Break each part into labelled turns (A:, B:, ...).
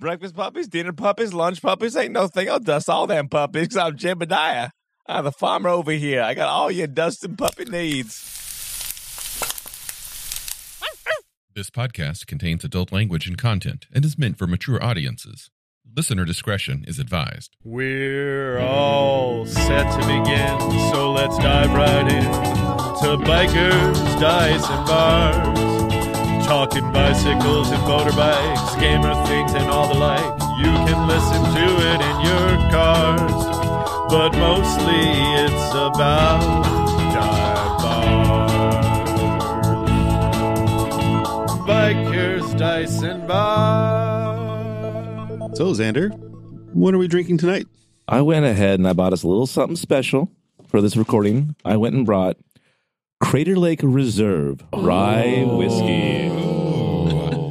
A: Breakfast puppies, dinner puppies, lunch puppies. Ain't no thing. I'll dust all them puppies because I'm Jebediah. I'm the farmer over here. I got all your dusting puppy needs.
B: This podcast contains adult language and content and is meant for mature audiences. Listener discretion is advised.
C: We're all set to begin, so let's dive right in to bikers, dice, and bars. Talking bicycles and motorbikes, gamer things, and all the like. You can listen to it in your cars, but mostly it's about dive bars. Bikers, dice, and bars.
D: So, Xander, what are we drinking tonight?
E: I went ahead and I bought us a little something special for this recording. I went and brought Crater Lake Reserve rye whiskey.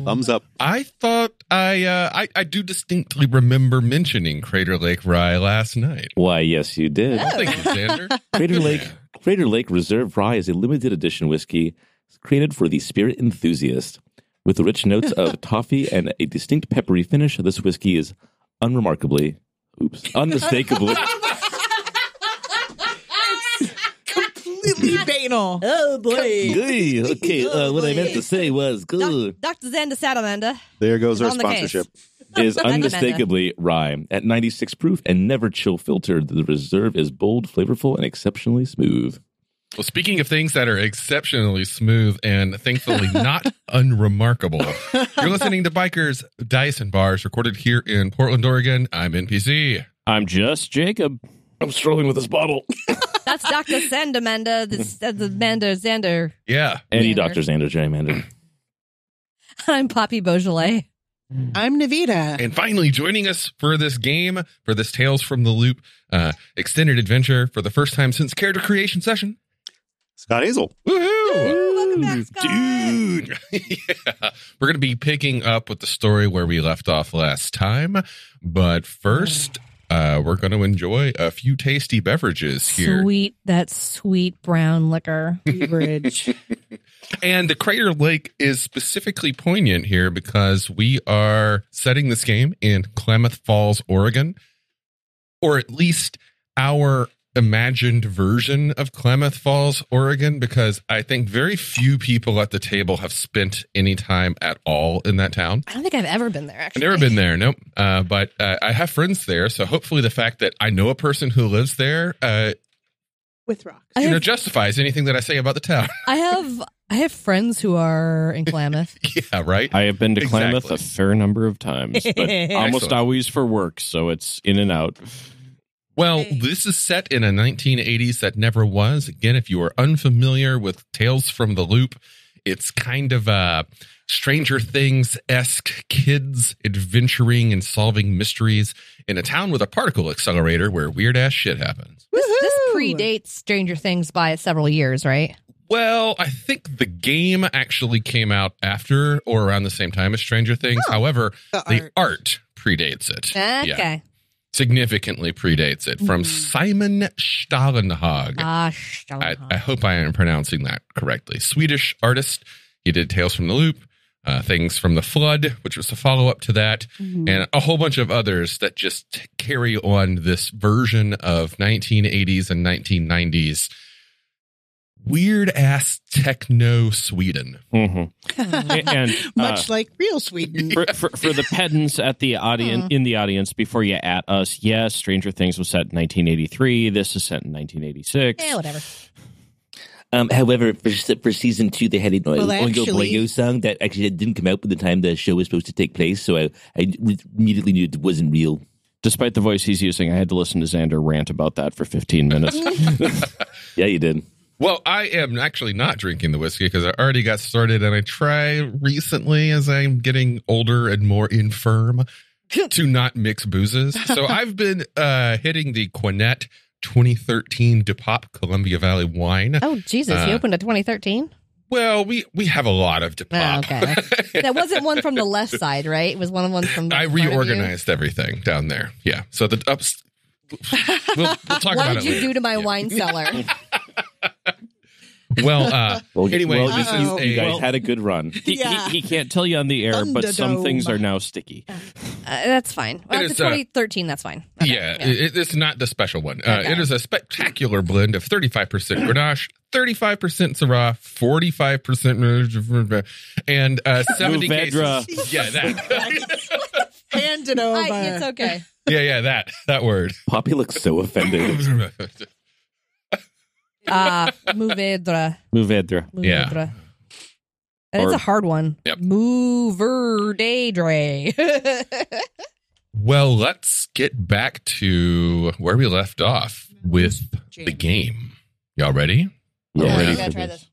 D: Thumbs up.
B: I thought I, uh, I I do distinctly remember mentioning Crater Lake Rye last night.
E: Why, yes, you did.
B: Thank you, Xander.
E: Crater Lake Crater Lake Reserve Rye is a limited edition whiskey created for the spirit enthusiast. With the rich notes of toffee and a distinct peppery finish, this whiskey is unremarkably, oops, unmistakably.
F: completely banal.
G: Oh boy. Oh,
E: good. Okay, uh, what I meant to say was good.
G: Dr. Zander Salamanda.
D: There goes our
G: On the case.
D: sponsorship.
E: is
G: Amanda.
E: unmistakably rye. At 96 proof and never chill filtered, the reserve is bold, flavorful, and exceptionally smooth.
B: Well, speaking of things that are exceptionally smooth and thankfully not unremarkable, you're listening to Bikers, Dice, and Bars, recorded here in Portland, Oregon. I'm NPC.
H: I'm just Jacob.
E: I'm strolling with this bottle.
G: That's Dr. Sandamanda. This that's Amanda Zander.
B: Yeah.
E: Any
G: uh, Xander.
E: Dr. Xander Gerrymander.
G: I'm Poppy Beaujolais.
F: I'm Navita.
B: And finally, joining us for this game, for this Tales from the Loop uh, extended adventure for the first time since character creation session.
D: Scott Hazel.
B: Woohoo!
G: Welcome back, Scott.
B: Dude! yeah. We're going to be picking up with the story where we left off last time. But first, uh, we're going to enjoy a few tasty beverages here.
G: Sweet, that sweet brown liquor.
F: Bridge.
B: And the Crater Lake is specifically poignant here because we are setting this game in Klamath Falls, Oregon, or at least our imagined version of Klamath Falls, Oregon, because I think very few people at the table have spent any time at all in that town.
G: I don't think I've ever been there,
B: I've
G: actually.
B: never been there, nope. Uh, but uh, I have friends there, so hopefully the fact that I know a person who lives there, uh,
F: With rocks.
G: I
B: you know,
G: have,
B: justifies anything that I say about the town.
G: I have I have friends who are in Klamath.
B: yeah, right.
H: I have been to
B: Exactly.
H: Klamath a fair number of times, but almost
B: Excellent.
H: always for work, so it's in and out.
B: Well,
G: Hey.
B: this is set in a 1980s that never was. Again, if you are unfamiliar with Tales from the Loop, it's kind of a Stranger Things esque kids adventuring and solving mysteries in a town with a particle accelerator where weird ass shit happens.
G: This, this
F: Woohoo!
G: predates Stranger Things by several years, right?
B: Well, I think the game actually came out after or around the same time as Stranger Things. However,
F: The
B: the
F: art.
B: art predates it.
G: Okay.
B: Yeah, significantly predates it
F: Hmm.
B: from Simon Stalenhag.
G: Ah, sh-
B: I, I hope I am pronouncing that correctly. Swedish artist. He did Tales from the Loop, uh, Things from the Flood, which was a follow up to that, and a whole bunch of others that just carry on this version of 1980s and 1990s weird ass techno Sweden.
H: hmm and uh,
F: Much like real Sweden. Uh-huh.
H: for, for, for the pedants at the audience in the audience, before you at us, yes, Stranger Things was set in 1983. This is set in 1986.
G: yeah, whatever.
E: Um, however, for, se- for season two, they had an
F: Well,
E: Oingo
F: actually-
E: Boingo song that actually didn't come out by the time the show was supposed to take place, so I, I immediately knew it wasn't real.
H: Despite the voice he's using, I had to listen to Xander rant about that for 15 minutes.
E: Yeah, you did.
B: Well, I am actually not drinking the whiskey because I already got started and I try recently as I'm getting older and more infirm to not mix boozes. So I've been uh, hitting the Quinette 2013 DePop Columbia Valley wine.
G: Oh Jesus, you
B: Uh,
G: opened a 2013.
B: Well, we we have a lot of
G: Oh,
B: DePop.
G: okay. that wasn't one from the left side, right? It was one of ones from. The
B: I
G: front of you.
B: reorganized everything down there. Yeah. So the ups. We'll, we'll talk
G: what
B: about it
G: did you
B: later.
G: Uh, do to my
B: Yeah.
G: wine cellar?
B: Well, uh,
E: Well,
B: Anyway,
E: well, you-
B: this
F: is
E: you,
B: a-
E: you guys
H: Well-
E: had a good run.
H: He,
F: Yeah.
H: he, he can't tell you on the air, but some
F: Thunderdome.
H: things are now sticky.
G: Uh, that's fine. Well,
B: It
G: it's
B: is, uh,
G: 2013. That's fine. Okay,
B: yeah, It, it's not the special one. Uh,
G: Okay.
B: It is a spectacular blend of 35% Grenache, 35% Syrah, 45% and uh, 70
H: Mourvedre.
B: cases. Yeah, that.
F: Handed over.
G: I, it's okay.
B: yeah, yeah, that that word.
E: Poppy looks so offended.
G: Uh, Mourvedre.
H: Mourvedre.
B: Yeah.
G: Mourvedre. And It's
E: Or-
G: a hard one.
B: Yep.
G: Mourvedre.
B: well, let's get back to where we left off with the game. Y'all ready?
E: We're
G: Yeah,
E: ready
G: I
E: for
G: gotta try
E: this.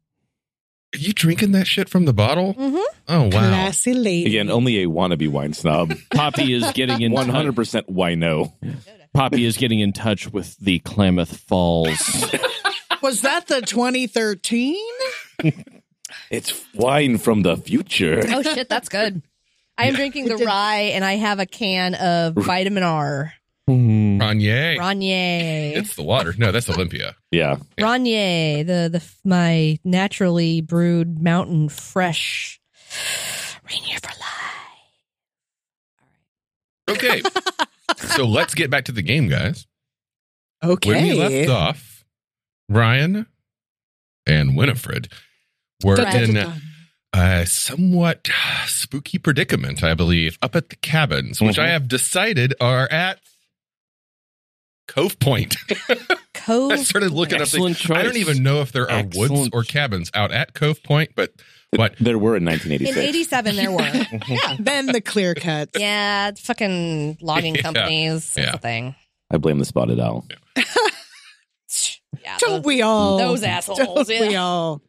B: Are you drinking that shit from the bottle?
G: Mhm.
B: Oh wow.
F: Classy lady.
E: Again, only a wannabe wine snob.
H: Poppy is getting in
E: One hundred
H: touch.
E: percent wino.
H: Poppy is getting in touch with the Klamath Falls.
F: Was that the 2013?
E: It's wine from the future.
G: oh shit, that's good. I am drinking the
F: It did-
G: rye, and I have a can of vitamin R.
B: Ronier.
G: Ronier.
B: It's the water. No, that's Olympia.
E: Yeah,
G: Ronier, the the my naturally brewed mountain fresh Rainier for life.
B: Okay. so let's get back to the game, guys. When we left
F: Okay.
B: off, Ryan and Winifred were in a somewhat spooky predicament, I believe, up at the cabins, which
H: Mm-hmm.
B: I have decided are at Cove Point.
G: Cove.
B: I started looking up.
H: Excellent
B: things. I don't
H: choice.
B: even know if there are woods
H: Excellent.
B: or cabins out at Cove Point, but what?
E: there were in nineteen
G: in
E: eighty-six.
G: '87 there were.
F: Yeah, then the clear cuts.
G: yeah, it's fucking logging
B: Yeah.
G: companies. That's
B: Yeah.
G: a thing.
E: I blame the spotted owl.
G: Yeah,
F: Don't
G: those-
F: we all?
G: those assholes.
F: Don't we
G: Yeah.
F: all?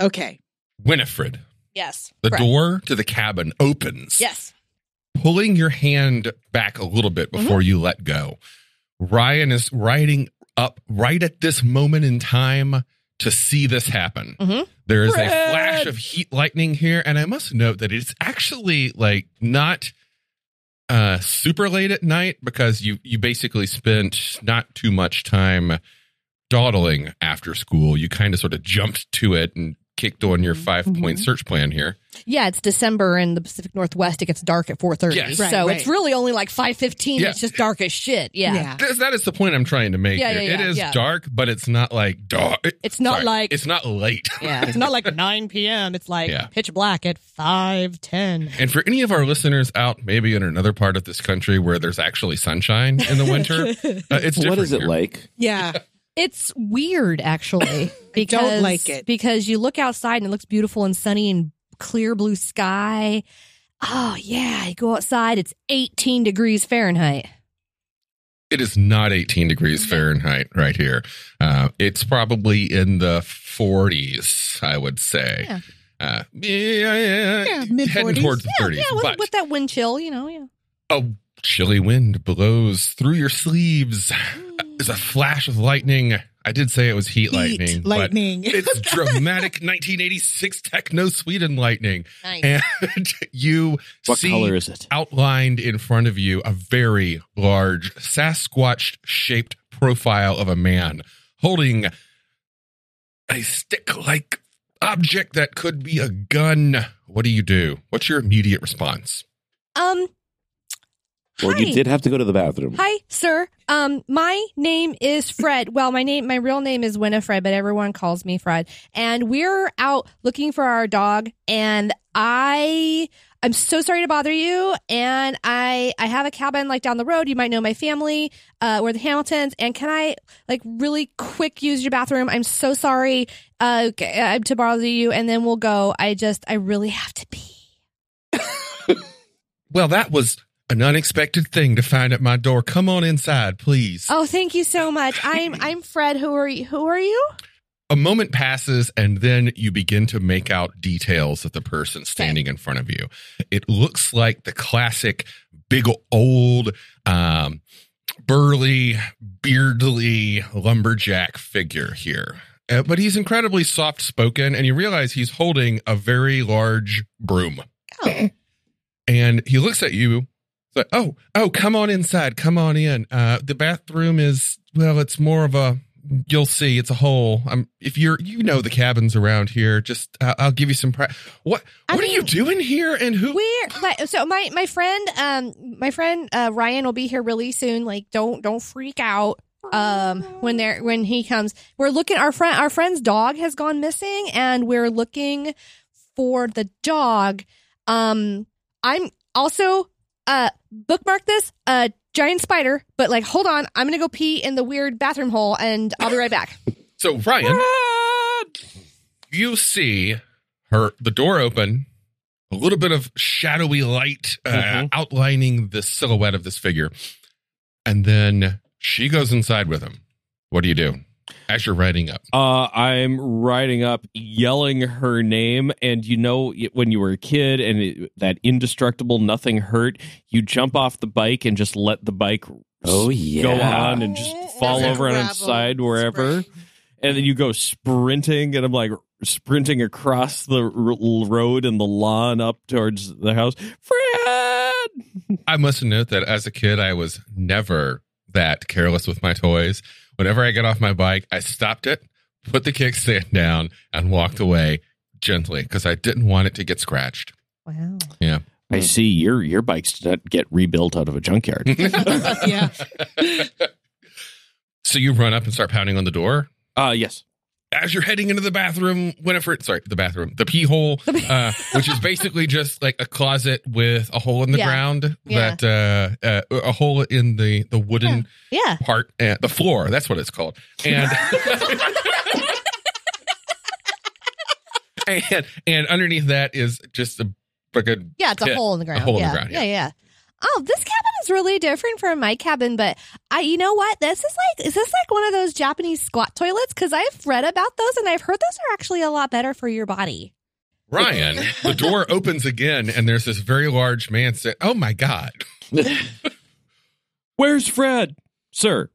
F: Okay.
B: Winifred,
G: Yes.
B: the
G: correct.
B: door to the cabin opens.
G: Yes.
B: pulling your hand back a little bit before you let go. Ryan is riding up right at this moment in time to see this happen.
G: Mhm.
B: There is a flash of heat lightning here, and I must note that it's actually like not uh super late at night because you you basically spent not too much time dawdling after school. You kind of sort of jumped to it and kicked on your five point search plan here.
G: Yeah, it's December in the Pacific Northwest. It gets dark at 4:30.
B: Yes.
F: Right,
G: so
F: right.
G: it's really only like 5:15.
B: Yeah.
G: It's just dark as shit. Yeah.
B: That's, that is the point I'm trying to make.
G: Yeah,
B: here.
G: yeah,
B: it
G: yeah,
B: is
G: yeah.
B: dark, but it's not like dark.
G: It's not
B: sorry,
G: like
B: it's not late.
G: yeah, it's not like 9 p.m. It's like
B: Yeah.
G: pitch black at 5:10.
B: And for any of our listeners out, maybe in another part of this country where there's actually sunshine in the winter, uh, it's different
E: What is it
B: here.
E: like?
F: Yeah.
G: It's weird actually because
F: like it.
G: because you look outside and it looks beautiful and sunny and clear blue sky. Oh yeah, you go outside. It's 18 degrees Fahrenheit.
B: It is not 18 degrees Fahrenheit right here. Uh, it's probably in the 40s, I would say.
G: Yeah.
B: Uh, yeah, yeah,
F: Yeah,
B: heading
F: mid-forties.
B: towards the 30s.
G: Yeah, with,
B: but
G: with that wind chill, you know. Yeah.
B: a chilly wind blows through your sleeves.
G: Mm,
B: There's a flash of lightning. I did say it was heat, lightning,
F: Heat,
B: but
F: lightning.
B: it's dramatic 1986 techno Sweden lightning.
G: Nice.
B: And you
H: what
B: see
H: color is it?
B: outlined in front of you a very large Sasquatch shaped profile of a man holding a stick like object that could be a gun. What do you do? What's your immediate response?
G: Um.
E: Well,
G: hi.
E: you did have to go to the bathroom.
G: Hi, sir. Um, my name is Fred. Well, my name, my real name is Winifred, but everyone calls me Fred. And we're out looking for our dog. And I, I'm so sorry to bother you. And I, I have a cabin like down the road. You might know my family. Uh, we're the Hamiltons. And can I like really quick use your bathroom? I'm so sorry. Uh, okay, uh, to bother you, and then we'll go. I just, I really have to pee.
B: Well, that was an unexpected thing to find at my door. Come on inside, please.
G: Oh, thank you so much. I'm, I'm Fred. Who are you? Who are you?
B: A moment passes, and then you begin to make out details of the person standing in front of you. It looks like the classic big old, um, burly, beardly lumberjack figure here. Uh, but he's incredibly soft spoken, and you realize he's holding a very large broom.
G: Oh.
B: and he looks at you it's like oh oh come on inside come on in uh the bathroom is well it's more of a you'll see it's a hole. I'm if you're you know the cabins around here. Just uh, I'll give you some. Pri- what
G: I
B: what are you
G: mean,
B: doing here? And who?
G: We're like so my my friend um my friend uh Ryan will be here really soon. Like don't don't freak out um when they're when he comes. We're looking our friend our friend's dog has gone missing and we're looking for the dog. Um I'm also uh bookmark this uh giant spider, but like hold on, I'm gonna go pee in the weird bathroom hole and I'll be right back.
B: So Ryan, you see her the door open, a little bit of shadowy light uh,
H: Mhm.
B: outlining the silhouette of this figure, and then she goes inside with him. What do you do as you're riding up?
H: Uh, I'm riding up, yelling her name, and you know y- when you were a kid and it, that indestructible nothing hurt, you jump off the bike and just let the bike
E: Oh yeah.
H: go on and just
G: Oh,
H: fall
F: Doesn't
H: over on
F: gravel
H: its side wherever,
F: spread.
H: and then you go sprinting, and I'm like sprinting across the r- road and the lawn up towards the house. Fred,
B: I must admit that as a kid, I was never that careless with my toys. Whenever I got off my bike, I stopped it, put the kickstand down, and walked away gently because I didn't want it to get scratched.
G: Wow.
H: I see your your bikes did not get rebuilt out of a junkyard.
F: yeah.
B: So you run up and start pounding on the door.
H: Uh yes.
B: As you're heading into the bathroom, Winifred, sorry, the bathroom, the pee hole, uh, which is basically just like a closet with a hole in the
G: Yeah.
B: ground
G: Yeah.
B: that uh, uh, a hole in the the wooden
G: Yeah.
B: part, uh, the floor. That's what it's called. And and, and underneath that is just a like a
G: Yeah, it's a
B: pit,
G: hole in the ground.
B: hole in the
G: yeah.
B: ground, yeah.
G: yeah, yeah. Oh, this cabin is really different from my cabin, but I, you know what? This is like, is this like one of those Japanese squat toilets? Because I've read about those and I've heard those are actually a lot better for your body.
B: Ryan. the door opens again, and there's this very large man saying, "Oh my god!"
H: Where's Fred, sir?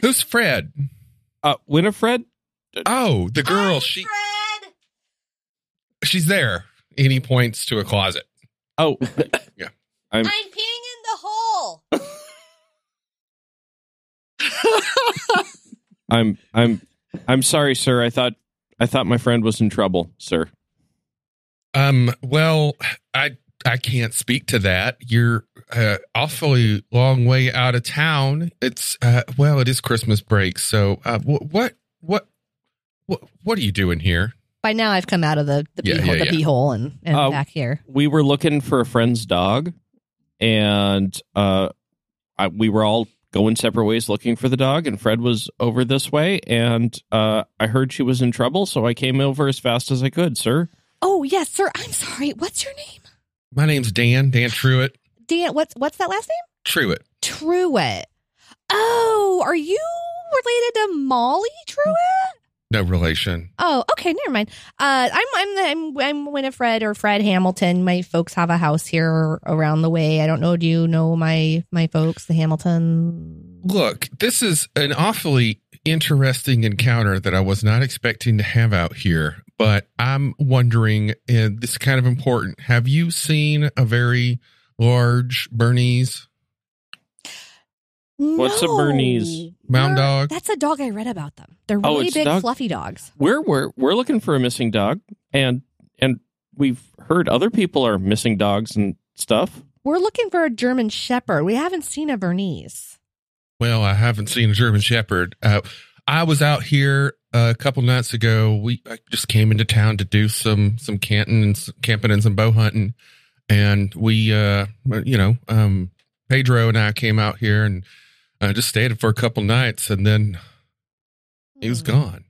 B: Who's Fred?
H: Uh, Winifred?
B: Oh, the girl. she
G: Fred!
B: she's there, and he points to a closet.
H: Oh,
G: I'm peeing in the hole.
H: I'm I'm I'm sorry, sir. I thought I thought my friend was in trouble, sir.
B: Um. Well, I I can't speak to that. You're uh, awfully long way out of town. It's uh, well, it is Christmas break, so uh, wh- what what what what are you doing here?
G: By now, I've come out of the, the,
B: Yeah,
G: pee, hole,
B: yeah,
G: the
B: yeah.
G: pee hole and, and
H: Uh,
G: back here.
H: We were looking for a friend's dog, and uh, I, we were all going separate ways looking for the dog. And Fred was over this way, and uh, I heard she was in trouble, so I came over as fast as I could, sir.
G: Oh, yes, sir. I'm sorry. What's your name?
B: My name's Dan. Dan Truitt.
G: Dan, what's, what's that last name?
B: Truitt.
G: Truett. Oh, are you related to Molly Truett?
B: No relation.
G: Oh, okay, never mind. Uh, I'm I'm the, I'm I'm Winifred or Fred Hamilton. My folks have a house here around the way. I don't know. Do you know my my folks, the Hamilton?
B: Look, this is an awfully interesting encounter that I was not expecting to have out here, but I'm wondering, and this is kind of important. Have you seen a very large Bernese
H: What's a
G: No.
H: Bernese?
B: Mountain
G: They're-
B: dog?
G: That's a dog I read about them. They're
H: Oh,
G: really
H: it's a
G: big,
H: dog?
G: fluffy dogs.
H: We're we're we're looking for a missing dog, and and we've heard other people are missing dogs and stuff.
G: We're looking for a German Shepherd. We haven't seen a Bernese.
B: Well, I haven't seen a German Shepherd. Uh, I was out here a couple nights ago. We I just came into town to do some some canting and s camping and some bow hunting, and we, uh, you know, um, Pedro and I came out here and uh, just stayed for a couple nights, and then he was gone.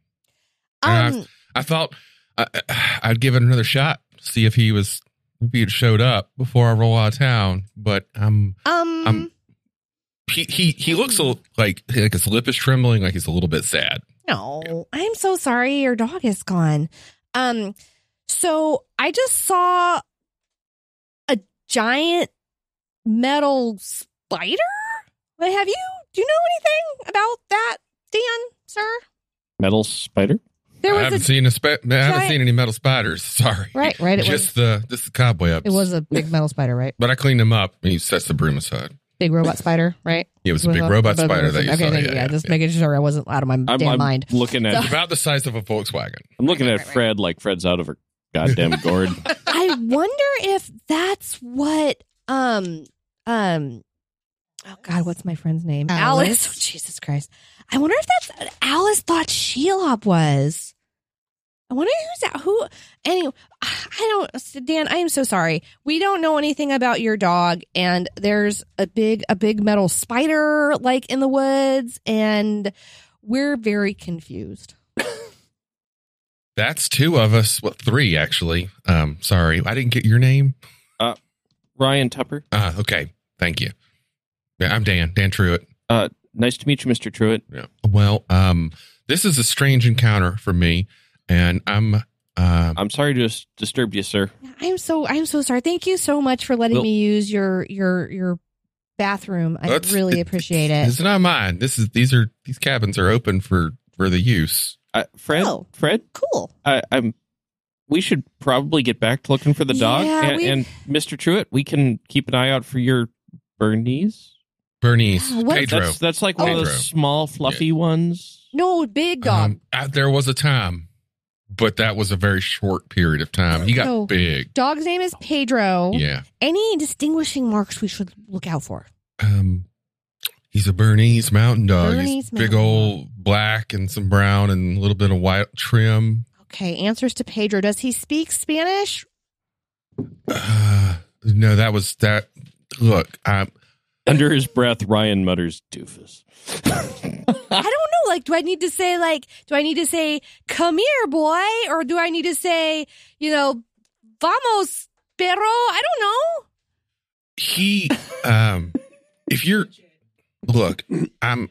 B: And
G: Hmm. Um,
B: I thought I, I'd give it another shot, see if he was if he had showed up before I roll out of town, but I'm
G: um,
B: I'm- he he he looks a, like like his lip is trembling, like he's a little bit sad.
G: No, I'm so sorry. Your dog is gone. Um, so I just saw a giant metal spider. What have you? Do you know anything about that, Dan, sir?
H: Metal spider.
G: There
B: I haven't
G: was a
B: seen a spe- I haven't
G: giant-
B: seen any metal spiders. Sorry,
G: right, right. It
B: just the just the cobwebs.
G: was it was a big metal spider, right?
B: but I cleaned him up and he sets the broom aside.
I: big robot spider, right?
B: Yeah, it was a big robot spider that you
I: okay,
B: saw.
I: thank
B: Yeah,
I: you.
B: yeah,
I: just
B: yeah.
I: making sure I wasn't out of my
H: I'm,
I: damn
H: I'm
I: mind.
H: looking at
B: About the size of a Volkswagen.
H: I'm looking
I: Right,
H: at
I: right, right.
H: Fred like Fred's out of her goddamn gourd.
G: I wonder if that's what um um oh god, what's my friend's name? Alice.
I: Alice.
G: Oh, Jesus Christ. I wonder if that's what Alice thought Shelob was. I wonder who's that who anyway I don't Dan, I am so sorry. We don't know anything about your dog and there's a big a big metal spider like in the woods and we're very confused.
B: That's two of us. Well, three actually. Um, sorry, I didn't get your name.
H: Ryan Tupper,
B: Ah, okay. Thank you. Yeah, I'm Dan. Dan Truitt.
H: nice to meet you, Mr. Truitt.
B: Yeah. Well, um, this is a strange encounter for me, and I'm um,
H: I'm sorry to dis- disturb you, sir.
G: I'm so I'm so sorry. Thank you so much for letting
H: Well-
G: me use your your your bathroom. I
B: That's-
G: really
B: it-
G: appreciate
B: it's-
G: it.
B: It's not mine. This is these are these cabins are open for for the use.
H: Uh, Fred,
G: Oh.
H: Fred,
G: Cool.
H: I, I'm. We should probably get back to looking for the dog
G: Yeah,
H: and,
G: we-
H: and Mr. Truitt. We can keep an eye out for your Bernese.
B: Bernice
G: What-
B: Pedro.
H: That's that's like one of
B: Pedro.
H: those small, fluffy ones.
G: No, big dog.
B: Um, uh, there was a time, but that was a very short period of time. He got
G: Oh.
B: big.
G: Dog's name is Pedro.
B: Yeah.
G: Any distinguishing marks we should look out for?
B: Um, he's a Bernese Mountain Dog. he's
G: Bernese
B: big
G: Mountain
B: old black and some brown and a little bit of white trim.
G: Okay, answers to Pedro. Does he speak Spanish?
B: Uh, no, that was that. Look, um, i
H: Under his breath, Ryan mutters, "Doofus."
G: I don't know. Like, do I need to say like, do I need to say "come here, boy," or do I need to say, you know, "vamos, perro"? I don't know.
B: he um if you're look i'm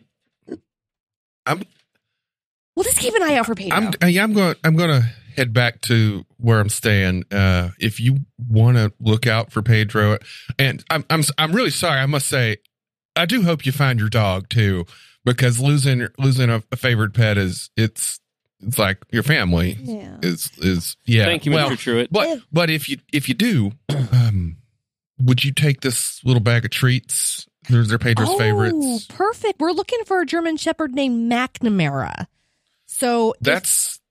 G: We'll just keep an eye out for Pedro.
B: i'm uh, yeah, i'm going i'm going to head back to where i'm staying uh if you want to look out for pedro and i'm i'm i'm really sorry i must say i do hope you find your dog too because losing losing a, a favorite pet is it's it's like your family
G: yeah.
B: is is yeah
H: Thank you, Mr.
B: well,
H: Truitt.
B: But but if you if you do, um, would you take this little bag of treats? They're, they're Pedro's
G: Oh,
B: favorites.
G: perfect. We're looking for a German Shepherd named McNamara. So if-
B: That's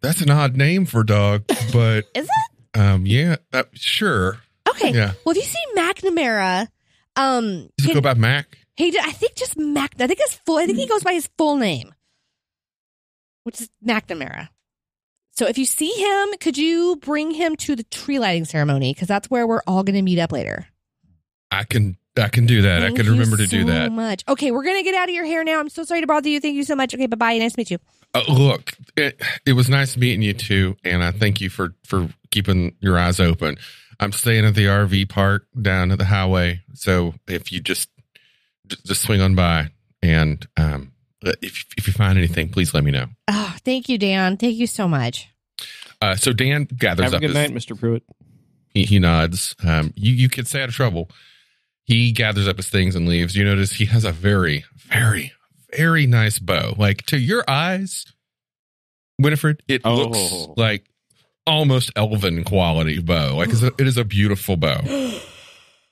B: that's an odd name for a dog, but
G: Is
B: Um, yeah, uh, sure.
G: okay.
B: Yeah,
G: Well, if you see McNamara, um,
B: does it
G: can-
B: go by Mac?
G: he did, I think just Mac. I think his full. I think
B: Hmm.
G: he goes by his full name, which is McNamara. So if you see him, could you bring him to the tree lighting ceremony? Because that's where we're all going to meet up later.
B: I can I can do that. I
G: Thank
B: can
G: you
B: remember to do
G: so
B: that.
G: Much. Okay, we're gonna get out of your hair now. I'm so sorry to bother you. Thank you so much. Okay, bye bye. Nice to meet you.
B: Uh, look, it, it was nice meeting you too, and I thank you for for keeping your eyes open. I'm staying at the RV park down at the highway, so if you just j- just swing on by and um, if if you find anything, please let me know.
G: Oh, thank you, Dan. Thank you so much.
B: Uh, so Dan gathers
H: Have a
B: up.
H: good
B: his,
H: night, Mr. Pruitt.
B: He, he nods. Um, you you could stay out of trouble. He gathers up his things and leaves. You notice he has a very very very nice bow. Like to your eyes, Winifred, it
H: Oh.
B: looks like almost elven quality bow. Like it's a, it is a beautiful bow. And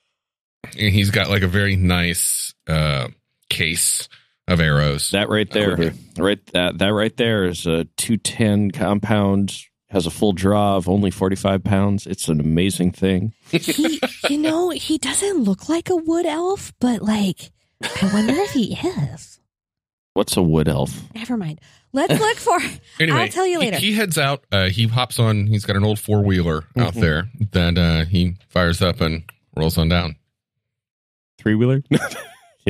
B: he's got like a very nice uh, case of arrows.
H: That right there,
E: Quiver.
H: right that that right there is a two ten compound. Has a full draw of only forty five pounds. It's an amazing thing.
G: he, you know, he doesn't look like a wood elf, but like, I wonder if he is.
H: What's a wood elf?
G: Never mind. Let's look for.
B: Anyway,
G: I'll tell you
B: he-
G: later.
B: He, heads out. Uh, he hops on. He's got an old four wheeler out
G: Mm-hmm.
B: there that uh, he fires up and rolls on down.
H: Three wheeler?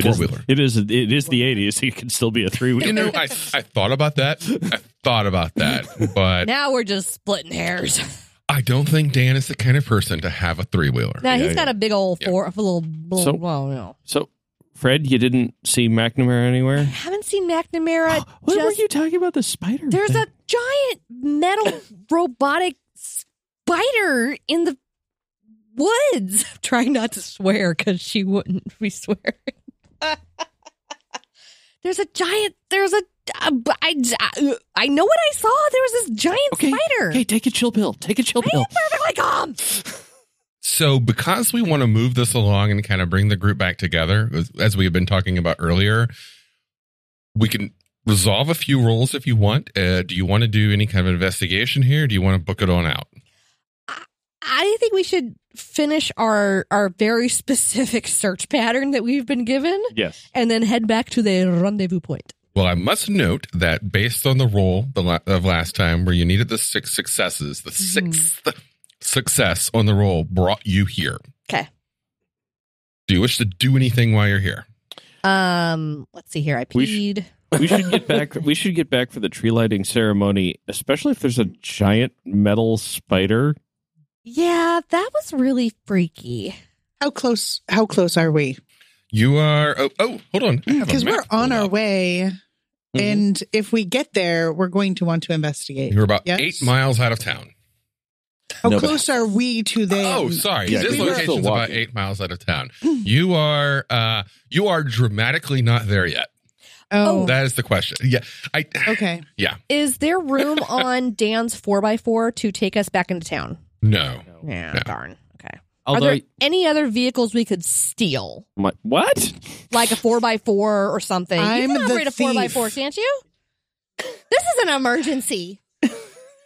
B: Four-wheeler.
H: It is. It is the eighties. It could still be a three
B: You know, I, I thought about that. I thought about that, but
G: Now we're just splitting hairs.
B: I don't think Dan is the kind of person to have a three wheeler.
G: Now
H: Yeah,
G: he's got
H: yeah.
G: a big old
B: Yeah.
G: four, a little. Bl-
H: So-
G: well, no,
H: So, Fred, you didn't see McNamara
G: I
H: anywhere.
G: haven't seen McNamara.
H: What
G: just,
H: were you talking about? The spider?
G: there's
H: thing?
G: a giant metal robotic spider in the woods. I'm trying not to swear because she wouldn't be swearing. there's a giant. There's a. uh, b- I, I- I know what I saw. There was this giant
H: Okay,
G: spider.
H: Hey, take a chill pill. Take a chill
G: I am
H: pill.
G: perfectly calm.
B: So, because we want to move this along and kind of bring the group back together, as- as we have been talking about earlier, we can resolve a few roles if you want. Uh, do you want to do any kind of investigation here? Do you want to book it on out?
G: I think we should finish our our very specific search pattern that we've been given,
H: Yes.
G: and then head back to the rendezvous point.
B: Well, I must note that based on the roll the la- of last time where you needed the six successes, the
F: Mm-hmm.
B: sixth success on the roll brought you here.
G: 'Kay.
B: Do you wish to do anything while you're here?
I: Um, let's see here. I
H: We sh-
I: peed.
H: We should get back we should get back for the tree lighting ceremony, especially if there's a giant metal spider.
G: Yeah, that was really freaky.
F: How close? How close are we?
B: You are. Oh, oh hold on. I have a
F: Because
B: map
F: we're on
B: pulled
F: our
B: up.
F: way, and if we get there, we're going to want to investigate.
B: Mm-hmm. You're about
F: Yes.
B: eight miles out of town.
F: How
E: No, but-
F: close are we to them?
B: oh, sorry.
E: Yeah,
B: this
F: we were-
B: location's
E: Still
B: about
E: walking.
B: eight miles out of town.
F: Hmm.
B: You are. uh You are dramatically not there yet.
F: Oh,
B: That is the question. Yeah. I.
F: okay.
G: Is there room on Dan's four x four to take us back into town?
B: No.
G: Yeah,
B: No.
G: darn. Okay.
H: Although
G: Are there any other vehicles we could steal,
H: my, what?
G: like a four x four or something?
F: I'm
G: you can
F: the
G: operate a four x four,
F: thief.
G: can't you? This is an emergency.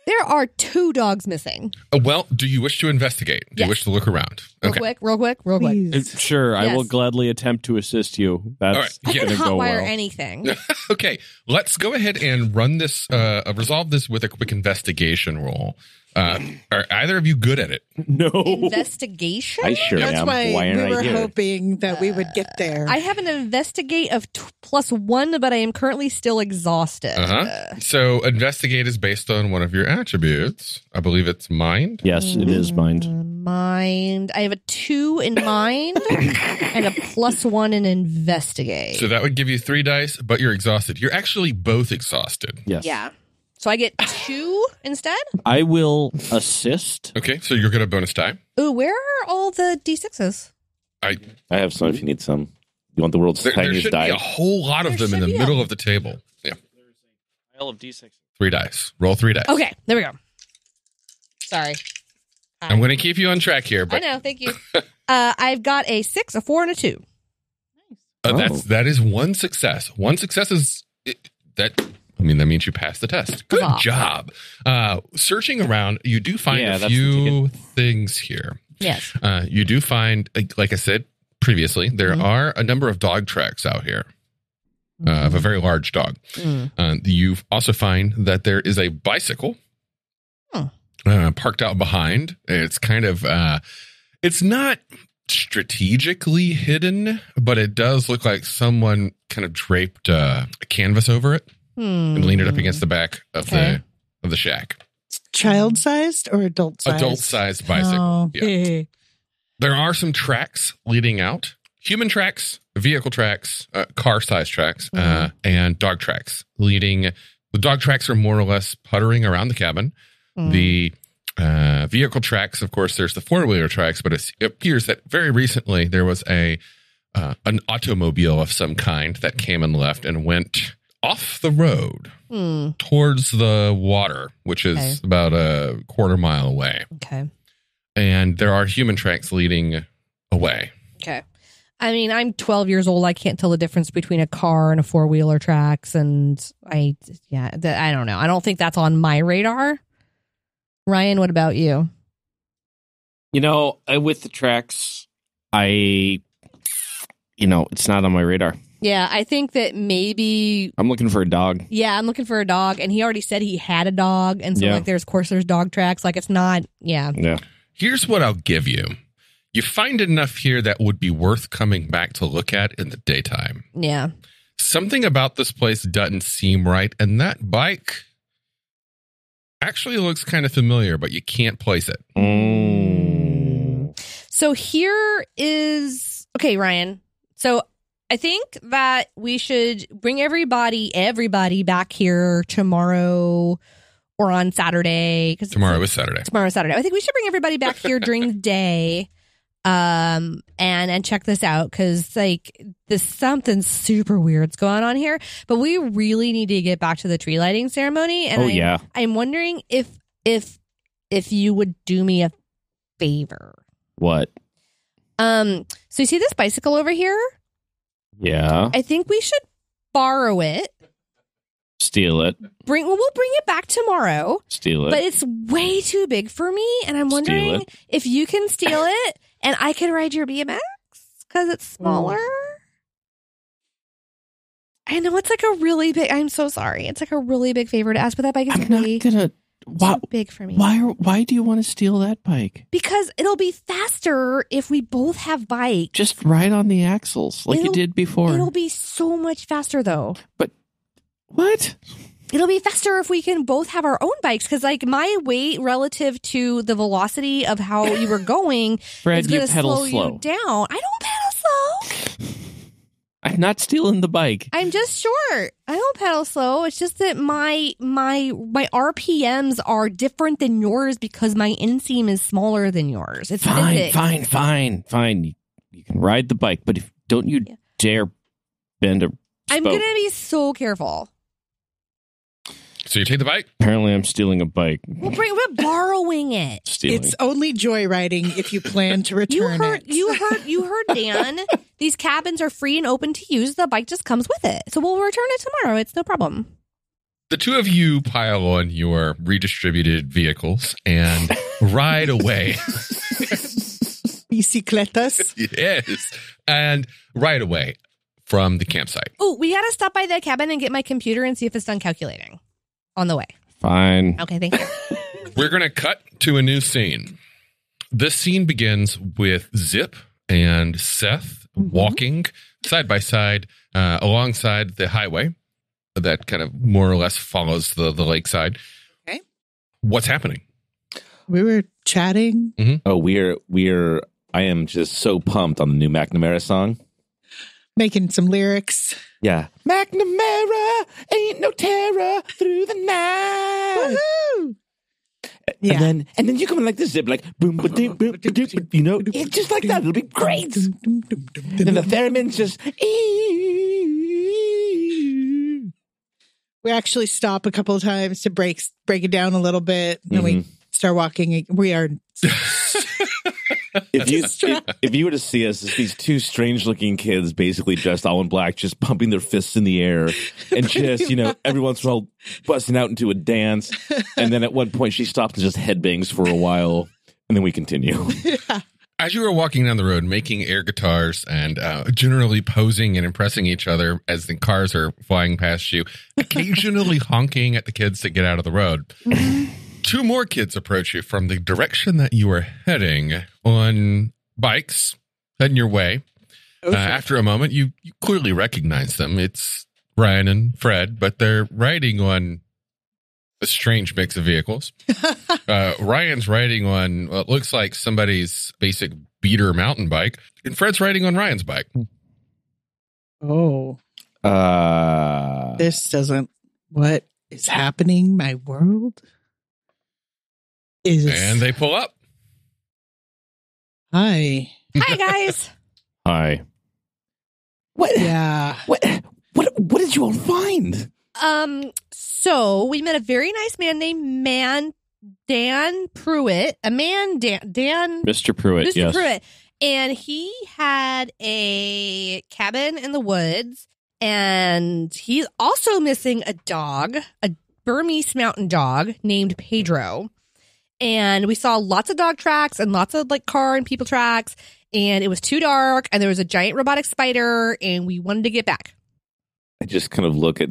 G: there are two dogs missing.
B: Uh, Well, do you wish to investigate? Do
G: Yes.
B: you wish to look around?
G: Real quick, real quick, real quick.
H: Uh,
F: Please.
H: Sure, I will
G: Yes.
H: gladly attempt to assist you. That's
B: All
G: I
B: right, yeah.
G: can
H: gonna go
G: hotwire
H: well.
G: anything.
B: Okay, let's go ahead and run this, uh, uh, resolve this with a quick investigation roll. Uh, are either of you good at it?
H: No.
G: Investigation.
E: I sure
F: That's
E: am.
F: why,
E: Why
F: we
E: aren't
F: were
E: I here?
F: hoping that we would get there.
G: I have an investigate of t- plus one, but I am currently still exhausted.
B: Uh-huh. So, investigate is based on one of your attributes. I believe it's mind.
H: Yes, it is mind.
G: Mind. I have a two in mind and a plus one in investigate.
B: So that would give you three dice, but you're exhausted. You're actually both exhausted.
H: Yes.
G: yeah. So I get two instead.
H: I will assist.
B: Okay, so you're good at bonus die.
G: Ooh, where are all the d6s?
B: I
E: I have some if you need some. You want the world's
B: there, there
E: tiniest
B: should
E: die?
B: be a whole lot of
G: There
B: them in
G: should
B: the
G: be a-
B: middle of the table. Yeah,
H: Isle of D6.
B: three dice. Roll three dice.
G: Okay, there we go. Sorry.
B: I'm going to keep you on track here,
G: I
B: but
G: know. Thank you. Uh, I've got a six, a four, and a two.
B: Uh,
E: Oh.
B: That's that is one success. One success is it, that. I mean, that means you passed the test. Good
G: Huzzah.
B: job. Uh, searching around, you do find
H: Yeah,
B: a
H: that's the
B: few things here.
G: Yes.
B: Uh, you do find, like, like I said previously, there
G: Mhm.
B: are a number of dog tracks out here uh, of
G: Mm-hmm.
B: a very large dog.
G: Mm.
B: Uh, you also find that there is a bicycle
G: Hmm.
B: uh, parked out behind. It's kind of, uh, it's not strategically hidden, but it does look like someone kind of draped uh, a canvas over it and leaned
G: Mm.
B: it up against the back of
G: Okay.
B: the of the shack.
F: Child sized or adult sized?
B: Adult sized bicycle.
F: Oh.
B: Yeah. There are some tracks leading out human tracks, vehicle tracks, uh, car size tracks, uh, and dog tracks leading. The dog tracks are more or less puttering around the cabin.
G: Mm-hmm. Mm.
B: The uh, vehicle tracks, of course, there's the four wheeler tracks, but it's- it appears that very recently there was a uh, an automobile of some kind that came and left and went off the road
G: Hmm.
B: towards the water, which is
G: Okay.
B: about a quarter mile away
G: Okay.
B: and there are human tracks leading away.
G: Okay. I mean, I'm 12 years old. I can't tell the difference between a car and a four wheeler tracks. And I, yeah, th- I don't know. I don't think that's on my radar. Ryan, what about you?
H: You know, uh, with the tracks, I, you know, it's not on my radar.
G: Yeah, I think that maybe.
H: I'm looking for a dog.
G: Yeah, I'm looking for a dog, and he already said he had a dog, and so
H: Yeah.
G: like, there's of course there's dog tracks. Like, it's not. Yeah.
H: Yeah.
B: Here's what I'll give you. You find enough here that would be worth coming back to look at in the daytime.
G: Yeah.
B: Something about this place doesn't seem right, and that bike actually looks kind of familiar, but you can't place it.
H: Mm.
G: So here is okay, Ryan. So I think that we should bring everybody, everybody back here tomorrow or on Saturday because
B: Tomorrow is Saturday.
G: tomorrow is Saturday. I think we should bring everybody back here during the day, um, and and check this out because like this something super weird's going on here. But we really need to get back to the tree lighting ceremony. And
H: oh
G: I-
H: yeah.
G: I'm wondering if if if you would do me a favor.
H: What?
G: Um, so you see this bicycle over here?
H: Yeah.
G: I think we should borrow it.
H: Steal it.
G: Bring well, we'll bring it back tomorrow.
H: Steal it.
G: But it's way too big for me, and I'm
H: Steal
G: wondering
H: it.
G: if you can steal it and I can ride your BMX because it's
H: Oh.
G: smaller. I know it's like a really big. I'm so sorry. It's like a really big favor to ask, but that bike is
H: I'm not
G: way
H: gonna. Why?
G: too big for me.
H: Why? Are, why do you want to steal that bike?
G: Because it'll be faster if we both have bikes.
H: Just ride on the axles like you
G: It'll-
H: did before.
G: It'll be so much faster though.
H: what?
G: It'll be faster if we can both have our own bikes because, like, my weight relative to the velocity of how you were going is
H: Fred,
G: going
H: you
G: to
H: pedal
G: slow,
H: slow.
G: you down. I don't pedal slow.
H: I'm not stealing the bike.
G: I'm just short. I don't pedal slow. It's just that my my my RPMs are different than yours because my inseam is smaller than yours. It's
H: fine,
G: physics.
H: fine, fine, fine. You, you can ride the bike, but if don't you
G: Yeah.
H: dare bend a spoke.
G: I'm gonna be so careful.
B: So you take the bike.
H: Apparently, I'm stealing a bike.
G: We'll bring. We're borrowing it.
H: Stealing.
F: It's only joyriding if you plan to
G: You
F: return
G: heard,
F: it.
G: you heard, you heard, Dan. These cabins are free and open to use. The bike just comes with it, so we'll return it tomorrow. It's no problem.
B: The two of you pile on your redistributed vehicles and ride away.
F: Bicicletas.
B: yes, and ride away from the campsite.
G: Oh, we gotta stop by the cabin and get my computer and see if it's done calculating. On the way.
H: Fine.
G: Okay, thank you.
B: We're going to cut to a new scene. This scene begins with Zip and Seth walking side by side uh, alongside the highway that kind of more or less follows the, the lakeside.
F: Okay.
B: What's happening?
F: We were chatting.
E: Oh, we're we're. I am just so pumped on the new McNamara song.
F: making some lyrics.
E: Yeah, McNamara ain't no terror through the night.
F: Woohoo! Yeah.
E: And then and then you come in like this zip, like boom, ba doom, boom, ba doom, you know, it's just like that. It'll be great. And then the theremin's just. "Ee."
F: we actually stop a couple of times to break break it down a little bit. Then
B: Mm-hmm.
F: we start walking. We are
E: If you if, if you were to see us, it's these two strange looking kids, basically dressed all in black, just pumping their fists in the air, and just you know, every once in a while, busting out into a dance. And then at one point, she stops and just headbangs for a while, and then we continue.
B: As you were walking down the road, making air guitars and uh, generally posing and impressing each other as the cars are flying past you, occasionally honking at the kids to get out of the road, two more kids approach you from the direction that you are heading on bikes heading your way. Uh, after a moment, you, you clearly recognize them. It's Brian and Fred, but they're riding on a strange mix of vehicles. Uh, Ryan's riding on what looks like somebody's basic beater mountain bike, and Fred's riding on Ryan's bike.
F: oh,
E: Uh,
F: this doesn't. What is happening? My world is.
B: And they pull up.
F: hi.
G: Hi guys.
H: Hi.
E: what?
F: Yeah.
E: What? What? What did you all find?
G: Um, so we met a very nice man named Man Dan Pruitt. A man Dan Dan
H: Mr. Pruitt.
G: Mr.
H: yes.
G: Pruitt. And he had a cabin in the woods, and he's also missing a dog, a Burmese mountain dog named Pedro. And we saw lots of dog tracks and lots of like car and people tracks. And it was too dark, and there was a giant robotic spider, and we wanted to get back.
E: I just kind of look at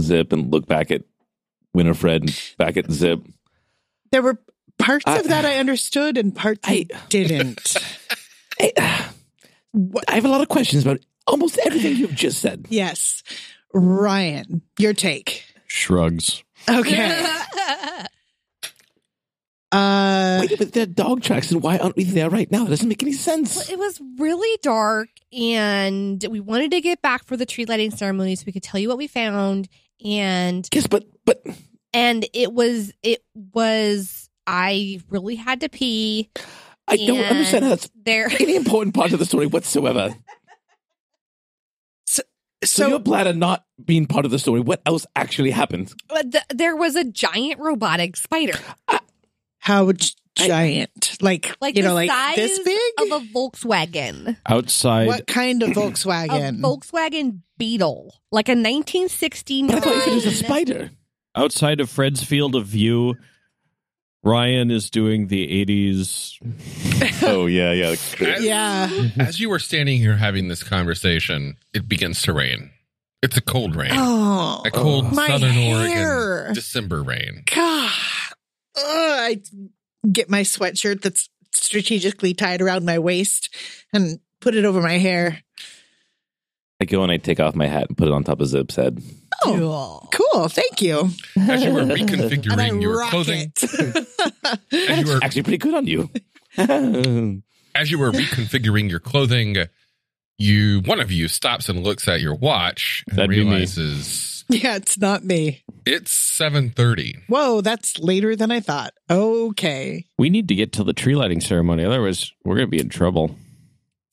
E: Zip and look back at Winifred and back at Zip.
F: There were parts
E: I-
F: of that I understood and parts I, didn't.
E: I, I have a lot of questions about almost everything you've just said.
F: yes. Ryan, your take.
H: Shrugs.
F: Okay. Uh,
E: Wait, but they're dog tracks, and why aren't we there right now? It doesn't make any
G: Well,
E: sense.
G: it was really dark, and we wanted to get back for the tree lighting ceremony so we could tell you what we found. And
E: Yes, but but
G: and it was it was I really had to pee.
E: I don't
G: and
E: understand how that's
G: there.
E: any important part of the story whatsoever. So, your
F: so
E: bladder not being part of the story. What else actually happened?
G: but th- There was a giant robotic spider.
F: how would
G: I-
F: giant? Like,
G: Like
F: you
G: the
F: know, like
G: size
F: this big?
G: of a Volkswagen,
H: Outside,
F: what kind of
G: a
F: Volkswagen?
G: Volkswagen Beetle, like a 1969.
E: I thought you said it was a spider.
H: outside of Fred's field of view, Ryan is doing the '80s.
E: Oh yeah, yeah.
B: As,
F: yeah.
B: as you are standing here having this conversation, it begins to rain. It's a cold rain.
F: Oh,
B: a cold
F: my
B: Southern
F: hair.
B: Oregon December rain.
F: God. Ugh, I get my sweatshirt that's strategically tied around my waist and put it over my hair.
E: I go and I take off my hat and put it on top of Zip's head.
F: Oh, cool. Thank you.
B: As you were
F: And I
B: reconfiguring your
F: rock
B: clothing,
F: it.
B: as you were
E: Actually, pretty good on you. That's
B: as you were reconfiguring your clothing, you one of you stops and looks at your watch and
H: That'd be me.
B: realizes
F: yeah, it's not me.
B: it's seven thirty.
F: Whoa, that's later than I thought. Okay.
H: We need to get to the tree lighting ceremony, otherwise we're going to be in trouble.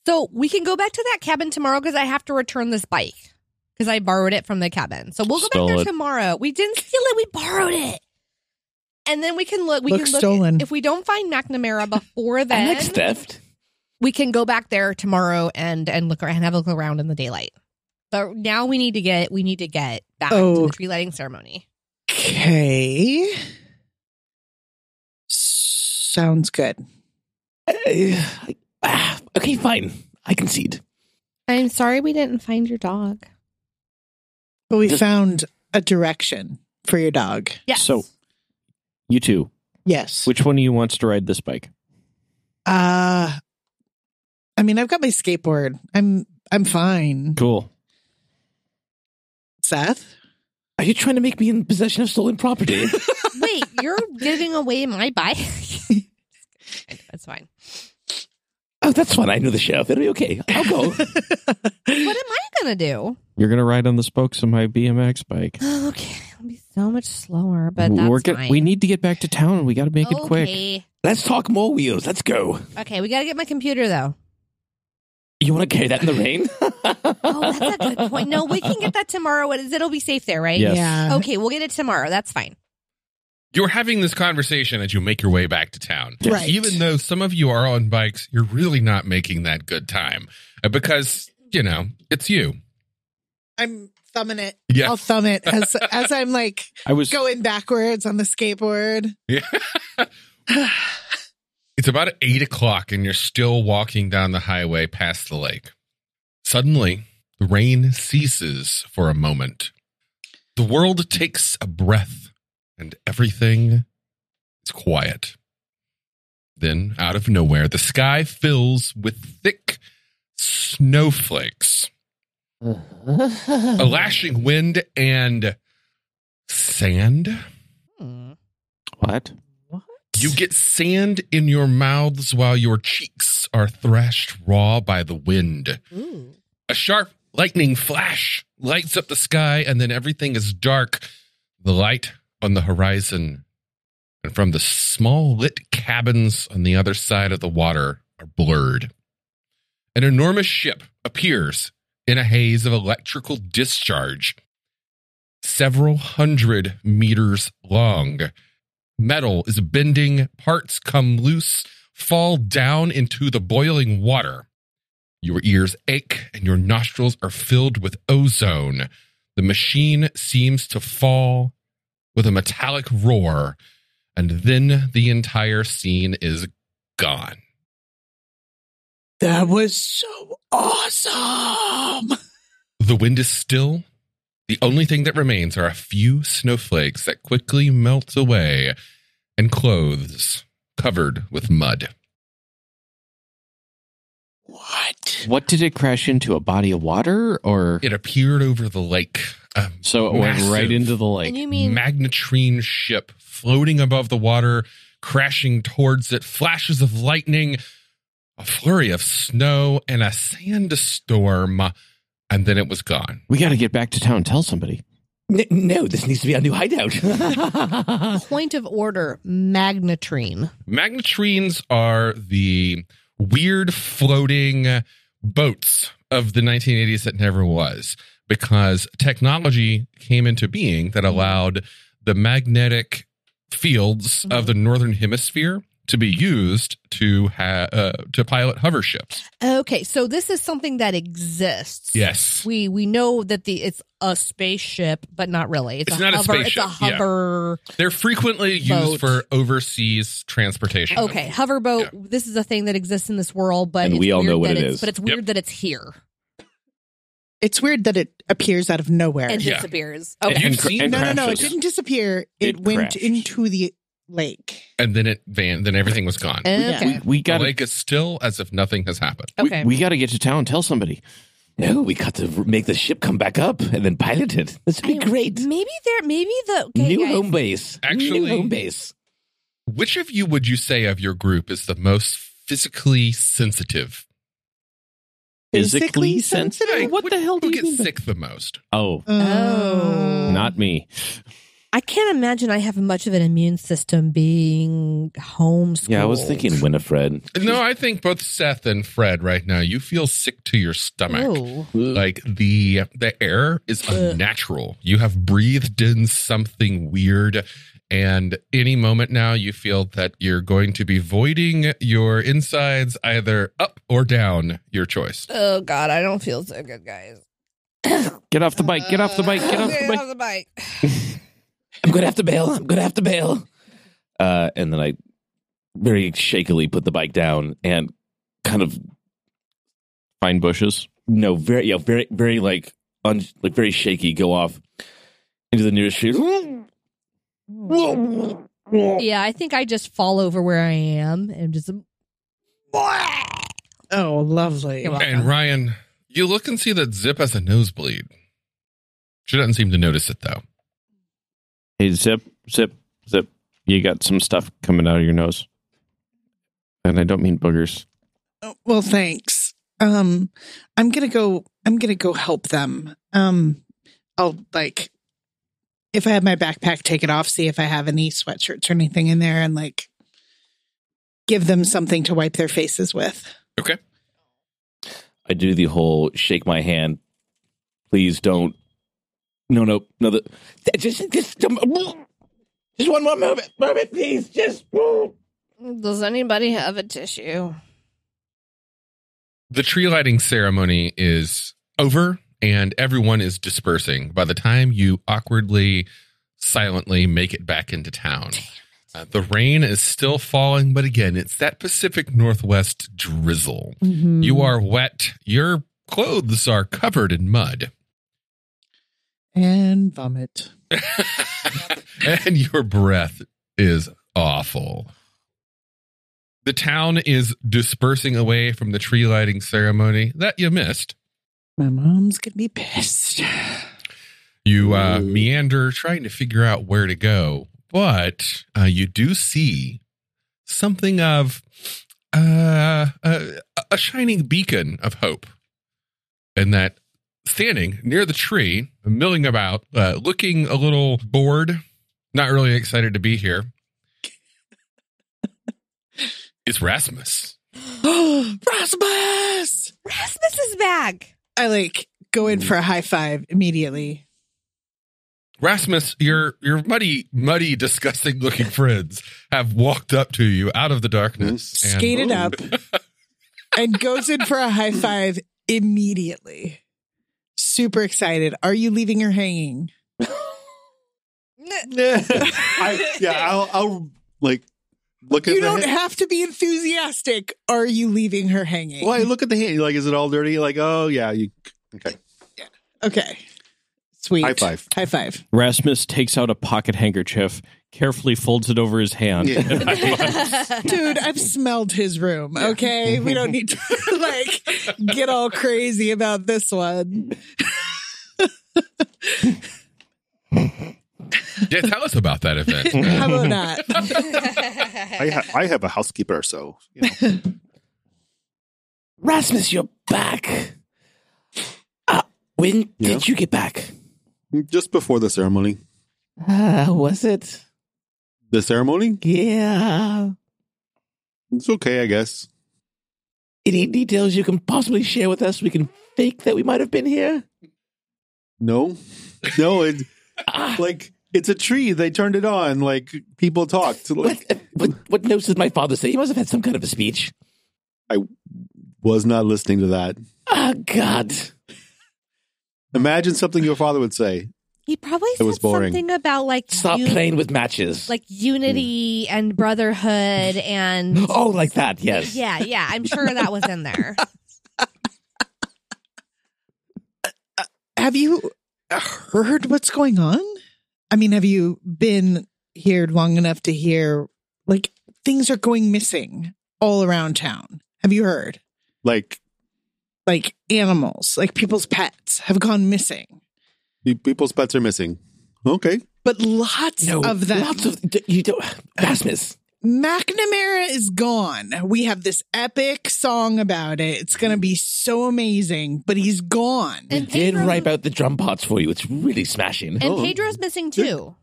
G: So we can go back to that cabin tomorrow because I have to return this bike because I borrowed it from the cabin. So we'll go
H: Stole
G: back there
H: it.
G: tomorrow. We didn't steal it; we borrowed it. And then we can look. We
F: Look
G: can look
F: stolen.
G: if we don't find McNamara before then.
E: like theft.
G: we can go back there tomorrow and and look around and have a look around in the daylight. But now we need to get we need to get back to
F: Oh.
G: the tree lighting ceremony.
F: Okay. Sounds good.
E: I- ah, okay, fine. I concede.
G: I'm sorry we didn't find your dog.
F: But we found a direction for your dog.
G: Yes.
H: So- You two,
F: Yes.
H: which one of you wants to ride this bike?
F: Uh I mean, I've got my skateboard. I'm I'm fine.
H: Cool.
F: Seth?
E: Are you trying to make me in possession of stolen property?
G: wait, you're giving away my bike. That's fine.
E: oh, that's fine. I know the sheriff. It'll be okay. I'll go.
G: What am I gonna do?
H: You're going to ride on the spokes of my BMX bike.
G: Okay, it'll be so much slower, but that's
H: we're gonna-
G: fine.
H: we need to get back to town. We got to make
G: okay.
H: it quick.
E: Let's talk more wheels. Let's go.
G: Okay, we gotta get my computer though.
E: You want to carry that in the rain?
G: Oh, that's a good point. No, we can get that tomorrow. It- It'll be safe there, right?
H: Yes.
F: Yeah.
G: Okay, we'll get it tomorrow. That's fine.
B: You're having this conversation as you make your way back to town.
F: Yes. Right.
B: Even though some of you are on bikes, you're really not making that good time uh, because, you know, it's you.
F: I'm thumbing it.
B: Yeah.
F: I'll thumb it as as I'm like
H: I was
F: going backwards on the skateboard.
B: Yeah. it's about eight o'clock, and you're still walking down the highway past the lake. Suddenly, the rain ceases for a moment. The world takes a breath, and everything is quiet. Then, out of nowhere, the sky fills with thick snowflakes. A lashing wind and sand.
G: Hmm.
H: what?
B: You get sand in your mouths while your cheeks are thrashed raw by the wind.
G: Ooh.
B: A sharp lightning flash lights up the sky, and then everything is dark. The light on the horizon, and from the small lit cabins on the other side of the water, are blurred. An enormous ship appears in a haze of electrical discharge, several hundred meters long. Metal is bending, parts come loose, fall down into the boiling water. Your ears ache and your nostrils are filled with ozone. The machine seems to fall with a metallic roar, and then the entire scene is gone.
F: That was so awesome.
B: The wind is still. The only thing that remains are a few snowflakes that quickly melt away and clothes covered with mud.
F: What?
H: What did it crash into? A body of water or
B: It appeared over the lake. Um,
H: so it went right
B: massive.
H: into the lake.
G: and you mean
B: magnetrine ship floating above the water, crashing towards it, flashes of lightning, a flurry of snow, and a sandstorm. And then it was gone.
H: we got to get back to town. Tell somebody.
E: N- no, this needs to be a new hideout.
G: point of order magnetrine
B: Magnetrines are the weird floating boats of the 1980s that never was because technology came into
I: Mm-hmm.
B: being that allowed the magnetic fields of the northern hemisphere to be used to ha- uh, to pilot hover ships.
I: Okay, so this is something that exists.
B: Yes.
I: We we know that the it's a spaceship, but not really. It's,
B: It's
I: a
B: not a
I: hover, It's
B: spaceship,
I: a
B: yeah.
I: hover.
B: They're frequently used
I: Boat.
B: for overseas transportation.
I: Okay, hover boat. This is a thing that exists in this world, but
E: And
I: it's
E: we all
I: weird
E: know what
I: that
E: it
I: it's-
E: is.
I: But it's weird that it's here
F: It's weird that it appears out of nowhere.
I: and
B: Yeah.
I: disappears.
B: And
I: Okay.
B: you've
H: cr-
B: seen
H: and
F: no, no, no. It
H: crashes.
F: didn't disappear. It,
H: It
F: went
H: crashed.
F: into the lake.
B: and then it van then everything was gone.
I: Okay.
H: We, we
B: The
H: gotta
B: lake is still as if nothing has happened.
H: we-
I: Okay.
H: we, gotta get to town. Tell somebody.
E: No, we got to r- make the ship come back up and then pilot it. This would be
I: I-
E: great.
I: Maybe there. Maybe the okay,
E: New
I: guys.
E: home base.
B: Actually-
E: New home base.
B: Which of you would you say of your group is the most physically sensitive?
H: Physically
F: Physically
H: sensitive.
F: sensitive?
H: what the hell do
B: Who
H: you
B: gets
H: mean? by-
B: sick the most?
H: Oh,
I: Oh.
H: not me.
I: I can't imagine I have much of an immune system being homeschooled.
E: Yeah, I was thinking Winifred.
B: No, I think both Seth and Fred right now. You feel sick to your stomach.
I: Oh.
B: Like the the air is
H: Uh.
B: unnatural. You have breathed in something weird, and any moment now you feel that you're going to be voiding your insides either up or down. Your choice.
I: Oh God, I don't feel so good, guys.
H: Get off the bike. Get off the bike. Get off the
I: Get
H: bike.
I: off the bike.
E: I'm gonna have to bail. I'm gonna have to bail. Uh, and then I very shakily put the bike down and kind of
H: Fine bushes.
E: no very yeah very very like un, like very shaky go off into the nearest street.
I: Yeah, I think I just fall over where I am and just.
F: Oh, lovely.
I: Come on.
B: And Ryan, you look and see that Zip has a nosebleed. She doesn't seem to notice it though.
H: Hey, zip, zip, zip. You got some stuff coming out of your nose. And I don't mean boogers.
F: Oh, well, thanks. Um, I'm gonna go. I'm gonna go help them. Um, I'll like if I have my backpack, take it off, see if I have any sweatshirts or anything in there, and like give them something to wipe their faces with.
E: I do the whole shake my hand. Please don't. No, no, no. The, just, just, just one more moment, moment, please. Just.
I: Does anybody have a tissue?
B: The tree lighting ceremony is over and everyone is dispersing by the time you awkwardly, silently make it back into town. Uh, the rain is still falling, but again, it's that Pacific Northwest drizzle.
I: Mm-hmm.
G: Mm.
B: You are wet. Your clothes are covered in mud.
F: And vomit.
B: and your breath is awful. The town is dispersing away from the tree lighting ceremony that you missed.
F: My mom's gonna be pissed.
B: You uh, meander trying to figure out where to go, but uh, you do see something of uh, a, a shining beacon of hope. And that standing near the tree, milling about, uh, looking a little bored, not really excited to be here, is Rasmus.
F: Rasmus!
I: Rasmus is back.
F: I like go in for a high five immediately.
B: Rasmus, your your muddy, muddy, disgusting looking friends have walked up to you out of the darkness. and-
F: Skated up and goes in for a high five immediately. Super excited. Are you leaving her hanging?
D: I, yeah, I'll, I'll like look at
F: You
D: the
F: don't
D: hand-
F: have to be enthusiastic. Are you leaving her hanging?
D: Well, I look at the hand. Like, is it all dirty? Like, oh yeah, you okay?
F: Okay. Sweet.
D: High five.
F: High five.
H: Rasmus takes out a pocket handkerchief, carefully folds it over his hand.
D: Yeah.
F: Dude, I've smelled his room. Okay. We don't need to like get all crazy about this one.
B: Yeah, tell us about that event.
F: How about not?
D: I, ha- I have a housekeeper, so you know.
E: Rasmus, you're back. Uh, when
D: Yeah.
E: did you get back?
D: just before the ceremony.
E: Uh, was it?
D: The ceremony?
E: Yeah.
D: It's okay, I guess.
E: Any details you can possibly share with us? We can fake that we might have been here.
D: No, no, it
E: Ah,
D: like It's a tree. They turned it on. Like people talked. Like
E: What, uh, what, what notes did my father say? He must have had some kind of a speech.
D: was not listening to that.
E: Oh, God.
D: Imagine something your father would say.
G: He probably
D: It was
G: said
D: boring.
G: something about like
E: Stop
G: uni-
E: playing with matches.
G: like unity and brotherhood and
E: oh, like that. Yes.
G: yeah, yeah. I'm sure that was in there.
F: Have you heard what's going on? I mean, have you been here long enough to hear like things are going missing all around town? Have you heard?
D: Like
F: Like animals, like people's pets have gone missing,
D: pe- people's pets are missing. Okay.
F: but lots
E: No,
F: of them.
E: lots of you don't. Rasmus,
F: McNamara is gone. We have this epic song about it. It's going to be so amazing, but he's gone.
E: we
G: And
E: did
G: Pedro-
E: wipe out the drum parts for you. It's really smashing.
G: And
D: Oh.
G: Pedro's missing too.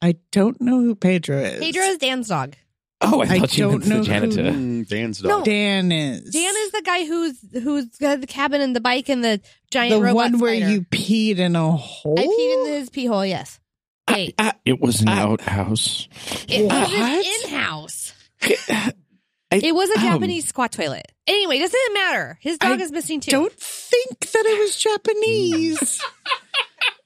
F: I don't know who Pedro is.
G: Pedro is Dan's dog.
E: oh, I
F: I
E: thought you meant
F: don't know
E: the
F: who-
E: janitor.
D: Mm, Dan's dog.
G: No.
F: Dan is.
G: Dan is the guy who's who's got the cabin and the bike and the giant
F: the
G: robot
F: one where
G: spider.
F: you peed in a hole.
G: I peed in his pee hole. Yes. Wait,
H: It was an
E: I-
H: outhouse.
G: it was
F: What?
G: an in-house.
E: I-
G: It was a
E: um,
G: Japanese squat toilet. Anyway, doesn't matter. His dog
F: I
G: is missing too.
F: Don't think that it was Japanese.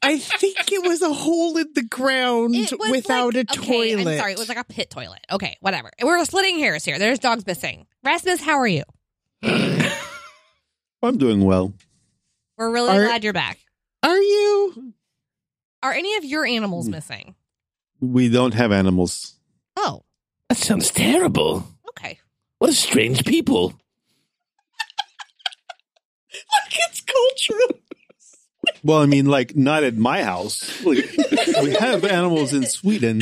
F: I think it was a hole in the ground
G: It was
F: without
G: like-
F: a
G: okay,
F: toilet.
G: I'm sorry, it was like a pit toilet. Okay, whatever. We're splitting hairs here. There's dogs missing. Rasmus, how are you?
D: I'm doing well.
G: We're really
F: Are-
G: glad you're back.
F: Are you?
G: Are any of your
F: Hmm.
G: animals missing?
D: We don't have animals.
G: Oh,
E: That sounds terrible.
G: okay.
E: What a strange people.
F: Like it's cultural.
D: Well, I mean, like not at my house. Like, we have animals in Sweden.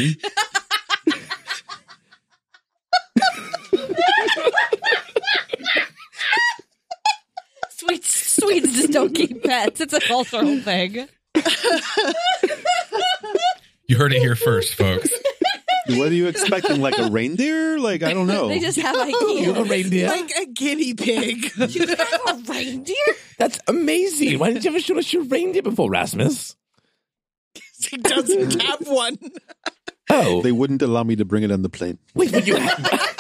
G: Swedes, Swedes just don't keep pets. It's a cultural thing.
B: You heard it here first, folks.
D: What are you expecting? Like a reindeer? Like I don't know.
G: They just have
E: You
G: IKEA.
E: have a reindeer?
F: Like Oh. a guinea pig.
G: You have a reindeer?
E: That's amazing. Why didn't you ever show us your reindeer before, Rasmus?
F: he doesn't have one.
E: Oh,
D: they wouldn't allow me to bring it on the plane.
E: wait, but you had,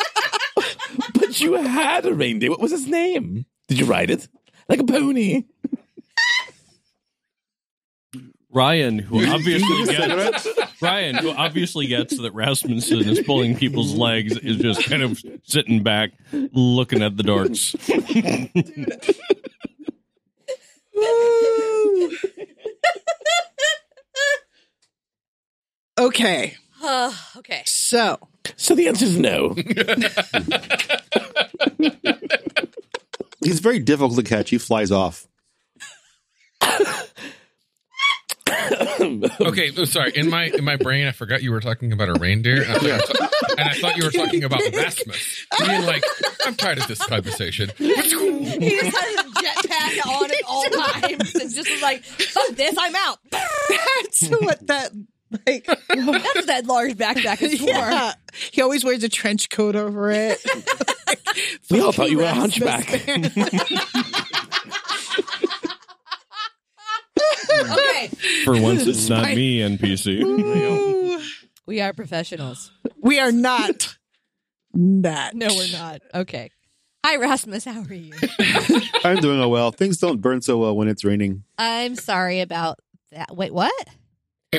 E: but you had a reindeer. What was his name? Did you ride it like a pony?
H: Ryan, who obviously gets
D: Cigarettes?
H: Ryan, who obviously gets that Rasmussen is pulling people's legs, is just kind of sitting back, looking at the dorks.
F: Okay,
G: Uh, okay.
F: so
E: So the answer is no.
D: He's very difficult to catch. He flies off.
B: Okay, I'm sorry. In my in my brain, I forgot you were talking about a reindeer, and I, thought- and I thought you were talking about Rasmus. Being like, I'm tired of this conversation.
G: He just had his jetpack on at all times and just was like, fuck this, I'm out.
F: that's what that like.
G: That's what that large backpack is for.
F: Yeah. He always wears a trench coat over it.
E: We all thought you were a
F: Rasmus
E: hunchback.
F: man.
G: Okay.
H: For once, it's not me, NPC.
G: We are professionals.
F: we are not that.
G: No, we're not. Okay. Hi, Rasmus. How are you?
D: I'm doing oh well. Things don't burn so well when it's raining.
G: I'm sorry about that. Wait, what?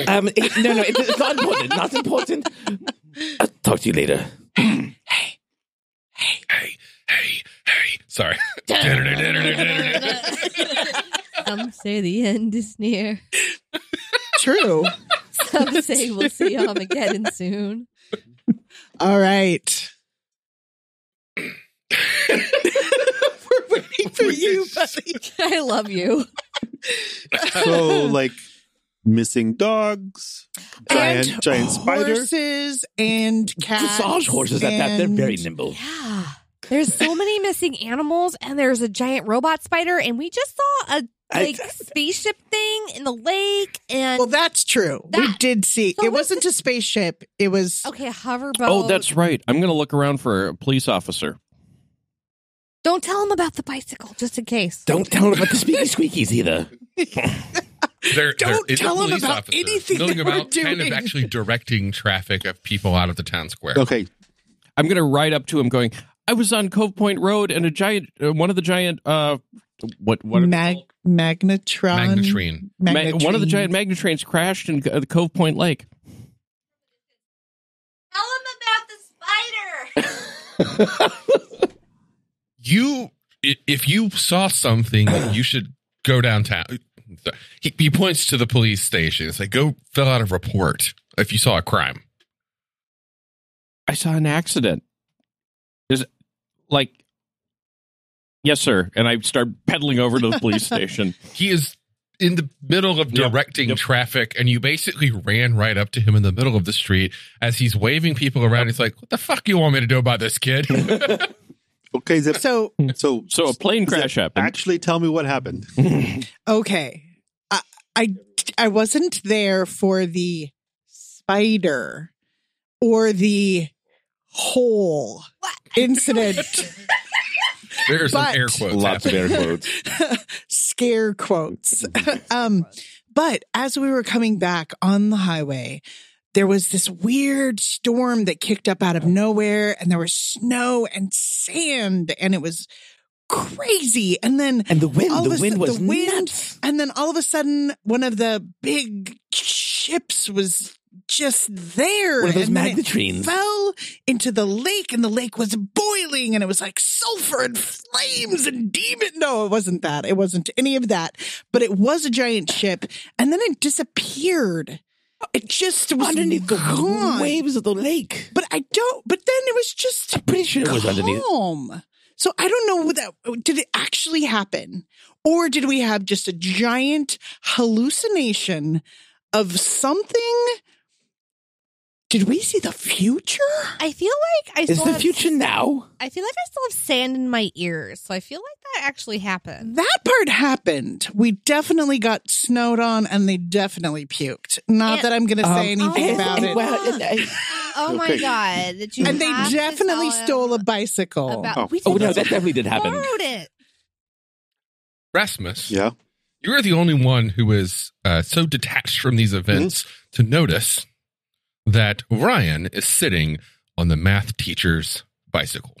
E: Um, it- no, no, it- it's not important. Not important. I'll talk to you later.
B: Hey, hey, hey. Sorry.
G: Some say the end is near.
F: True.
G: Some say we'll see Armageddon soon.
F: All right. We're waiting for you, buddy.
G: I love you.
D: So like missing dogs, giant
F: And
D: giant spider.
F: Horses and cats.
E: Dressage horses at that. They're very
F: and-
E: nimble.
G: Yeah. There's so many missing animals, and there's a giant robot spider, and we just saw a
E: I-
G: like spaceship thing in the lake, and
F: Well, that's true. we
G: That-
F: did see.
G: So
F: it
G: we-
F: wasn't a spaceship. It was.
G: okay, a hoverboat.
H: Oh, that's right. I'm going to look around for a police officer.
G: don't tell him about the bicycle, just in case.
E: Don't tell him about the squeaky squeakies either.
B: There,
F: Don't
B: there is a
F: tell him
B: police
F: about
B: officer
F: anything
B: milling
F: that we're
B: about, kind of
F: doing.
B: actually directing traffic of people out of the town square.
D: Okay.
H: I'm gonna ride up to him, going, "I was on Cove Point Road, and a giant, uh, one of the giant, uh, what, what, are they
F: Mag-
H: called?
F: magnetron.
B: Magnetrine.
H: Ma- one of the
F: Magnetrine.
H: giant magnet trains crashed in uh, the Cove Point Lake.
I: Tell him about the spider.
B: You, i- if you saw something, you should go downtown. He, he points to the police station. It's like, go fill out a report if you saw a crime.
H: I saw an accident. Is like, yes, sir." And I start pedaling over to the police station.
B: He is in the middle of
C: Yep,
B: directing
C: yep.
B: traffic, and you basically ran right up to him in the middle of the street as he's waving people around. He's like, "What the fuck you want me to do about this kid?"
D: Okay, Zip.
F: So
D: So,
H: Hmm. So a plane crash happened.
D: actually tell me what happened.
F: okay, I, I I wasn't there for the spider or the whole incident.
B: There are some
F: But-
B: air quotes.
E: Lots of
B: happening.
E: air quotes.
F: scare quotes. um, but as we were coming back on the highway, there was this weird storm that kicked up out of nowhere, and there was snow and sand, and it was crazy. And then
E: And the wind,
F: All
E: the
F: of a
E: wind
F: sudden-
E: was
F: Oh, the wind-
E: nuts.
F: and then all of a sudden, one of the big ships was just there.
E: One of those
F: and then it
E: magnetrines.
F: Fell into the lake, and the lake was boiling, and it was like sulfur and flames and demon. No, it wasn't that. It wasn't any of that. But it was a giant ship, and then it disappeared. It just was
E: Underneath the
F: gone.
E: waves of the lake.
F: But I don't. But then it was just.
E: I'm pretty sure it was underneath.
F: Calm. So I don't know what that did it actually happen, or did we have just a giant hallucination of something? Did we see the future?
G: I feel like I
E: Is
G: still
E: the
G: have-
E: future now?
G: I feel like I still have sand in my ears, so I feel like that actually happened.
F: That part happened. We definitely got snowed on, and they definitely puked. Not
G: And-
F: that I'm going to say
G: Oh,
F: anything
G: and-
F: about
G: and
F: it.
G: what-
E: Well, and I-
G: Oh my
D: Okay.
G: god! Did you
F: and they
G: have to
F: definitely
G: tell him
F: stole a bicycle.
G: About,
D: Oh.
G: we
E: oh no,
G: didn't-
E: that definitely did happen.
G: Borrowed it.
B: Rasmus,
D: Yeah.
B: you're the only one who is uh, so detached from these events to notice that Ryan is sitting on the math teacher's bicycle.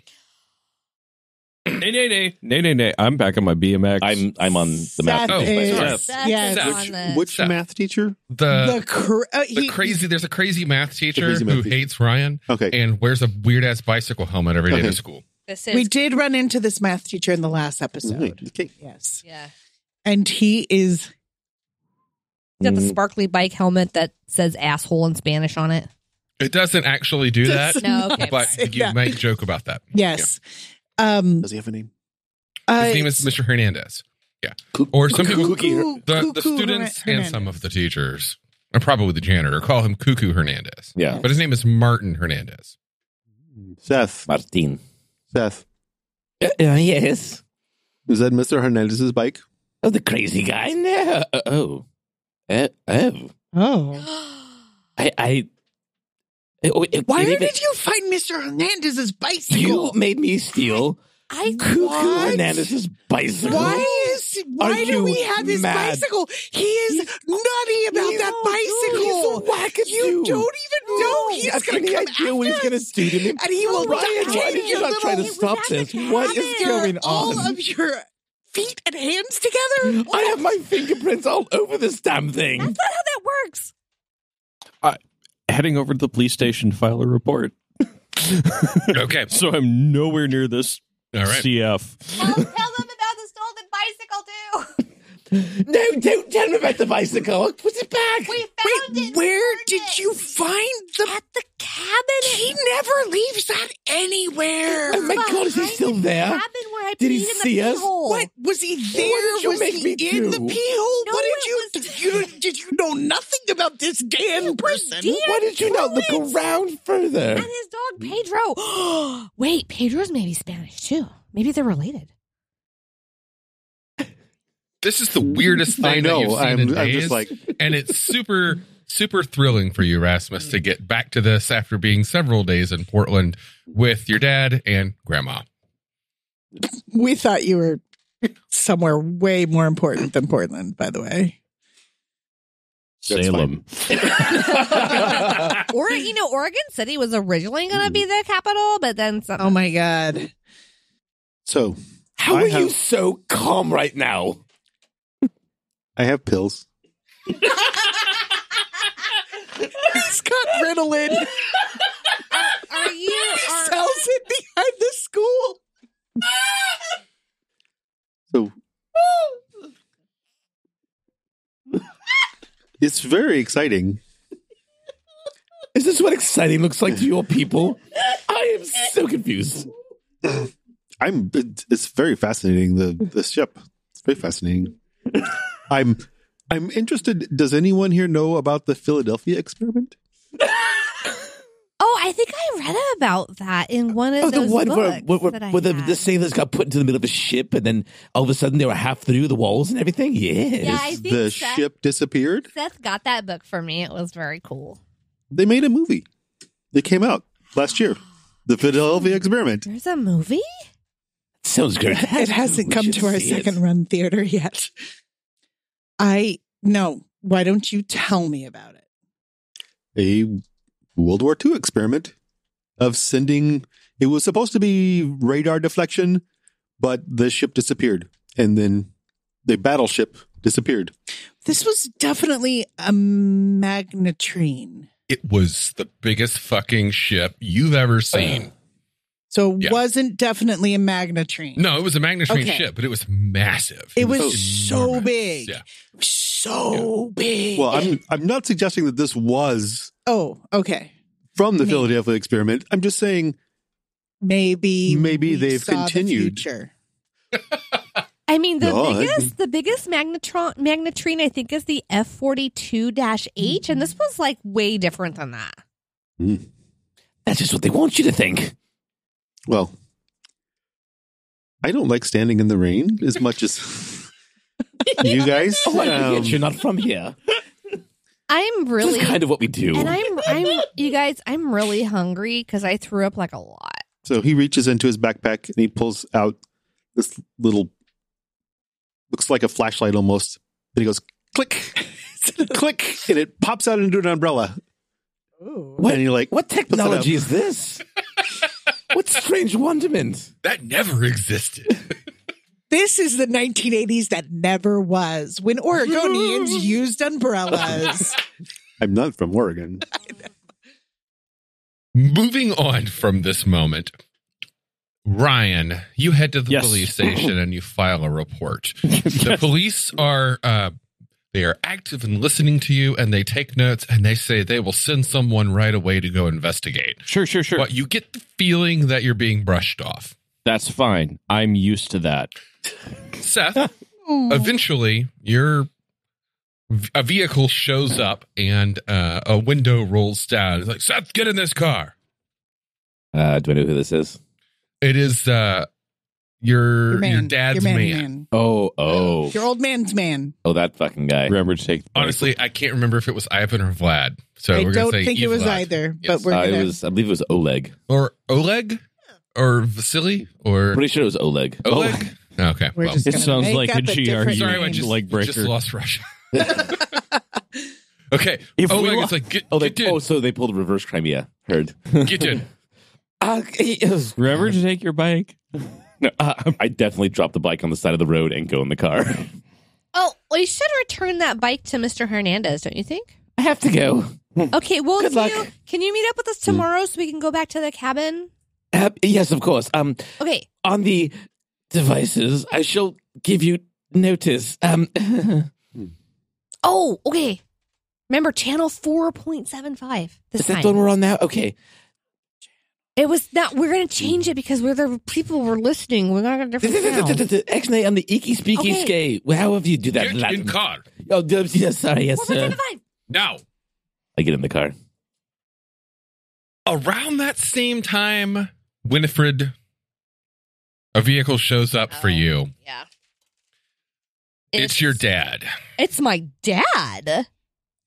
H: nay, nay, nay, nay, nay, nay. I'm back on my BMX.
E: I'm I'm on the map.
F: That
B: Oh,
F: is-
G: Seth
F: yes.
G: is
B: Seth.
G: on
D: Which,
G: this.
D: which
B: Yeah.
D: math teacher?
B: The
F: the cra- uh,
B: the
F: he-
B: crazy there's a crazy math teacher
D: crazy math
B: who
D: teacher.
B: hates Ryan
D: Okay.
B: and wears a weird ass bicycle helmet every day
D: Okay.
B: to school.
G: This
F: We
G: is
F: did run into this math teacher in the last episode.
D: Right, okay.
F: Yes.
G: yeah.
F: And he is
G: He's got the
E: Mhm.
G: sparkly bike helmet that says asshole in Spanish on it.
B: It doesn't actually do that,
F: Does
G: No,
F: not
G: okay,
F: say
B: but you
F: that.
B: might joke about that.
F: Yes. Um
D: Does he have a name?
F: uh,
B: His name is Mr. Hernandez. Yeah.
E: Cook-
B: Or some people
F: Cuckoo-
B: the, the
F: Cuckoo
B: students
F: Hernan-
B: and some of the teachers, and probably the janitor, call him Cuckoo Hernandez.
E: Yeah.
B: But his name is Martin Hernandez.
D: Seth.
E: Martin.
D: Seth.
E: Uh, uh, yes.
D: Is that Mr. Hernandez's bike?
E: Oh, the crazy guy. No. Uh, oh. Uh, oh.
F: Oh.
E: I. I oh, it-
F: Why
E: it even-
F: did you find Mr. Hernandez's bicycle?
E: You made me steal
G: I
E: Cuckoo
F: What?
E: Hernandez's bicycle.
F: why is
E: Are
F: why
E: you
F: do we have his
E: mad?
F: bicycle? He is nutty about
E: He's-
F: that
E: He's a
F: bicycle.
E: wackadoo.
F: You don't even know
E: You
F: he's
E: have
F: going to
E: any
F: come
E: idea what he's
F: after
E: going
F: us.
E: to do to me.
F: and he will
E: Ryan, why
F: dictate
E: did you
F: your
E: not try to
F: little-
E: stop this? What is
F: Gather
E: going
F: All
E: on?
F: of your feet and hands together.
E: I have my fingerprints all over this damn
G: That's
E: thing.
G: not how that works.
H: heading over to the police station to file a report.
B: Okay.
H: So I'm nowhere near this
B: All right.
H: CF.
I: tell them about the stolen bicycle too.
E: No, don't tell me about the bicycle. I'll put it back.
I: We found
F: Wait,
I: it.
F: where
I: burned
F: did
I: it.
F: you find the
G: At the cabin.
F: He never leaves that anywhere.
E: oh my god, is he
G: behind
E: still there?
G: Cabin where I
E: Did he
G: peed in the
E: see
G: pee
E: us?
G: hole.
F: What was he there?
E: did you
F: was
E: make
F: he
E: me
F: in the
E: do?
F: pee hole?
G: No,
F: what did
G: it
F: you,
G: was-
F: you? Did you know nothing about this damn person?
G: Dan
E: Why did you not look
G: Pruitt
E: around further?
G: And his dog Pedro. Wait, Pedro's maybe Spanish too. Maybe they're related.
B: This is the weirdest thing
D: I
B: that
D: know.
B: you've seen
D: I'm,
B: in
D: I'm
B: days,
D: just like,
B: and it's super, super thrilling for you, Rasmus, to get back to this after being several days in Portland with your dad and grandma.
F: We thought you were somewhere way more important than Portland, by the way.
H: Salem.
G: or you know, Oregon City was originally going to be the capital, but then some.
F: Oh my god.
D: So
A: How
D: I
A: are you
D: have-
A: so calm right now?
D: I have pills.
F: He's got Ritalin.
G: Are you?
F: He
G: Are,
F: sells it behind the school.
D: So it's very exciting.
A: Is this what exciting looks like to your people? I am so confused.
D: I'm. It, it's very fascinating. The the ship. It's very fascinating. I'm. I'm interested. Does anyone here know about the Philadelphia experiment?
G: oh, I think I read about that in one of
E: Oh, the
G: those
E: one where,
G: books
E: where, where,
G: that I
E: where the,
G: had.
E: the sailors got put into the middle of a ship and then all of a sudden they were half through the walls and everything? Yes.
G: Yeah, I think
D: the
G: Seth,
D: ship disappeared.
G: Seth got that book for me. It was very cool.
D: They made a movie. It came out last year. The Philadelphia experiment.
G: There's a movie.
E: Sounds great.
F: It hasn't
E: We
F: come
E: should
F: to our
E: see it.
F: second run theater yet. I no. Why don't you tell me about it?
D: a World War II experiment of sending. It was supposed to be radar deflection, but the ship disappeared, and then the battleship disappeared.
F: This was definitely a magnetrine.
B: It was the biggest fucking ship you've ever seen.
F: So it
B: Yeah.
F: wasn't definitely a magnetrine.
B: No, it was a magnetron
F: Okay.
B: ship, but it was massive.
F: It was so
B: enormous.
F: big.
B: Yeah.
F: So big.
D: Well, I'm I'm not suggesting that this was
F: oh, okay.
D: from the
F: Maybe.
D: Philadelphia experiment. I'm just saying
F: Maybe
D: Maybe
F: we
D: they've
F: saw the
D: continued.
F: future.
G: I mean, the
D: No, I-
G: biggest, the biggest magnetron, magnetrine, I think, is the F forty two H, and this was like way different than that.
E: That's just what they want you to think.
D: Well, I don't like standing in the rain as much as you guys.
E: Yet
D: Um,
E: you're not from here.
G: I'm
E: That's
G: really,
E: kind of what we do.
G: and I'm, I'm, you guys, I'm really hungry because I threw up like a lot.
D: So he reaches into his backpack and he pulls out this little, looks like a flashlight almost. Then he goes click, click, and it pops out into an umbrella.
E: What-
D: and you're like,
E: what
D: it up.
E: technology is this? what strange wonderment?
B: That never existed.
F: This is the 1980s that never was when Oregonians used umbrellas.
D: I'm not from Oregon.
B: Moving on from this moment, Ryan, you head to the
H: Yes.
B: police station and you file a report. The police are uh, they are active and listening to you, and they take notes and they say they will send someone right away to go investigate.
H: Sure, sure, sure.
B: But you get the feeling that you're being brushed off.
H: That's fine. I'm used to that.
B: Seth, eventually, your a vehicle shows up and uh, a window rolls down. It's like Seth, get in this car.
E: Uh, do I know who this is?
B: It is uh your your,
F: man,
B: dad's
F: your
B: man.
F: man,
E: Oh, oh,
F: Your old man's man.
E: oh, that fucking guy.
H: Remember to take the
B: Honestly, I can't remember if it was Ivan or Vlad. So
F: I
B: Oh, we're
F: don't
B: gonna say
F: think it was
B: Vlad.
F: either,
B: Yes.
F: but we're
E: Uh,
F: gonna.
E: it was, I believe it was Oleg.
B: or Oleg or Vasily or
E: Pretty sure it was Oleg. Oh.
B: Oleg. Oh, Okay.
F: we're
B: well,
F: just
H: It
F: gonna
H: sounds
F: make
H: like a
F: up different
H: GRU.
B: sorry, I
F: name.
B: just,
H: Leg breaker.
B: just lost Russia. okay.
E: If we
B: Oleg
E: lo-
B: is like get,
E: Oh, they,
B: get in,
E: oh, so they pulled reverse Crimea. Heard.
B: get in.
E: Uh, it was-
H: Remember to take your bike.
E: no, uh, I definitely dropped the bike on the side of the road and go in the car.
G: Oh, we should return that bike to Mr. Hernandez, don't you think?
E: I have to go.
G: Okay, well,
E: Oh, Good
G: can you,
E: luck.
G: can you meet up with us tomorrow so we can go back to the cabin?
E: Uh, yes, of course. Um,
G: Okay,
E: on the devices, I shall give you notice. Um,
G: Oh, okay. Remember channel four point seven five this
E: is that
G: time.
E: the one we're on now? Okay.
G: it was not. We're gonna change it because we're the people were listening. We're not gonna different channel.
E: Actually, on the Icky Speaky
G: Okay.
E: Skate. Well, However you do that.
B: Get in
E: Latin.
B: car.
E: Oh, yes, sorry, yes.
G: Four point
E: sir.
G: seven five.
B: Now.
E: I get in the car.
B: Around that same time, Winifred a vehicle shows up for
G: Oh,
B: you.
G: Yeah.
B: it's your dad.
G: It's my dad.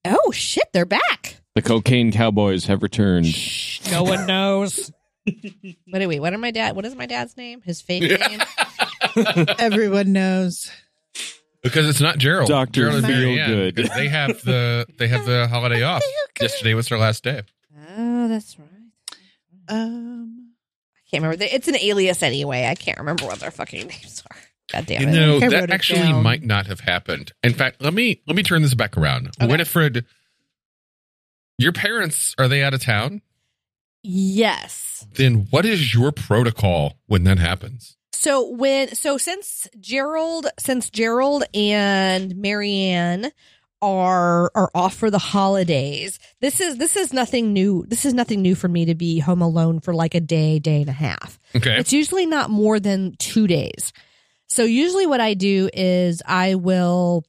G: Oh shit, they're back.
H: The cocaine cowboys have returned.
I: No one knows.
G: Wait, wait, what are my dad? What is my dad's name? His fake name?
F: Everyone knows.
B: because it's not Gerald.
H: Dr.
B: Gerald is Mary
H: Feel
B: Ann,
H: Good.
B: because They have the they have the holiday off. Yesterday was their last day.
I: Oh, that's right.
F: Um,
I: I can't remember. It's an alias anyway. I can't remember what their fucking names are. God damn
B: You
I: it.
B: know
F: think I wrote
B: that
F: it
B: actually
F: down.
B: might not have happened. In fact, let me let me turn this back around. Winifred, your parents are they out of town?
G: Yes.
B: Then what is your protocol when that happens?
G: So when so since Gerald since Gerald and Marianne are are off for the holidays. This is this is nothing new. This is nothing new for me to be home alone for like a day, day and a half.
B: Okay,
G: It's usually not more than 2 days. So usually what I do is I will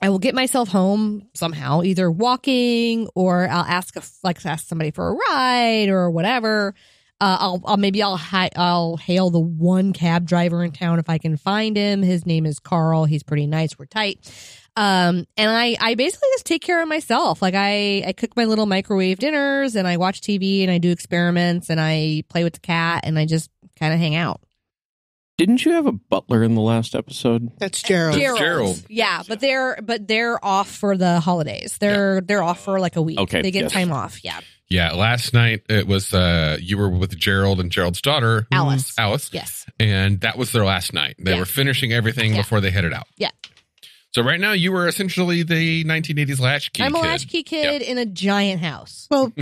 G: I will get myself home somehow, either walking or I'll ask a, like ask somebody for a ride or whatever. Uh, I'll, I'll maybe I'll hi- I'll hail the one cab driver in town if I can find him. His name is Carl. He's pretty nice. We're tight. Um, and I I basically just take care of myself. Like I I cook my little microwave dinners and I watch TV and I do experiments and I play with the cat and I just kind of hang out.
H: Didn't you have a butler in the last episode?
F: that's Oh, Gerald.
B: Gerald.
G: Yeah, but they're but they're off for the holidays. They're they're off for like a week.
H: Okay,
G: they get
H: yes.
G: time off. Yeah,
B: yeah. Last night it was uh you were with Gerald and Gerald's daughter who's
G: Alice.
B: Alice,
G: Yes.
B: and that was their last night. They
G: Yeah.
B: were finishing everything
G: Yeah.
B: before they headed out.
G: Yeah.
B: So right now you were essentially the 1980s latchkey.
G: I'm a
B: kid.
G: latchkey kid in a giant house.
F: Well,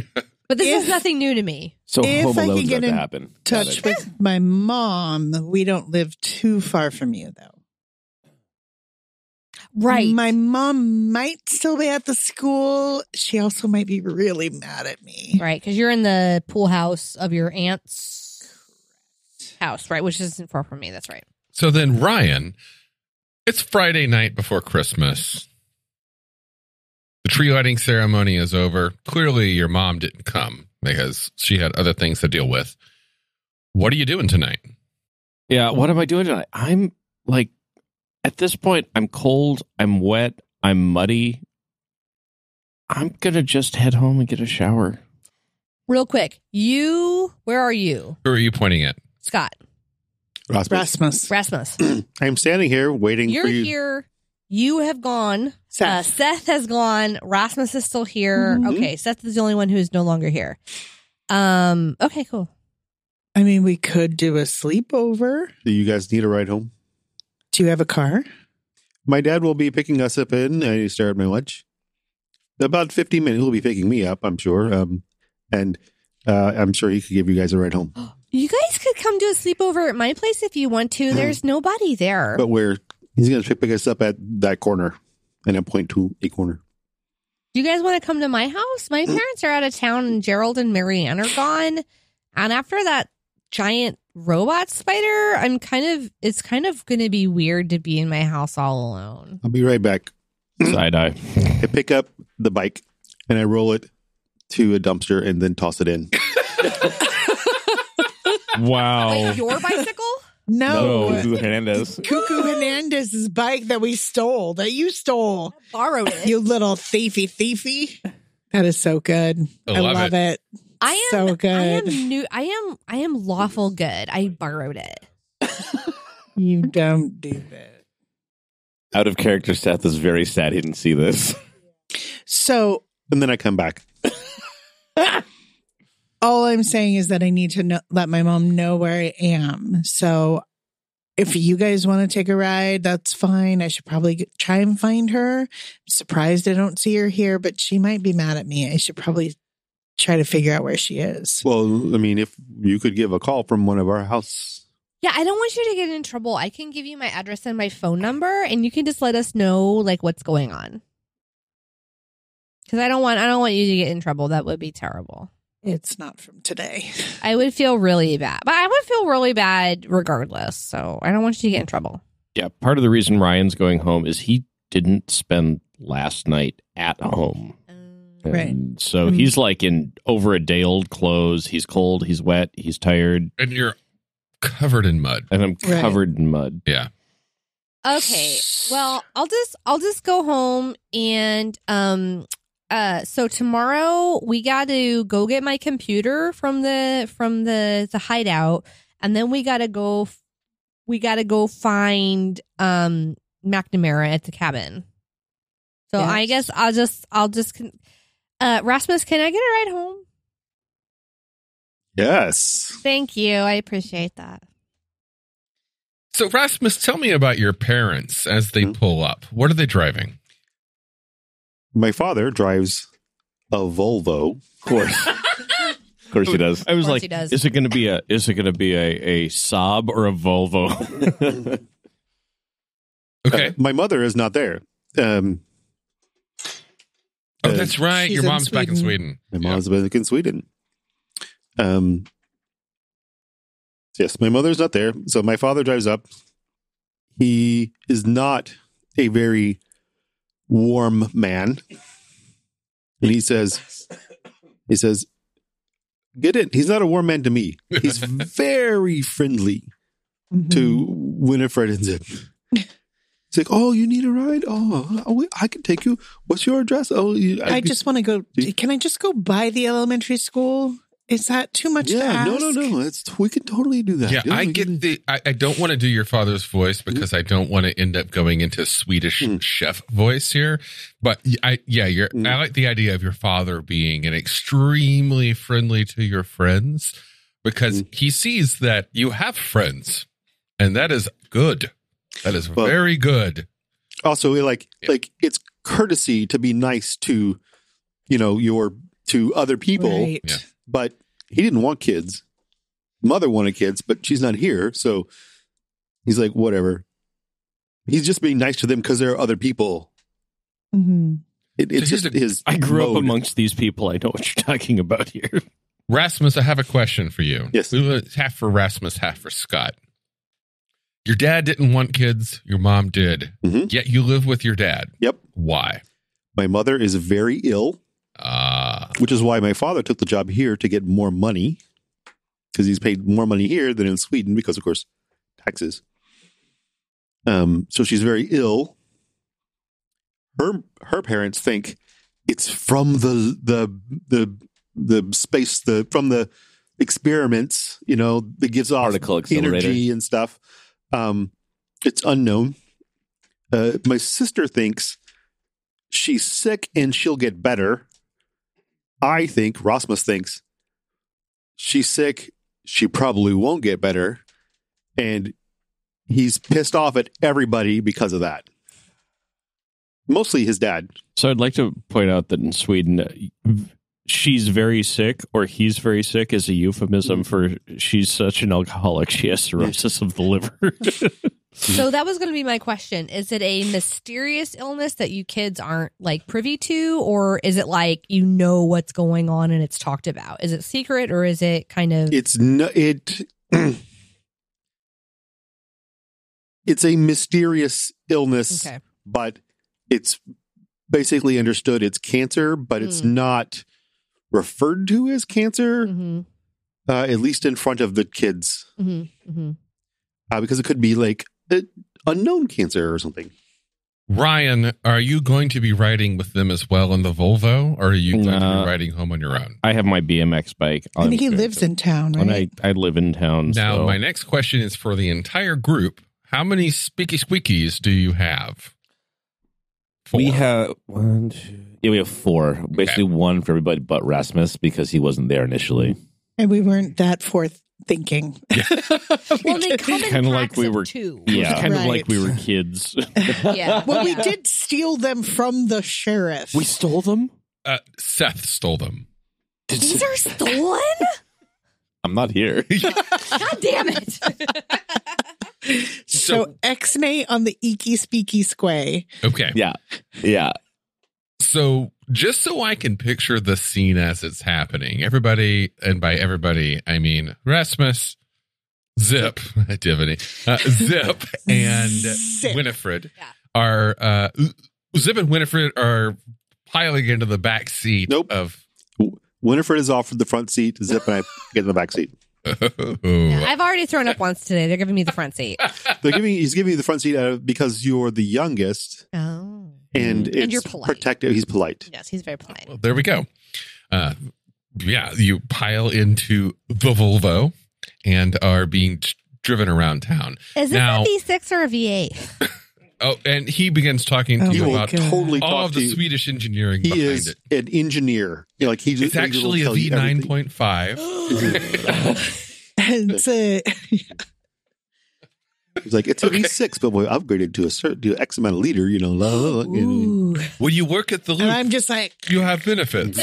G: But this is
F: If-
G: nothing new to me.
E: So
F: If
E: Home
F: I could
E: Alone's
F: get
E: about to
F: in
E: happen. Got
F: touch
E: it.
F: with my mom. We don't live too far from you, though. My mom might still be at the school. She also might be really mad at me.
G: right, because you're in the pool house of your aunt's house, right? Which isn't far from me. That's right.
B: So then, Ryan, it's Friday night before Christmas. The tree lighting ceremony is over. Clearly, your mom didn't come because she had other things to deal with. What are you doing tonight?
H: Yeah, what am I doing tonight? I'm like, at this point, I'm cold, I'm wet, I'm muddy. I'm gonna just head home and get a shower.
G: Real quick, you where are you,
B: Who are you pointing at?
G: Scott
D: Rasmus,
F: Rasmus.
G: Rasmus?
D: I'm standing here waiting
G: You're
D: for you.
G: here. You have gone.
F: Seth.
G: Uh, Seth has gone. Rasmus is still here.
D: Mm-hmm.
F: Mhm.
G: Okay, Seth is the only one who is no longer here. Um. Okay. Cool.
F: I mean, we could do a sleepover.
D: Do you guys need a ride home?
F: Do you have a car?
D: My dad will be picking us up in. I stare at my watch. About 15 minutes, he'll be picking me up, I'm sure. Um, and uh, I'm sure he could give you guys a ride home.
G: You guys could come do a sleepover at my place if you want to. There's nobody there.
D: But we're he's going to pick us up at that corner, and I point to a corner.
G: Do you guys want to come to my house? My parents are out of town, and Gerald and Marianne are gone. And after that giant robot spider, I'm kind of. It's kind of going to be weird to be in my house all alone.
D: I'll be right back.
H: Side eye.
D: I pick up the bike and I roll it to a dumpster and then toss it in.
H: Wow.
D: Oh.
G: Wait, your bicycle?
F: No.
E: Cuckoo Hernandez.
F: Cuckoo Hernandez's bike that we stole, that you stole,
G: Borrowed it.
F: you little thiefy thiefy. That is so good.
E: Oh,
B: I
F: I
B: love
F: love,
B: it.
F: it.
G: I am
F: so good.
G: I am new. I am. I am lawful good. I borrowed it.
F: You don't do that.
E: Out of character, Seth is very sad he didn't see this.
F: So
D: And then I come back.
F: all I'm saying is that I need to know, let my mom know where I am. So if you guys want to take a ride, that's fine. I should probably get, try and find her. I'm surprised I don't see her here, but she might be mad at me. I should probably try to figure out where she is.
D: Well, I mean, if you could give a call from one of our house,
G: Yeah, I don't want you to get in trouble. I can give you my address and my phone number, and you can just let us know like what's going on. Because I don't want. I don't want you to get in trouble. That would be terrible.
F: It's not from today.
G: I would feel really bad. But I would feel really bad regardless. So I don't want you to get in trouble.
H: Yeah, part of the reason Ryan's going home is he didn't spend last night at home.
F: Right.
H: And so
F: Mhm.
H: he's like in over a day old clothes. He's cold, he's wet, he's tired,
B: And you're covered in mud.
H: and I'm
F: Right.
H: covered in mud.
B: Yeah.
G: Okay. Well, I'll just I'll just go home and um uh so tomorrow we got to go get my computer from the from the the hideout and then we got to go f- we got to go find um McNamara at the cabin. So I
I: Yes.
G: guess I'll just I'll just con- uh Rasmus, can I get a ride home?
D: Yes.
G: Thank you. I appreciate that.
B: So Rasmus, tell me about your parents as they
D: Hmm?
B: pull up. What are they driving?
D: My father drives a Volvo.
E: Of course. of course he does.
H: I was
G: Of course
H: like,
G: he does.
H: is it going to be a is it going to be a a Saab or a Volvo?
B: Okay.
D: Uh, my mother is not there. Um,
B: oh,
D: uh,
B: that's right.
F: she's
B: Your
F: in
B: mom's back in Sweden.
F: Sweden.
D: My
B: Yeah.
D: mom's back in Sweden. Um, yes, my mother's not there, so my father drives up. He is not a very warm man, and he says, he says, get it. He's not a warm man to me. He's very friendly to Winifred and Zip. It's like, oh, you need a ride? Oh, I- I can take you. What's your address? Oh, you,
F: I
D: can-
F: just want to go.
D: See?
F: Can I just go by the elementary school? Is that too much to
D: yeah,
F: ask?
D: no, no, no. It's we can totally do that.
B: Yeah, I
D: we can-
B: get the. I, I don't want to do your father's voice
D: Hmm?
B: because I don't want to end up going into Swedish
D: Mm.
B: chef voice here. But y- I, yeah, you're.
D: Mm.
B: I like the idea of your father being an extremely friendly to your friends
D: Hmm.
B: because he sees that you have friends, and that is good. That is
D: Well-
B: very good.
D: also like
B: Yeah.
D: like it's courtesy to be nice to you know your to other people,
F: Right.
B: Yeah.
D: but he didn't want kids. Mother wanted kids, but she's not here, so he's like, whatever. He's just being nice to them because there are other people.
F: Mhm.
D: It, it's
B: So here's
D: just
B: the-
D: his.
H: I grew up
D: mode.
H: amongst these people. I know what you're talking about here.
B: Rasmus, I have a question for you.
D: Yes.
B: We went half for Rasmus, half for Scott. Your dad didn't want kids, your mom did.
D: Mhm.
B: Yet you live with your dad.
D: Yep,
B: Why?
D: my mother is very ill,
B: Ah,
D: which is why my father took the job here to get more money because he's paid more money here than in Sweden because of course taxes. Um so she's very ill. Her her parents think it's from the the the the space the from the experiments, you know, that gives off
E: Particle accelerator.
D: energy and stuff. Um it's unknown. Uh my sister thinks she's sick and she'll get better. I think Rosmus thinks she's sick. She probably won't get better, and he's pissed off at everybody because of that. Mostly his dad.
H: So I'd like to point out that in Sweden, uh, she's very sick or he's very sick is a euphemism for she's such an alcoholic she has cirrhosis of the liver.
G: So that was going to be my question. Is it a mysterious illness that you kids aren't like privy to or is it like you know what's going on and it's talked about? Is it secret or is it kind of
D: It's no, it. it's a mysterious illness,
G: Okay.
D: but it's basically understood it's cancer, but it's
G: Mm.
D: not referred to as cancer,
G: Mhm.
D: uh, at least in front of the kids.
G: Mhm. Mhm.
D: uh, because it could be like a unknown cancer or something.
B: Ryan, are you going to be riding with them as well in the Volvo, or are you going to
H: Nah.
B: be riding home on your own?
H: I have my BMX bike.
F: And he lives in town,
H: and
F: right?
H: I, I live in town.
B: Now,
H: so-
B: my next question is for the entire group. How many squeaky squeakies do you have?
E: We
B: Four.
E: have one, two. Yeah, we have four. Basically, one for everybody but Rasmus because he wasn't there initially.
F: and we weren't that forth thinking.
G: Well, they come in
H: Kinda like
G: packs
H: we
G: of
H: were-
G: two.
H: It was
E: Yeah.
H: kind of
F: Right.
H: like we were kids.
G: Yeah.
F: well, we
G: Yeah.
F: did steal them from the sheriff.
H: stole them?
B: Uh, Seth stole them.
G: These are stolen?
E: I'm not here.
G: God damn it.
F: so Exnay on the Eaky Speaky Squay.
B: Okay.
E: yeah. Yeah.
B: So, just so I can picture the scene as it's happening, everybody, and by everybody, I mean Rasmus, Zip, Tiffany, uh, Zip, and
F: Zip.
B: Winifred
G: Yeah.
B: are, uh, Zip and Winifred are piling into the back seat
D: Nope.
B: of.
D: Winifred is off the front seat. Zip and I get in the back seat.
B: oh,
G: Yeah, I've already thrown up once today. They're giving me the front seat.
D: They're giving he's giving you the front seat out of, because you're the youngest
G: Oh.
D: and it's
G: you're polite.
D: protective. He's polite.
G: Yes, he's very polite.
B: Well, there we go. Uh, yeah, you pile into the Volvo and are being d- driven around town.
G: Is this
B: Now-
G: a V6 or a V8?
B: Oh, and he begins talking to
F: Oh
D: He
B: you
F: my
D: will
B: about
F: God.
D: totally
B: all
D: talk
B: of
D: to
B: the
D: you.
B: Swedish engineering
D: He
B: behind
D: is
B: it.
D: an engineer. You know, like he's
B: It's actually a V nine point five.
F: it's a
D: He's like it's a
B: Okay.
D: six, but we upgraded to a certain to X amount of liter. You know, la, la, la, you know.
I: Ooh.
B: When you work at the
F: and
B: loop,
F: I'm just like
B: you have benefits.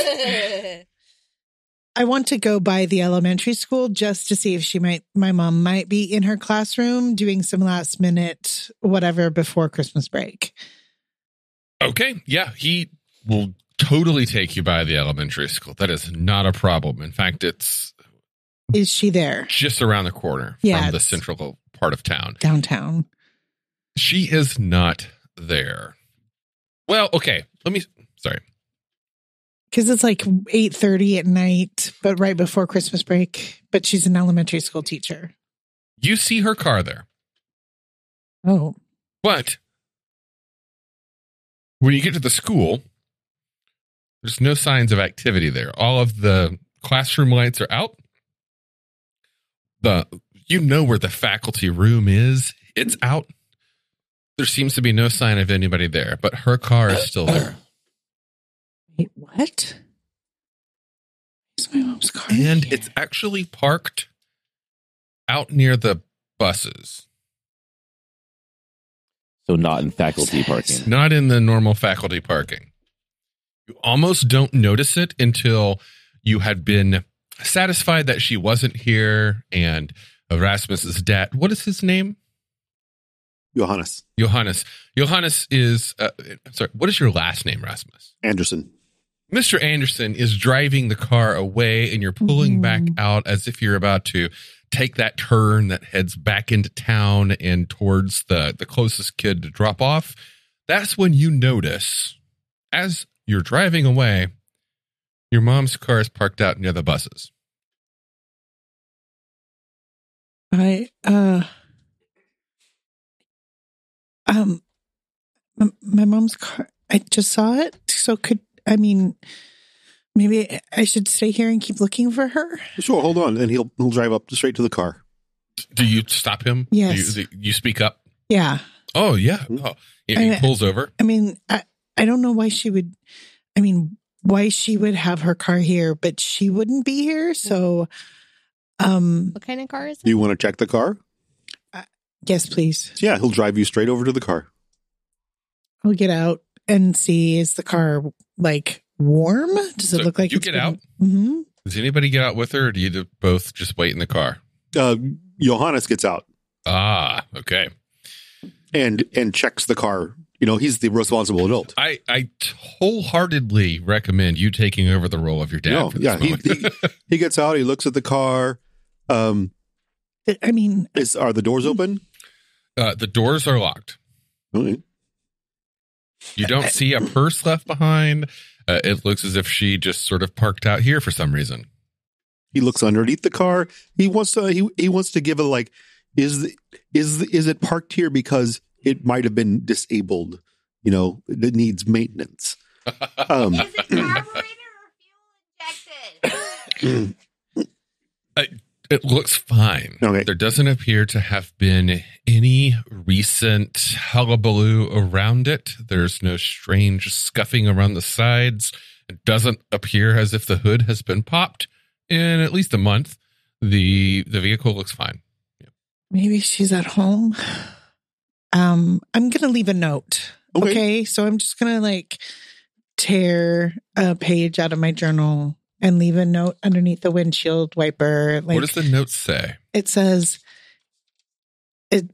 F: I want to go by the elementary school just to see if she might my mom might be in her classroom doing some last minute whatever before Christmas break.
D: Mm-hmm.
B: Okay, yeah, he will totally take you by the elementary school. That is not a problem. In fact, it's
F: Is she there
B: just around the corner
F: Yeah,
B: from the
F: it's-
B: central part of town.
F: downtown?
B: She is not there. Well, okay. Let me. Sorry.
F: Cuz it's like 8:30 at night, but right before Christmas break, but she's an elementary school teacher.
B: You see her car there,
F: Oh,
B: but when you get to the school, there's no signs of activity there. All of the classroom lights are out. The you know where the faculty room is. It's out. There seems to be no sign of anybody there, but her car is still there.
F: wait, what? It's my mom's car.
B: and
F: here.
B: it's actually parked out near the buses,
E: So not in faculty
F: Says-
E: parking.
B: not in the normal faculty parking. You almost don't notice it until you had been satisfied that she wasn't here and Erasmus's dad. What is his name?
D: Johannes
B: Johannes. Johannes is uh, sorry. What is your last name, Rasmus?
D: Anderson.
B: Mr. Anderson is driving the car away and you're
F: Mm-hmm.
B: pulling back out as if you're about to take that turn that heads back into town and towards the, the closest kid to drop off. That's when you notice, as you're driving away, your mom's car is parked out near the buses.
F: I uh um my, my mom's car I just saw it so could I mean maybe I should stay here and keep looking for her
D: Sure, hold on, and he'll he'll drive up straight to the car.
B: Do you stop him?
F: Yes.
B: Do you, do you speak up?
F: yeah
B: Oh, yeah. Oh. And he
F: I-
B: pulls over.
F: I mean I I don't know why she would I mean why she would have her car here but she wouldn't be here so um
G: What kind of car is
D: Do
G: it?
D: you want to check the car?
F: yes please
D: So yeah, he'll drive you straight over to the car.
F: I'll get out and see is the car like warm does it
B: So
F: look like
B: you get out?
F: hmm
B: Does anybody get out with her or do you both just wait in the car?
D: Uh, Johannes gets out
B: Ah, okay.
D: and and checks the car. You know, he's the responsible adult.
B: I, I wholeheartedly recommend you taking over the role of your dad.
D: No,
B: for this
D: yeah, he-
B: moment.
D: he- He gets out. He looks at the car. Um,
F: I mean
D: is are the doors open?
B: uh, the doors are locked.
D: Okay.
B: You don't see a purse left behind. Uh, it looks as if she just sort of parked out here for some reason.
D: He looks underneath the car. He wants to. He he wants to give a like. Is the- is the- is it parked here because it might have been disabled? You know, it needs maintenance. Um,
J: Is it carburetor or fuel injected?
B: It looks fine.
D: Okay.
B: There doesn't appear to have been any recent hullabaloo around it. There's no strange scuffing around the sides. It doesn't appear as if the hood has been popped in at least a month. The the vehicle looks fine.
F: Maybe she's at home. Um, I'm gonna leave a note.
D: Okay.
F: Okay. So I'm just gonna like tear a page out of my journal and leave a note underneath the windshield wiper. Like
B: what does the note say?
F: it says it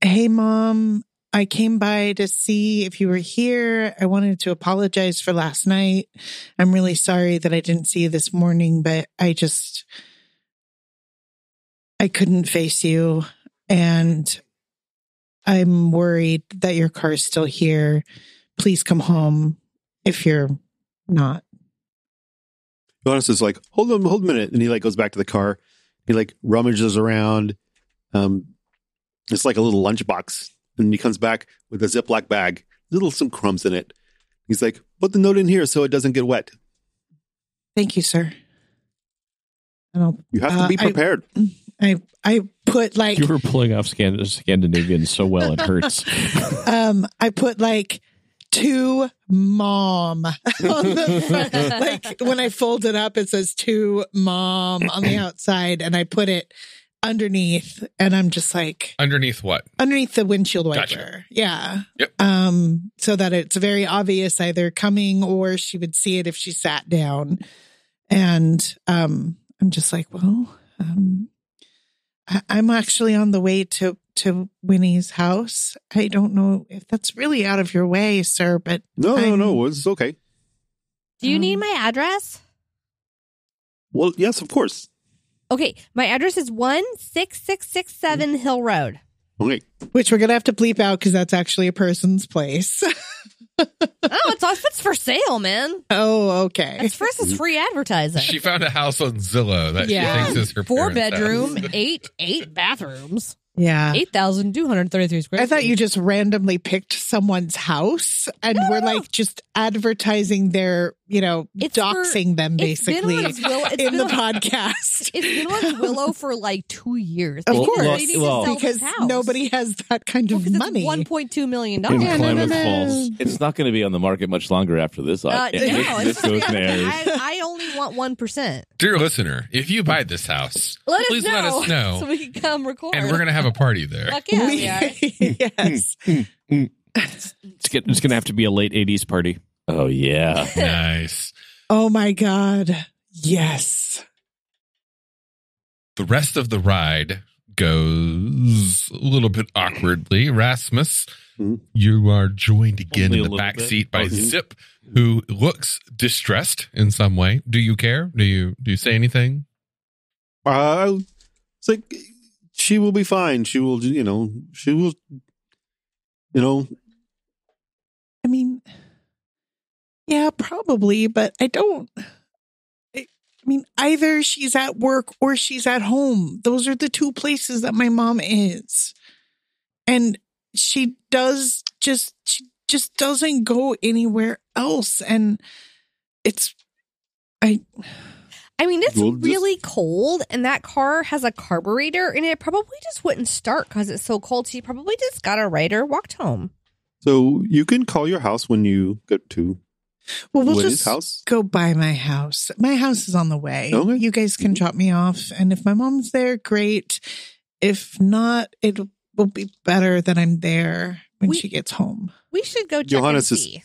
F: hey mom, I came by to see if you were here. I wanted to apologize for last night. I'm really sorry that I didn't see you this morning, but I just I couldn't face you and I'm worried that your car is still here. Please come home if you're not.
D: Johannes is like, hold on, hold a minute, and he like goes back to the car. He like rummages around. Um, it's like a little lunchbox, and he comes back with a Ziploc bag, little some crumbs in it. He's like, put the note in here so it doesn't get wet.
F: Thank you, sir. And I'll
D: You have to
F: Uh,
D: be
F: I-
D: prepared.
F: I I put like
H: You were pulling off Scan- Scandinavian so well it hurts.
F: um I put like to mom on the front. like when I fold it up it says to mom on the outside and I put it underneath and I'm just like
B: Underneath what?
F: underneath the windshield wiper.
B: Gotcha.
F: Yeah.
B: Yep.
F: Um, so that it's very obvious either coming or she would see it if she sat down. And um, I'm just like, well, um, I- I'm actually on the way to to Winnie's house. I don't know if that's really out of your way, sir, but
D: No, no,
F: I'm-
D: no. It's okay.
G: Do you need
F: Um,
G: my address?
D: Well, yes, of course.
G: Okay, my address is one six six six seven Hill Road.
D: Okay.
F: which we're gonna have to bleep out because that's actually a person's place.
G: Oh, it's off. It's for sale, man.
F: oh, okay.
G: That's first. It's free advertising.
B: She found a house on Zillow that
F: Yeah.
B: she thinks is her
G: Four
B: parents'
G: bedroom,
B: house.
G: eight eight bathrooms,
F: Yeah.
G: eight thousand two hundred thirty three square.
F: I thought
G: feet.
F: you just randomly picked someone's house and
G: No,
F: we're
G: no, no.
F: like just advertising their, you know,
G: It's for-
F: doxing them
G: It's been on
F: basically
G: its will- it's
F: in
G: been
F: the
G: on-
F: podcast.
G: It's been on Willow for like two years.
F: Of
G: They need-
F: course.
G: they need to
E: Well,
G: sell this
F: because
G: house.
F: nobody has that kind
G: Well,
F: of
G: 'cause it's
F: money.
G: One point two million
H: In
G: dollars.
H: Yeah, no, no, Klamath no.
F: Mm.
H: Falls.
E: It's not going to be on the market much longer after this.
G: Uh,
E: This-
G: no,
E: this
G: it's
E: goes
G: I,
E: there.
G: I only want one percent.
B: Dear listener, if you buy this house,
G: Let
B: please
G: us know.
B: let us know,
G: so we can come record.
B: and we're gonna have a party there.
G: Fuck yeah, we,
F: We-
G: are.
F: yes.
H: It's, get, it's gonna have to be a late '80s party.
E: Oh yeah.
B: nice.
F: Oh my God. Yes.
B: The rest of the ride goes a little bit awkwardly. Rasmus,
D: Mhm.
B: you are joined again
H: Hmm? Only
B: in the
H: a little
B: back
H: bit. Oh,
B: seat by
D: Mhm.
B: Zip, who looks distressed in some way. Do you care? Do you do you say anything?
D: Uh, it's like she will be fine. She will, you know, she will, you know,
F: I mean, yeah, probably, but I don't. I I mean, either she's at work or she's at home. Those are the two places that my mom is. And she does just, she just doesn't go anywhere else. And it's, I,
G: I mean, it's
D: We'll just-
G: really cold, and that car has a carburetor, and it probably just wouldn't start because it's so cold. She probably just got a rider, walked home.
D: So you can call your house when you go to
F: well, we'll
D: Winnie's
F: just
D: house.
F: go by my house. My house is on the way.
D: Okay.
F: You guys can drop me off. And if my mom's there, great. If not, it will be better that I'm there when
G: We-
F: she gets home.
G: We should go check
D: Johannes
G: and
D: is-
G: see.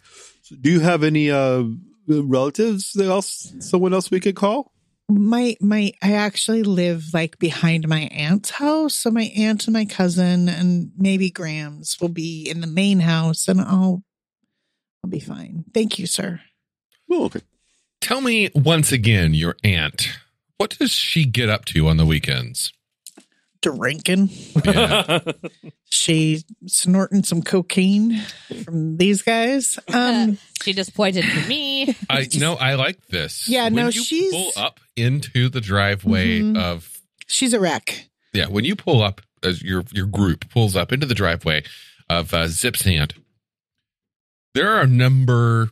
D: Do you have any uh relatives that else someone else we could call?
F: My my I actually live like behind my aunt's house. So my aunt and my cousin and maybe Grams will be in the main house and I'll I'll be fine. Thank you, sir.
D: Oh, okay.
B: Tell me once again, your aunt. What does she get up to on the weekends?
F: Drinking. She snorting some cocaine from these guys. Um
G: She just pointed to me.
B: I no, I like this.
F: Yeah,
B: when
F: no,
B: you
F: she's-
B: pull up into the driveway
F: Mhm.
B: of
F: she's a wreck.
B: Yeah, when you pull up, as your your group pulls up into the driveway of uh, Zip's hand, there are a number,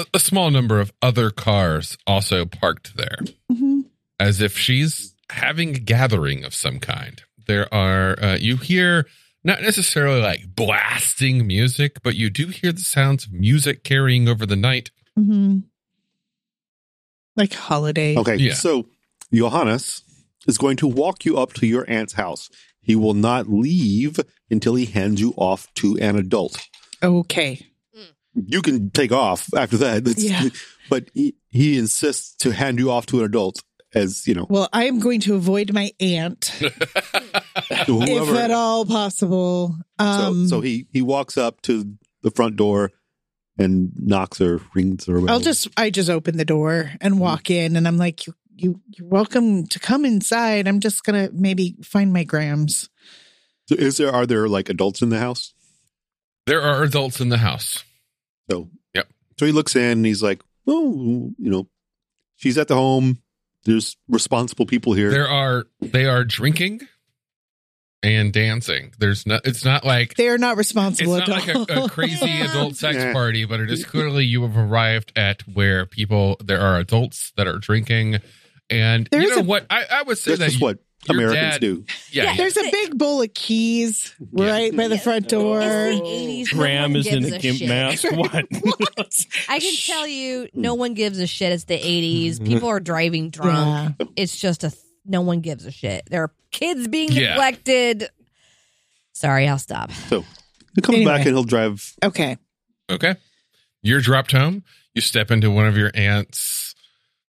B: a- a small number of other cars also parked there,
F: Mhm.
B: as if she's having a gathering of some kind. There are uh, you hear not necessarily like blasting music, but you do hear the sounds of music carrying over the night.
F: Mhm. Like holiday.
D: Okay.
B: Yeah.
D: So Johannes is going to walk you up to your aunt's house. He will not leave until he hands you off to an adult.
F: Okay.
D: You can take off after that. That's-
F: Yeah.
D: But he, he insists to hand you off to an adult as, you know,
F: Well, I am going to avoid my aunt.
D: to whoever.
F: if at all possible. Um,
D: so, so he he walks up to the front door and knocks or rings or whatever.
F: I'll just I just open the door
D: Mm-hmm.
F: and walk in, and I'm like, you you you're welcome to come inside. I'm just gonna maybe find my grams.
D: So is there are there like adults in the house?
B: There are adults in the house.
D: So
B: Yep.
D: So he looks in and he's like, oh, you know, she's at the home. There's responsible people here.
B: There are they are drinking and dancing. There's no. It's not like
F: They are not
B: It's
F: responsible
B: not like
F: adults.
B: a, a crazy
G: Yeah.
B: adult sex
D: Yeah.
B: party, but it is clearly you have arrived at where people there are adults that are drinking, and
F: There
B: you
F: is
B: know
F: a-
B: what I, I would say
D: That's
B: that
D: just
B: you-
D: what
B: Your
D: Americans
B: dad-
D: do.
B: Yeah,
G: Yeah.
F: There's a big bowl of keys right by the
G: Yeah.
F: front door.
G: It's the eighties.
H: Graham is in a gimp
G: shit.
H: mask. What?
G: I can tell you, no one gives a shit. It's the
E: Mm-hmm.
G: eighties. People are driving drunk.
F: Yeah.
G: It's just a th- no one gives a shit. There are kids being
B: Yeah.
G: neglected. Sorry, I'll stop.
D: He comes
F: Anyway.
D: back and he'll drive.
F: Okay.
B: Okay. You're dropped home. You step into one of your aunt's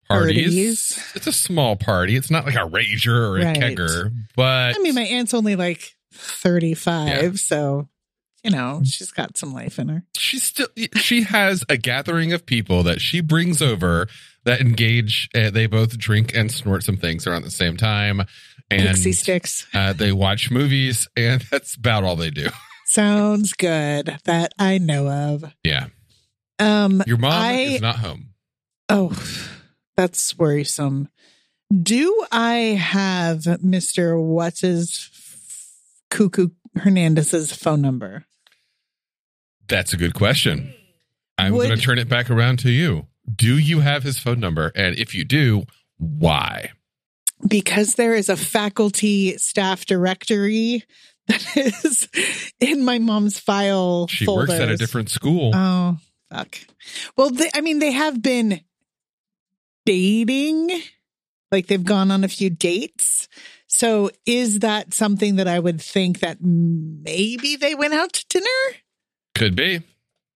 B: parties.
F: Parties.
B: It's a small party. It's not like a rager or a
F: Right.
B: kegger, but
F: I mean, my aunt's only like 35, so you know she's got some life in her.
B: she still she has a gathering of people that she brings over that engage. Uh, they both drink and snort some things around the same time, and
F: Pixie sticks
B: uh, they watch movies, and that's about all they do.
F: sounds good that I know of.
B: Yeah,
F: Um.
B: your mom
F: I-
B: is not home.
F: Oh, that's worrisome. Do I have Mister What's his Cuckoo Hernandez's phone number?
B: That's a good question. I'm
F: Would-
B: going to turn it back around to you. Do you have his phone number? And if you do, why?
F: because there is a faculty staff directory that is in my mom's file
B: She
F: folders.
B: works at a different school.
F: Oh fuck! Well, they, I mean, they have been dating, like they've gone on a few dates. So, is that something that I would think that maybe they went out to dinner?
B: Could be.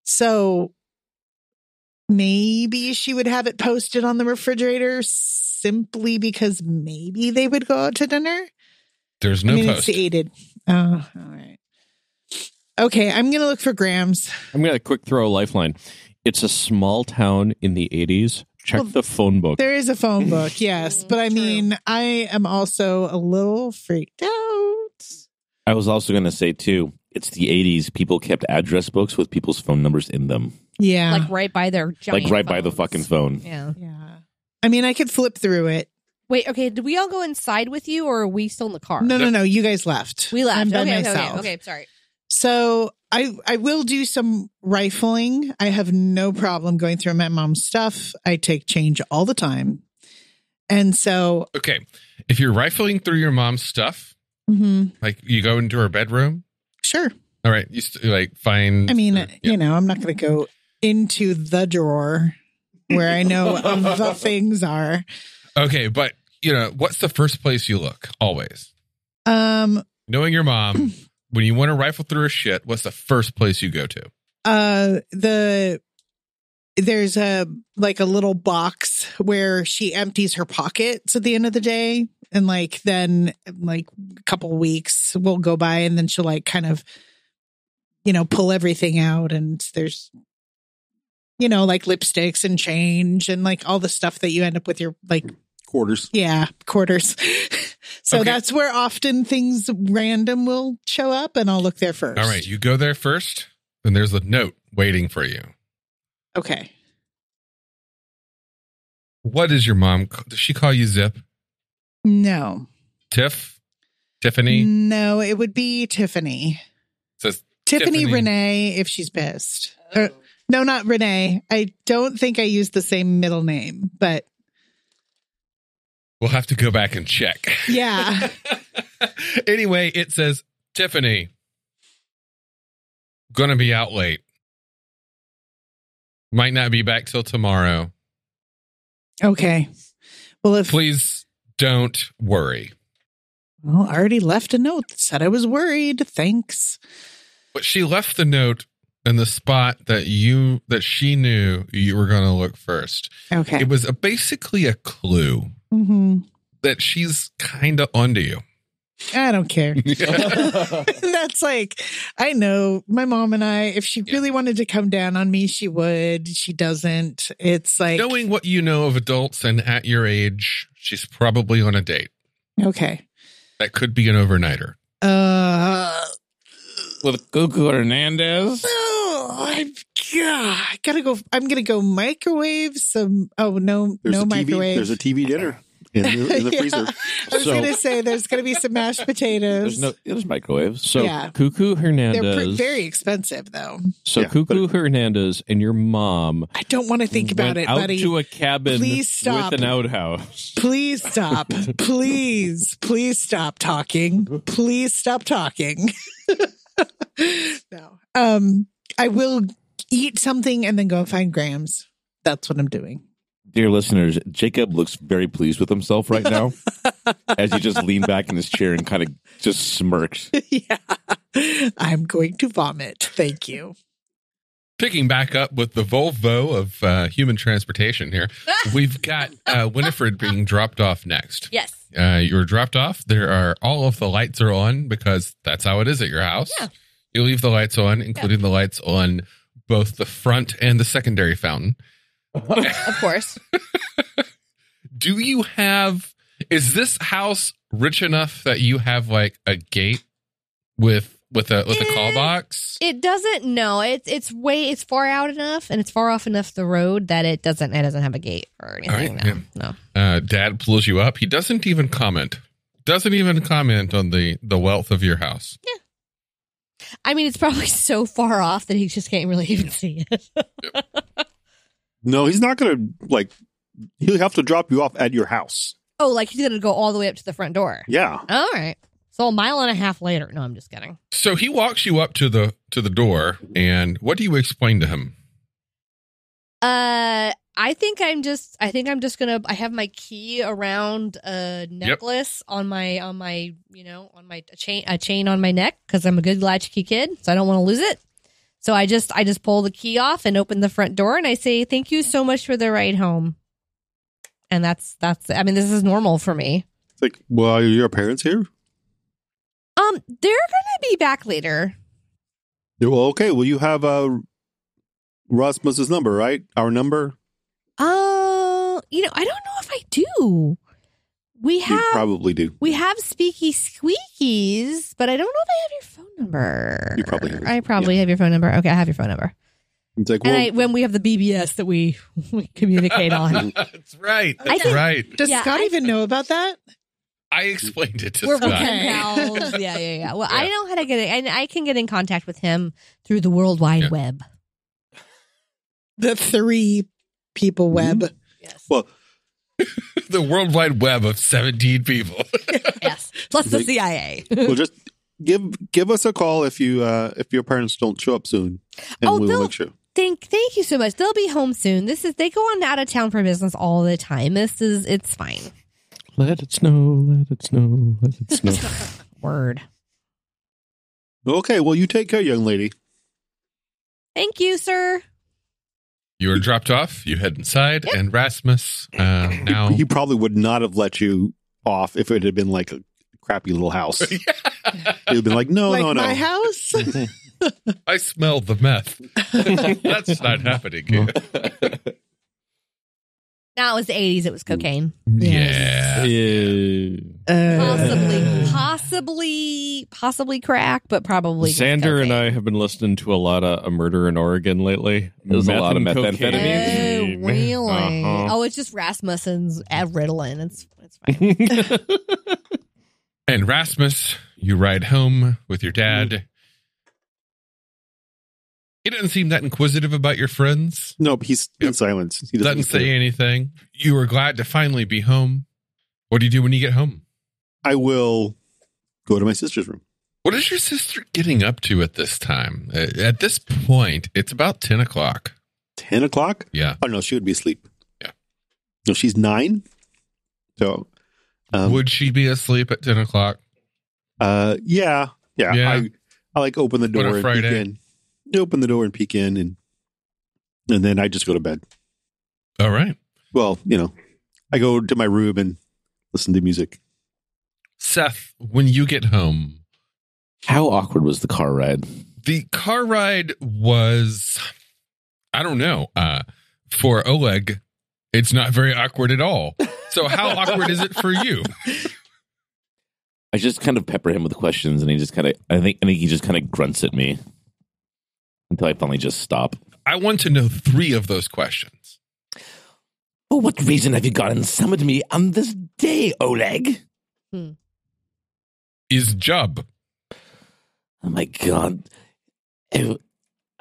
F: So, maybe she would have it posted on the refrigerator simply because maybe they would go out to dinner.
B: There's no
F: I mean,
B: post.
F: it's aided. Oh, all right. Okay, I'm gonna look for Grams.
H: I'm gonna quick throw a lifeline. It's a small town in the 80s. Check
F: Well,
H: the phone book.
F: There is a phone book, yes, but I mean, I am also a little freaked out.
E: I was also going to say, too, it's the 80s. People kept address books with people's phone numbers in them,
F: Yeah,
G: Like right by their giant
E: like right by the
G: phones.
E: fucking phone.
G: Yeah.
F: yeah. I mean, I could flip through it.
G: Wait. Okay. Did we all go inside with you, or are we still in the car?
F: No, no, no. You guys left.
G: We left.
F: I'm by
G: okay, okay,
F: myself.
G: Okay, okay. Sorry.
F: So I I will do some rifling. I have no problem going through my mom's stuff. I take change all the time, and so
B: Okay. If you're rifling through your mom's stuff,
G: Mm-hmm.
F: mhm,
B: like you go into her bedroom,
F: sure.
B: all right, you st- like find.
F: I mean, uh,
B: yeah.
F: you know, I'm not going to go into the drawer where I know the things are.
B: okay, but you know, what's the first place you look always?
F: Um,
B: Knowing your mom, when you want to rifle through her shit, what's the first place you go to?
F: uh, the there's a like a little box where she empties her pockets at the end of the day, and like then like a couple weeks will go by, and then she'll like kind of you know pull everything out, and there's you know like lipsticks and change and like all the stuff that you end up with your like
D: Quarters.
F: Yeah, quarters. so
B: Okay.
F: that's where often things random will show up, and I'll look there first.
B: All right, you go there first, and there's a note waiting for you.
F: Okay.
B: What is your mom? c- Does she call you Zip?
F: No.
B: Tiff? Tiffany?
F: Mm. No, it would be Tiffany.
B: Says
F: Tiffany,
B: Tiffany.
F: Renee, if she's pissed. Or- no, not Renee. I don't think I use the same middle name, but
B: we'll have to go back and check.
F: yeah.
B: anyway, it says Tiffany. Gonna be out late. Might not be back till tomorrow.
F: okay. Well, if
B: Please don't worry.
F: well, I already left a note that said I was worried. Thanks.
B: But she left the note in the spot that you that she knew you were gonna look first.
F: Okay.
B: It was a, basically a clue
F: hmm
B: that she's kinda onto you.
F: I don't care. That's like, I know my mom and I, if she
B: Yeah.
F: really wanted to come down on me, she would. She doesn't. It's like,
B: Knowing what you know of adults and at your age, she's probably on a date.
F: okay.
B: That could be an overnighter.
F: Uh,
E: With Cuckoo Hernandez.
F: oh, I've, yeah, I gotta go. I'm gonna go microwave some. Oh, no,
D: There's
F: no
D: a TV.
F: microwave.
D: There's a TV dinner. in the, in the
F: Yeah.
D: freezer.
F: I was
H: So-
F: going to say there's going to be some mashed potatoes.
E: There's no there's microwaves.
H: So
F: Yeah.
H: Cuckoo
F: They're
H: Hernandez.
F: pr- very expensive, though.
H: so
D: Yeah, but-
H: Cuckoo Hernandez and your mom
F: I don't want to think
H: went
F: about it,
H: out
F: buddy.
H: to a cabin
F: Please stop.
H: with an outhouse.
F: please stop. please, please stop talking. Please stop talking. no. Um, I will eat something and then go and find Grams. That's what I'm doing.
E: Dear listeners, Jacob looks very pleased with himself right now as he just leaned back in his chair and kind of just smirked.
F: yeah. I'm going to vomit. Thank you.
B: Picking back up with the Volvo of uh, human transportation here, we've got uh, Winifred being dropped off next.
G: Yes.
B: uh, you're dropped off. There are all of the lights are on because that's how it is at your house.
G: Yeah.
B: You leave the lights on, including the lights on both the front and the secondary fountain.
G: Of course.
B: Do you have? Is this house rich enough that you have like a gate with with a with a call
G: Eh.
B: box?
G: It doesn't no, it's it's way it's far out enough and it's far off enough the road that it doesn't it doesn't have a gate or anything.
B: right,
G: no.
B: yeah.
G: No.
B: Uh, Dad pulls you up. He doesn't even comment. Doesn't even comment on the the wealth of your house.
G: I mean it's probably so far off that he just can't really even see it.
D: No, he's not going to like. He'll have to drop you off at your house.
G: Oh, like he's gonna go all the way up to the front door.
D: Yeah,
G: All right. So a mile and a half later. No, I'm just kidding.
B: So he walks you up to the to the door, and what do you explain to him?
G: Uh I think I'm just I think I'm just gonna I have my key around a necklace on my on my you know on my a chain a chain on my neck because I'm a good latchkey kid, so I don't want to lose it. So I just I just pull the key off and open the front door and I say, Thank you so much for the ride home. And that's that's I mean, this is normal for me.
D: it's like, well, are your parents here?
G: Um, they're gonna be back later.
D: Yeah, well, okay. Well, you have uh, Rasmus's number, right? Our number.
G: Uh you know, I don't know if I do. We
D: You
G: have
D: probably do.
G: We have Speaky Squeakies, but I don't know if I have your phone number.
D: You probably have it.
G: I probably have your phone number. Okay, I have your phone number.
D: It's like,
G: And
D: well,
G: I, when we have the BBS that we, we communicate on,
B: that's right.
G: I
B: That's
G: think-
B: right.
F: Does
G: Yeah,
F: Scott
G: I-
F: even know about that?
B: I explained it to
G: we're
B: Scott.
F: okay.
G: pals. Yeah, yeah, yeah. Well, I
B: Yeah.
G: know how to get it, and I can get in contact with him through the World Wide
B: Yeah.
G: Web.
F: The three people web.
H: Mm-hmm.
G: Yes,
D: well,
B: The World Wide Web of 17 people.
G: yes. Plus the
D: They-
G: CIA.
D: well, just give give us a call if you uh, if your parents don't show up soon, and
G: Oh,
D: we
G: they'll-
D: will make sure.
G: Thank, thank you so much. They'll be home soon. This is they go on out of town for business all the time. This is it's fine.
H: Let it snow, let it snow, let it snow.
G: Word.
D: Okay. Well, you take care, young lady.
G: Thank you, sir.
B: you were dropped off. You head inside, and Rasmus uh, now.
D: He probably would not have let you off if it had been like a crappy little house. He'd have been like, no,
F: like
D: no, no.
F: my house?
B: I smell the meth. that's not happening. Here.
G: Now it was the eighties. It was cocaine.
B: Yeah.
H: Yeah.
F: Uh,
G: possibly, possibly, possibly crack, but probably just
H: Xander and
G: cocaine.
H: I have been listening to a lot of a murder in Oregon lately.
E: There's a lot of
H: and
E: methamphetamine.
H: cocaine.
G: Oh, really?
H: Uh-huh.
G: Oh, it's just Rasmussen's at Ritalin. It's it's fine.
B: And Rasmus, you ride home with your dad. He doesn't seem that inquisitive about your friends.
D: Nope, he's in
B: Yep.
D: silence. He
B: Doesn't say anything. You were glad to finally be home. What do you do when you get home?
D: I will go to my sister's room.
B: What is your sister getting up to at this time? Uh, At this point, it's about 10 o'clock.
D: Ten o'clock?
B: Yeah.
D: Oh no, she would be asleep.
B: Yeah.
D: No, she's nine. So, um,
B: Would she be asleep at 10 o'clock?
D: uh, yeah, yeah.
B: Yeah.
D: I, I like open the
B: What a
D: door and peek
B: Friday.
D: in. Open the door and peek in, and and then I just go to bed.
B: All right.
D: Well, you know, I go to my room and listen to music.
B: Seth, when you get home,
E: How awkward was the car ride?
B: the car ride was, I don't know, uh, for Oleg, it's not very awkward at all. So, how awkward is it for you?
E: I just kind of pepper him with questions, and he just kind of I think I think he just kind of grunts at me until I finally just stop.
B: I want to know three of those questions.
E: For what reason have you gone and summoned me on this day, Oleg?
B: Is Jub.
E: Oh my god. Oh,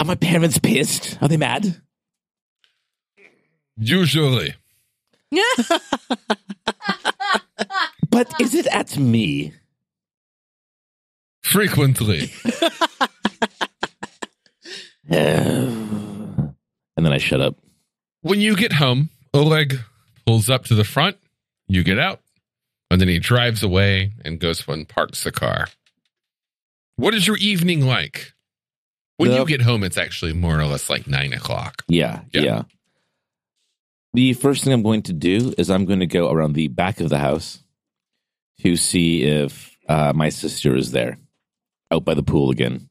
E: are my parents pissed? Are they mad?
B: Usually.
E: But is it at me?
B: Frequently.
E: and then I shut up.
B: When you get home, Oleg pulls up to the front, you get out, and then he drives away and goes and parks the car. What is your evening like? When
E: The-
B: you get home, it's actually more or less like nine o'clock.
E: Yeah,
B: Yeah.
E: yeah. The first thing I'm going to do is I'm going to go around the back of the house to see if uh, my sister is there out by the pool again.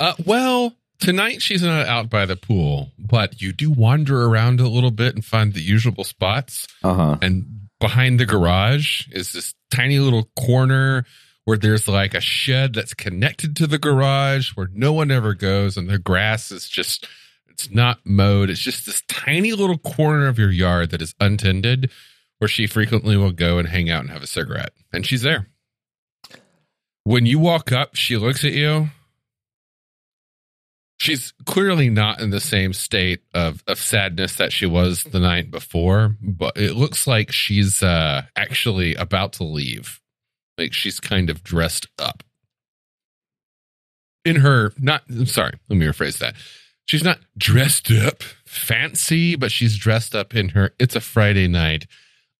B: Uh, well, tonight she's not out by the pool, but you do wander around a little bit and find the usual spots.
E: Uh huh.
B: Uh-huh. and behind the garage is this tiny little corner where there's like a shed that's connected to the garage where no one ever goes and the grass is just it's not mowed it's just this tiny little corner of your yard that is untended where she frequently will go and hang out and have a cigarette and she's there when you walk up she looks at you she's clearly not in the same state of, of sadness that she was the night before but it looks like she's uh actually about to leave like she's kind of dressed up in her not I'm sorry let me rephrase that she's not dressed up fancy but she's dressed up in her it's a friday night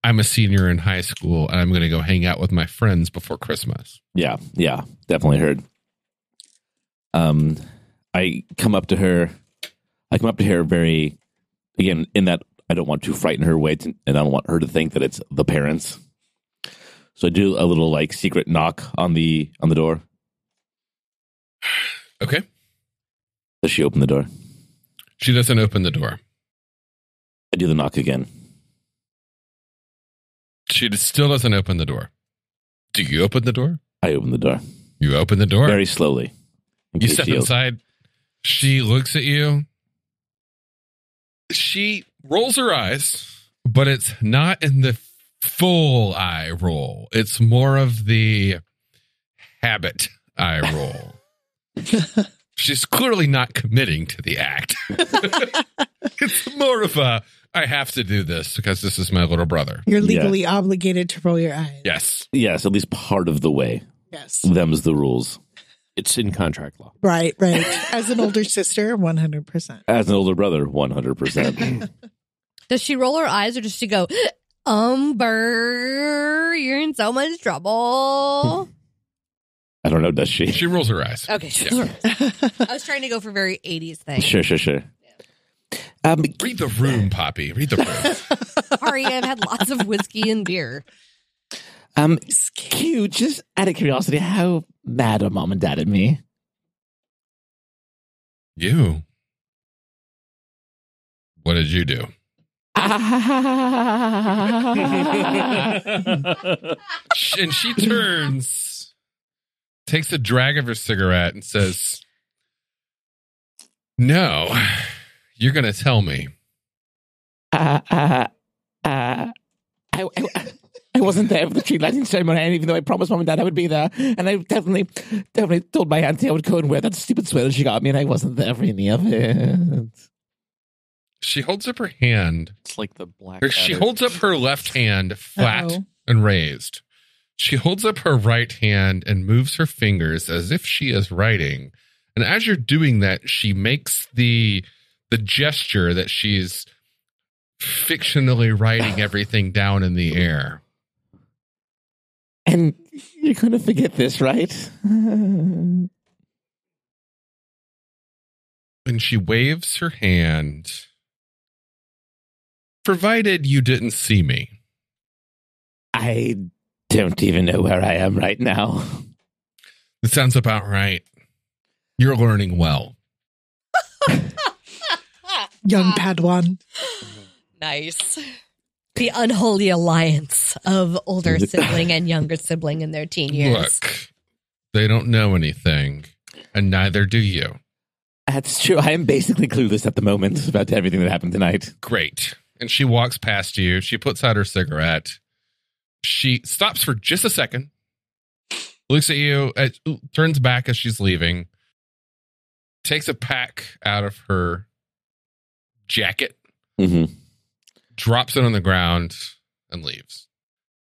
B: i'm a senior in high school and i'm going to go hang out with my friends before christmas
E: Yeah, yeah, definitely heard. Um, I come up to her. I come up to her very, again, in that I don't want to frighten her away, to, and I don't want her to think that it's the parents. So I do a little like secret knock on the on the door.
B: okay
E: Does she open the door?
B: she doesn't open the door
E: I do the knock again.
B: she still doesn't open the door do you open the door
E: I open the door
B: You open the door.
E: very slowly. in
B: you
E: case
B: step
E: she-
B: inside. She looks at you. She rolls her eyes, but it's not in the full eye roll. It's more of the habit eye roll. She's clearly not committing to the act. it's more of a I have to do this because this is my little brother.
F: You're
E: Yeah.
F: legally obligated to roll your eyes.
B: Yes.
E: Yes, at least part of the way.
F: Yes.
E: Them's the rules.
H: It's in contract law.
F: Right, right. As an older sister, 100%.
E: As an older brother, one hundred percent.
I: Does she roll her eyes or does she go, Umber, you're in so much trouble?
E: I don't know. Oh, Does she?
B: She rolls her eyes.
I: okay, sure. I was trying to go for very 80s thing.
E: Sure, sure, sure. Um,
B: Read the room, Poppy. Read the room.
I: Sorry, I've had lots of whiskey and beer.
E: um, Q, just out of curiosity, how mad are mom and dad at me?
B: You. What did you do? Sh- And she turns, takes a drag of her cigarette, and says, No, you're going to tell me.
E: uh, uh, uh, I, I, I wasn't there for the tree lighting ceremony, and even though I promised mom and dad I would be there, and I definitely, definitely told my auntie I would go and wear that stupid sweater she got me, and I wasn't there for any of it.
B: She holds up her hand.
H: It's like the black.
B: or She
H: Adder.
B: holds up her left hand flat
F: Uh-oh.
B: and raised. She holds up her right hand and moves her fingers as if she is writing. And as you're doing that, she makes the the gesture that she's fictionally writing everything down in the air.
E: And you're going to forget this, right? Wait,
B: And she waves her hand. Provided you didn't see me.
E: I don't even know where I am right now.
B: That sounds about right. You're learning well.
F: Young
G: Ah.
F: Padawan.
I: Nice. The unholy alliance of older sibling and younger sibling in their teen years.
B: Look, they don't know anything, and neither do you.
E: That's true. I am basically clueless at the moment about everything that happened tonight.
B: Great. and she walks past you. She puts out her cigarette. She stops for just a second, looks at you, uh, turns back as she's leaving, takes a pack out of her jacket,
E: Mm-hmm.
B: drops it on the ground, and leaves.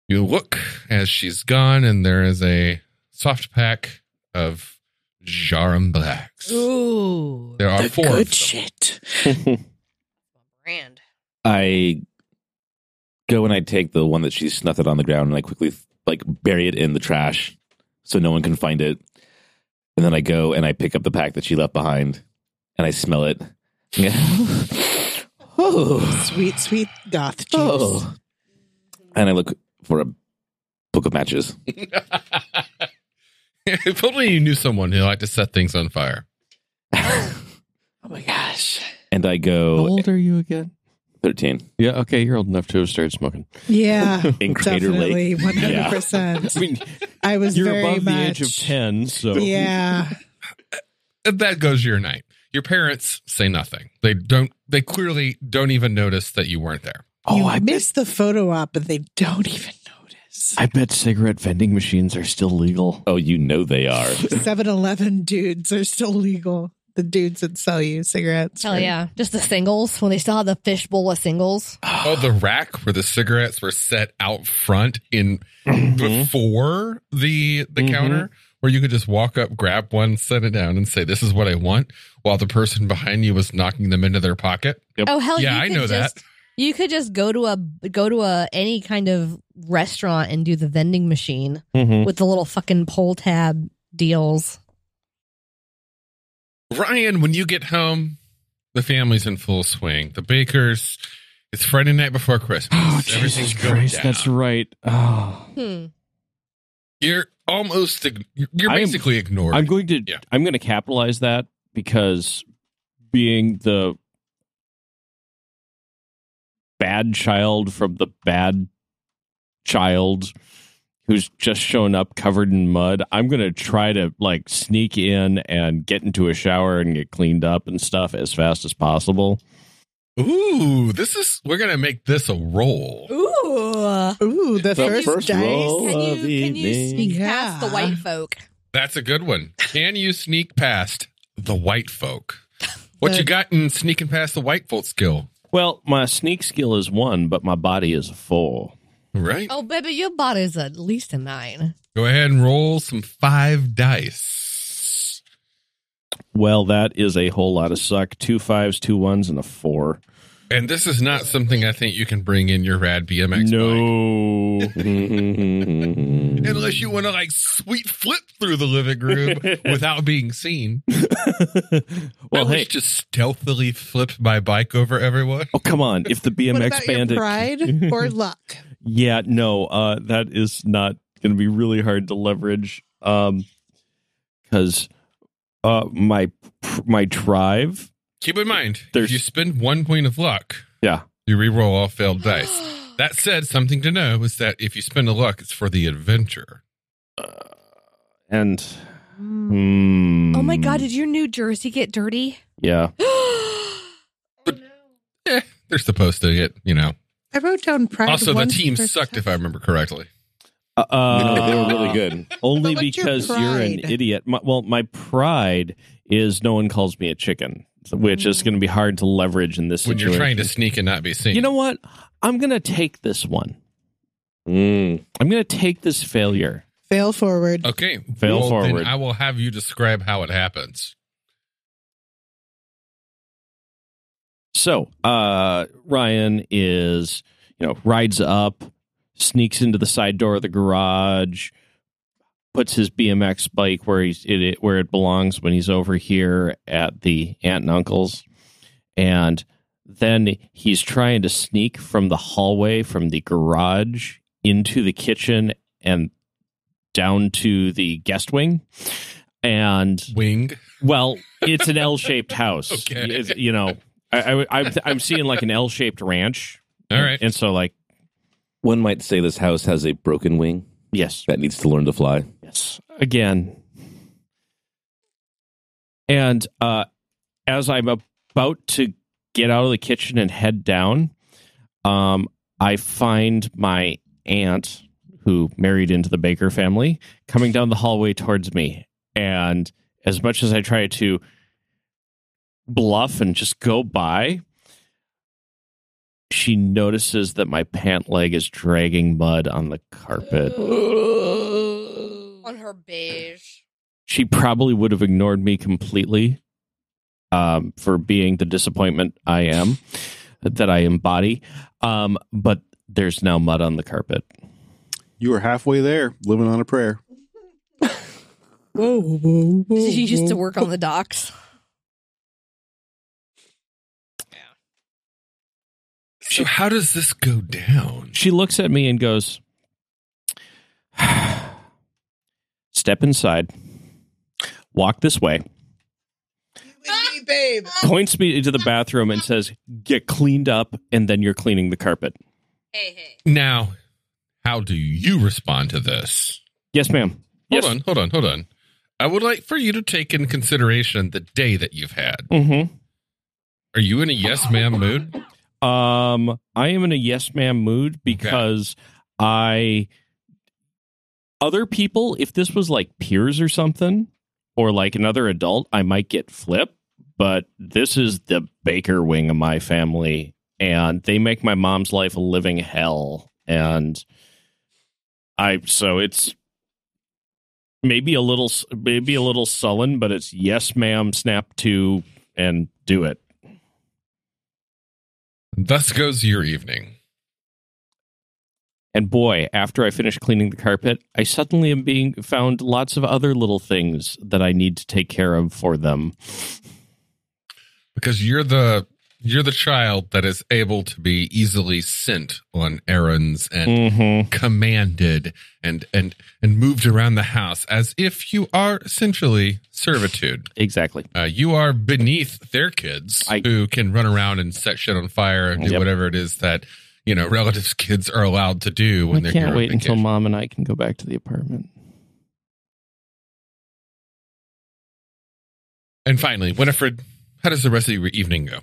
B: You look as she's gone, and there is a soft pack of Jarum Blacks.
I: Ooh.
B: There are
F: the
B: four. of
F: good
B: them.
F: shit.
I: Brand.
E: I go and I take the one that she snuffed it on the ground and I quickly like bury it in the trash so no one can find it. And then I go and I pick up the pack that she left behind and I smell it. oh,
F: Sweet, sweet goth juice.
E: oh. And I look for a book of matches.
B: if only you knew someone who liked to set things on fire.
F: Oh my gosh.
E: And I
H: How
E: go
H: old are you again?
E: 13.
H: Yeah, okay, you're old enough to have started smoking.
F: Yeah.
E: In Crater
F: definitely.
E: Lake.
F: 100%.
H: I mean,
F: I was
H: you're
F: very
H: above
F: much.
H: the age of 10, so
F: Yeah.
B: That goes your night. Your parents say nothing. They don't. They clearly don't even notice that you weren't there.
F: you
H: Oh, I bet,
F: missed the photo op, but they don't even notice.
H: I bet cigarette vending machines are still legal.
E: Oh, you know they are.
F: 7 Eleven dudes are still legal. The dudes that sell you cigarettes.
I: Hell
F: right?
I: yeah. Just the singles. When they still have the fishbowl of singles.
F: Ah.
B: Oh, the rack where the cigarettes were set out front in
F: Mm-hmm.
B: before the the
H: Mhm.
B: counter, where you could just walk up, grab one, set it down, and say, "This is what I want," while the person behind you was knocking them into their pocket.
G: Oh hell,
B: yeah,
G: you
B: I
G: could
B: know
G: just,
B: that.
I: You could just go to a go to a any kind of restaurant and do the vending machine
B: Mm.
H: Mm-hmm.
I: with the little fucking pull tab deals.
B: Ryan, when you get home, the family's in full swing. The bakers. It's Friday night before Christmas.
H: Oh, Jesus Christ, that's right. Oh.
I: Hmm.
B: You're almost ig- you're
H: I am-
B: basically ignored.
H: I'm going to
B: Yeah.
H: I'm going to capitalize that because being the bad child from the bad child who's just shown up covered in mud, I'm going to try to like sneak in and get into a shower and get cleaned up and stuff as fast as possible.
B: Ooh, this is we're gonna make this a roll.
I: Ooh.
F: Ooh, the, first,
E: first
F: dice.
E: roll.
G: can
E: Love
G: you can you
E: evening.
G: sneak
F: Yeah.
G: past the white folk?
B: That's a good one. Can you sneak past the white folk? What
F: The-
B: you got in sneaking past the white folk skill?
H: Well, my sneak skill is 1, but my body is a 4.
B: Right.
I: Oh, baby, your body's at least a nine.
B: Go ahead and roll some five dice.
H: Well, that is a whole lot of suck. Two fives, two ones, and a 4.
B: And this is not something I think you can bring in your rad BMX bike.
H: no.
B: Unless you want to like sweet flip through the living room without being seen.
H: well,
B: I
H: hey,
B: was just stealthily flipped my bike over everyone.
H: oh come on! If the
F: What
H: BMX
F: about
H: bandit,
F: your pride or luck?
H: yeah, no, uh, that is not going to be really hard to leverage, um, because uh, my my drive,
B: Keep in mind, if
H: There's-
B: you spend one point of luck,
H: Yeah.
B: you re-roll all failed dice. That said, something to know is that if you spend a luck, it's for the adventure.
H: and
I: Mm.
H: hmm,
G: Oh my
B: Mm.
G: god, did your New Jersey get dirty?
H: yeah,
B: They're supposed to get, you know.
F: I wrote down pride.
B: also, the
F: once
B: team
F: per
B: sucked, if I
F: time.
B: remember correctly.
H: uh, uh,
E: they were really good.
H: Only
F: But what's your
H: because you're an
F: pride?
H: idiot. My, well, my pride is no one calls me a chicken, which
G: Hmm.
H: is going to be hard to leverage in this
B: When you're
H: situation.
B: trying to sneak and not be seen.
H: you know what? I'm going to take this one.
E: Mm.
H: I'm going to take this failure.
F: Fail forward.
B: Okay.
H: Fail
B: well, then
H: forward.
B: I will have you describe how it happens.
H: So, uh, Ryan is, you know, rides up, sneaks into the side door of the garage, puts his BMX bike where he's it, it where it belongs when he's over here at the aunt and uncle's, and then he's trying to sneak from the hallway from the garage into the kitchen and down to the guest wing, and
B: Wing.
H: well, it's an L-shaped house.
B: Okay.
H: It's- you know, I, I, am I'm seeing like an L-shaped ranch.
B: All right.
H: And so, like,
E: One might say this house has a broken wing
H: yes,
E: that needs to learn to fly.
H: yes, again. And uh, as I'm about to get out of the kitchen and head down, Um, I find my aunt, who married into the Baker family, coming down the hallway towards me. And as much as I try to bluff and just go by, she notices that my pant leg is dragging mud on the carpet.
G: On
K: her beige.
H: she probably would have ignored me completely um, for being the disappointment I am that I embody. Um, but there's now mud on the carpet.
D: You were halfway there, living on a prayer.
F: Whoa, whoa, whoa.
G: She used to
F: whoa.
G: work on the docks.
B: So how does this go down?
H: She looks at me and goes, Step inside, walk this way,
F: With me, babe.
H: points me into the bathroom and says, Get cleaned up, and then you're cleaning the carpet.
K: Hey, hey.
B: Now, how do you respond to this?
H: Yes, ma'am.
B: Hold
H: Yes.
B: on, hold on, hold on. I would like for you to take in consideration the day that you've had.
H: Mm hmm.
B: Are you in a yes ma'am mood?
H: Um, I am in a yes ma'am mood because I other people, if this was like peers or something, or like another adult, I might get flip, but this is the baker wing of my family, and they make my mom's life a living hell. And I so it's maybe a little maybe a little sullen, but it's yes ma'am, snap to and do it.
B: Thus goes your evening.
H: And boy, after I finish cleaning the carpet, I suddenly am being found lots of other little things that I need to take care of for them.
B: because you're the you're the child that is able to be easily sent on errands and
H: Mm-hmm.
B: commanded and and and moved around the house as if you are essentially servitude.
H: Exactly.
B: Uh, you are beneath their kids
H: I-
B: who can run around and set shit on fire and do
H: Yep.
B: whatever it is that you know relatives' kids are allowed to do when
H: I
B: they're here
H: can't
B: on
H: wait until
B: vacation.
H: mom and I can go back to the apartment.
B: And finally, Winifred, how does the rest of your evening go?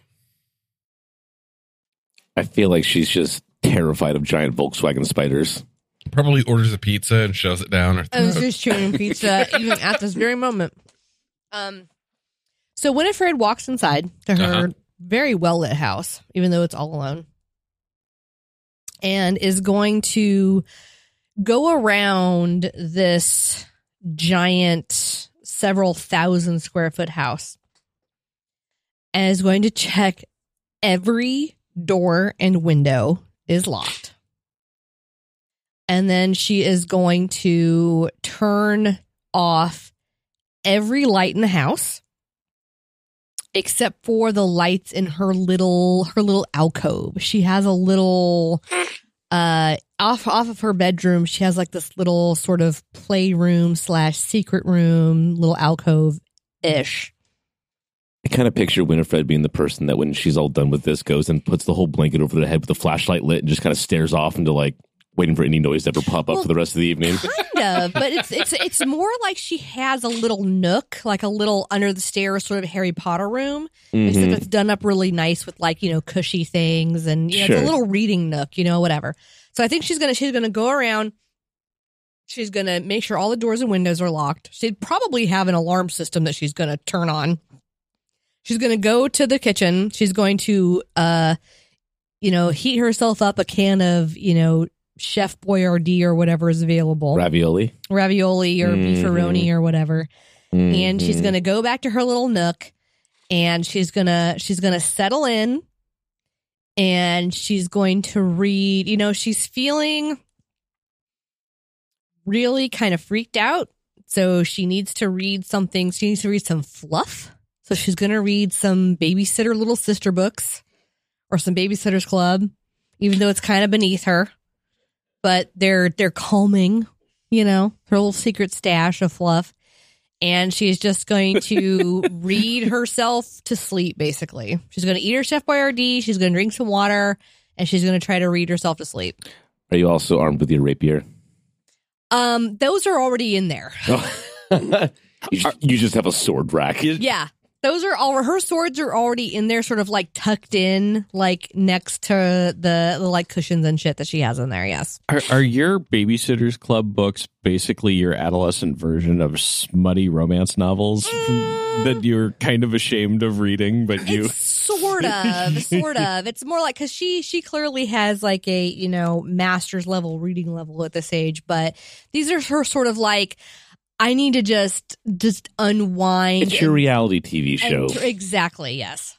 E: I feel like she's just terrified of giant Volkswagen spiders.
B: Probably orders a pizza and shoves it down. Her
G: I was
B: throat.
G: just chewing pizza even at this very moment. Um, so Winifred walks inside to her
B: Uh-huh.
G: very well lit house, even though it's all alone, and is going to go around this giant, several thousand square foot house, and is going to check every door and window is locked and then she is going to turn off every light in the house except for the lights in her little her little alcove she has a little uh off off of her bedroom she has like this little sort of playroom slash secret room little alcove ish
E: I kind of picture Winifred being the person that when she's all done with this goes and puts the whole blanket over their head with the flashlight lit and just kind of stares off into like waiting for any noise to ever pop up
G: Well-
E: for the rest of the evening.
G: kind of but it's it's it's more like she has a little nook like a little under the stairs sort of harry potter room except
E: Mhm.
G: it's done up really nice with like you know cushy things and you know, it's
E: Sure.
G: a little reading nook you know whatever so i think she's gonna she's gonna go around she's gonna make sure all the doors and windows are locked she'd probably have an alarm system that she's gonna turn on she's gonna go to the kitchen she's going to uh you know heat herself up a can of you know chef boyardee or whatever is available
E: Ravioli.
G: ravioli or beefaroni or whatever and she's
E: Mhm.
H: Mm-hmm.
G: gonna go back to her little nook and she's gonna she's gonna settle in and she's going to read you know she's feeling really kind of freaked out so she needs to read something she needs to read some fluff so she's gonna read some babysitter little sister books or some babysitters club even though it's kind of beneath her but they're they're calming you know her little secret stash of fluff and she's just going to read herself to sleep basically she's going to eat her chef boyardee she's going to drink some water and she's going to try to read herself to sleep
E: Are you also armed with your rapier?
G: um those are already in there
E: you, just, you just have a sword rack.
G: yeah Those are all her swords are already in there, sort of like tucked in, like next to the, the like cushions and shit that she has in there. Yes.
H: Are, are your babysitters club books basically your adolescent version of smutty romance novels
G: Mm,
H: that you're kind of ashamed of reading, but you
G: It's sort of, sort of. It's more like because she she clearly has like a you know master's level reading level at this age, but these are her sort of like I need to just just unwind.
E: It's your
G: and-
E: reality TV
G: and
E: show.
G: tr- exactly. Yes.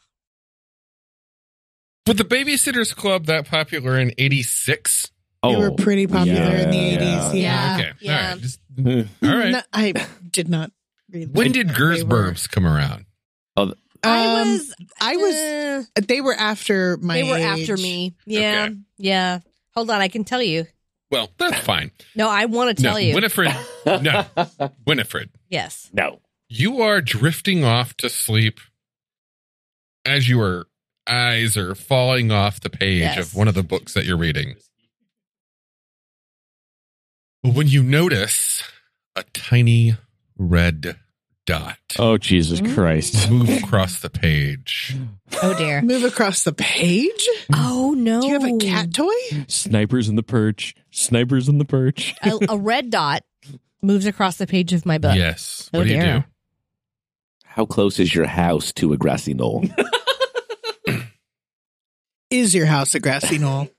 B: Was the Babysitters Club that popular in '86?
F: They
H: Oh.
F: were pretty popular in the
E: Oh, yeah,
F: 80s. Yeah.
B: okay,
G: yeah.
B: all right. Just,
H: oh,
B: all right.
F: No, I did not read
B: when
F: that.
B: did
F: They
B: Gersburbs come around?
F: were-
G: I
F: Um,
G: was.
F: I was.
G: uh,
F: They were after my.
G: they were
F: age.
G: after me. Yeah. Yeah. Hold on, I can tell you.
B: Well, that's fine.
G: No, I want to tell
B: no,
G: you.
B: Winifred, no, Winifred,
G: yes.
E: no.
B: you are drifting off to sleep as your eyes are falling off the page
G: Yes.
B: of one of the books that you're reading. When you notice a tiny red dot
H: Oh. Jesus Christ.
B: move across the page.
G: Oh dear.
F: Move across the page.
G: Oh no.
F: Do you have a cat toy?
H: Snipers in the perch. Snipers in the perch.
G: Oh, a, a red dot moves across the page of my book.
B: yes.
G: Oh,
B: what do you
G: dear.
B: do?
E: How close is your house to a grassy knoll?
F: Is your house a grassy knoll?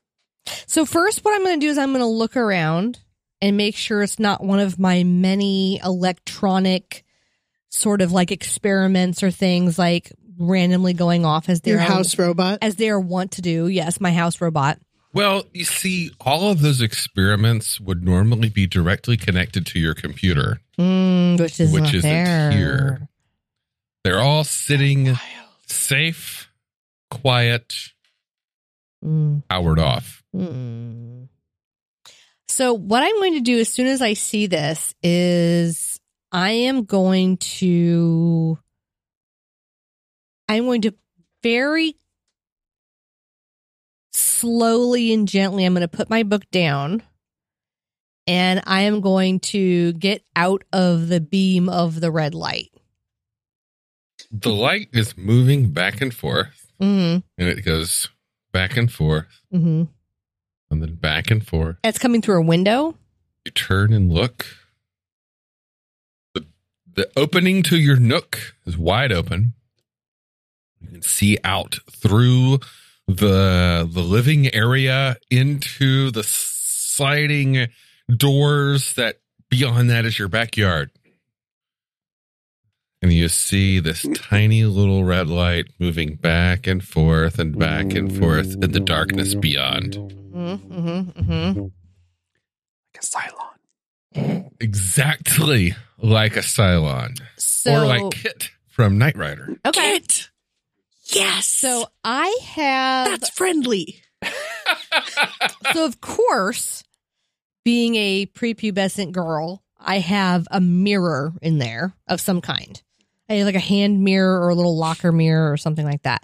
G: So first, what I'm going to do is I'm going to look around and make sure it's not one of my many electronic sort of like experiments or things like randomly going off as
F: Your
G: their
F: house robot?
G: as they are wont to do. Yes, my house robot.
B: Well, you see, all of those experiments would normally be directly connected to your computer,
G: Mm, which is
B: which
G: not
B: isn't
G: there.
B: here. They're all sitting safe, quiet,
G: Mm,
B: powered off.
G: mm. So what I'm going to do as soon as I see this is I am going to I'm going to very slowly and gently I'm going to put my book down and I am going to get out of the beam of the red light.
B: The light is moving back and forth,
G: Mhm.
B: and it goes back and forth,
G: Mhm.
B: and then back and forth.
G: It's coming through a window.
B: You turn and look. The, the opening to your nook is wide open. You can see out through the the living area into the sliding doors that beyond that is your backyard. And you see this tiny little red light moving back and forth and back and forth in the darkness beyond.
G: Mhm. Mhm. Mhm.
B: Exactly like a Cylon.
G: So
B: or like Kit from Knight Rider.
G: okay.
F: Cat. Yes.
G: So I have
F: that's friendly.
G: so of course, being a prepubescent girl, I have a mirror in there of some kind. I have like a hand mirror or a little locker mirror or something like that.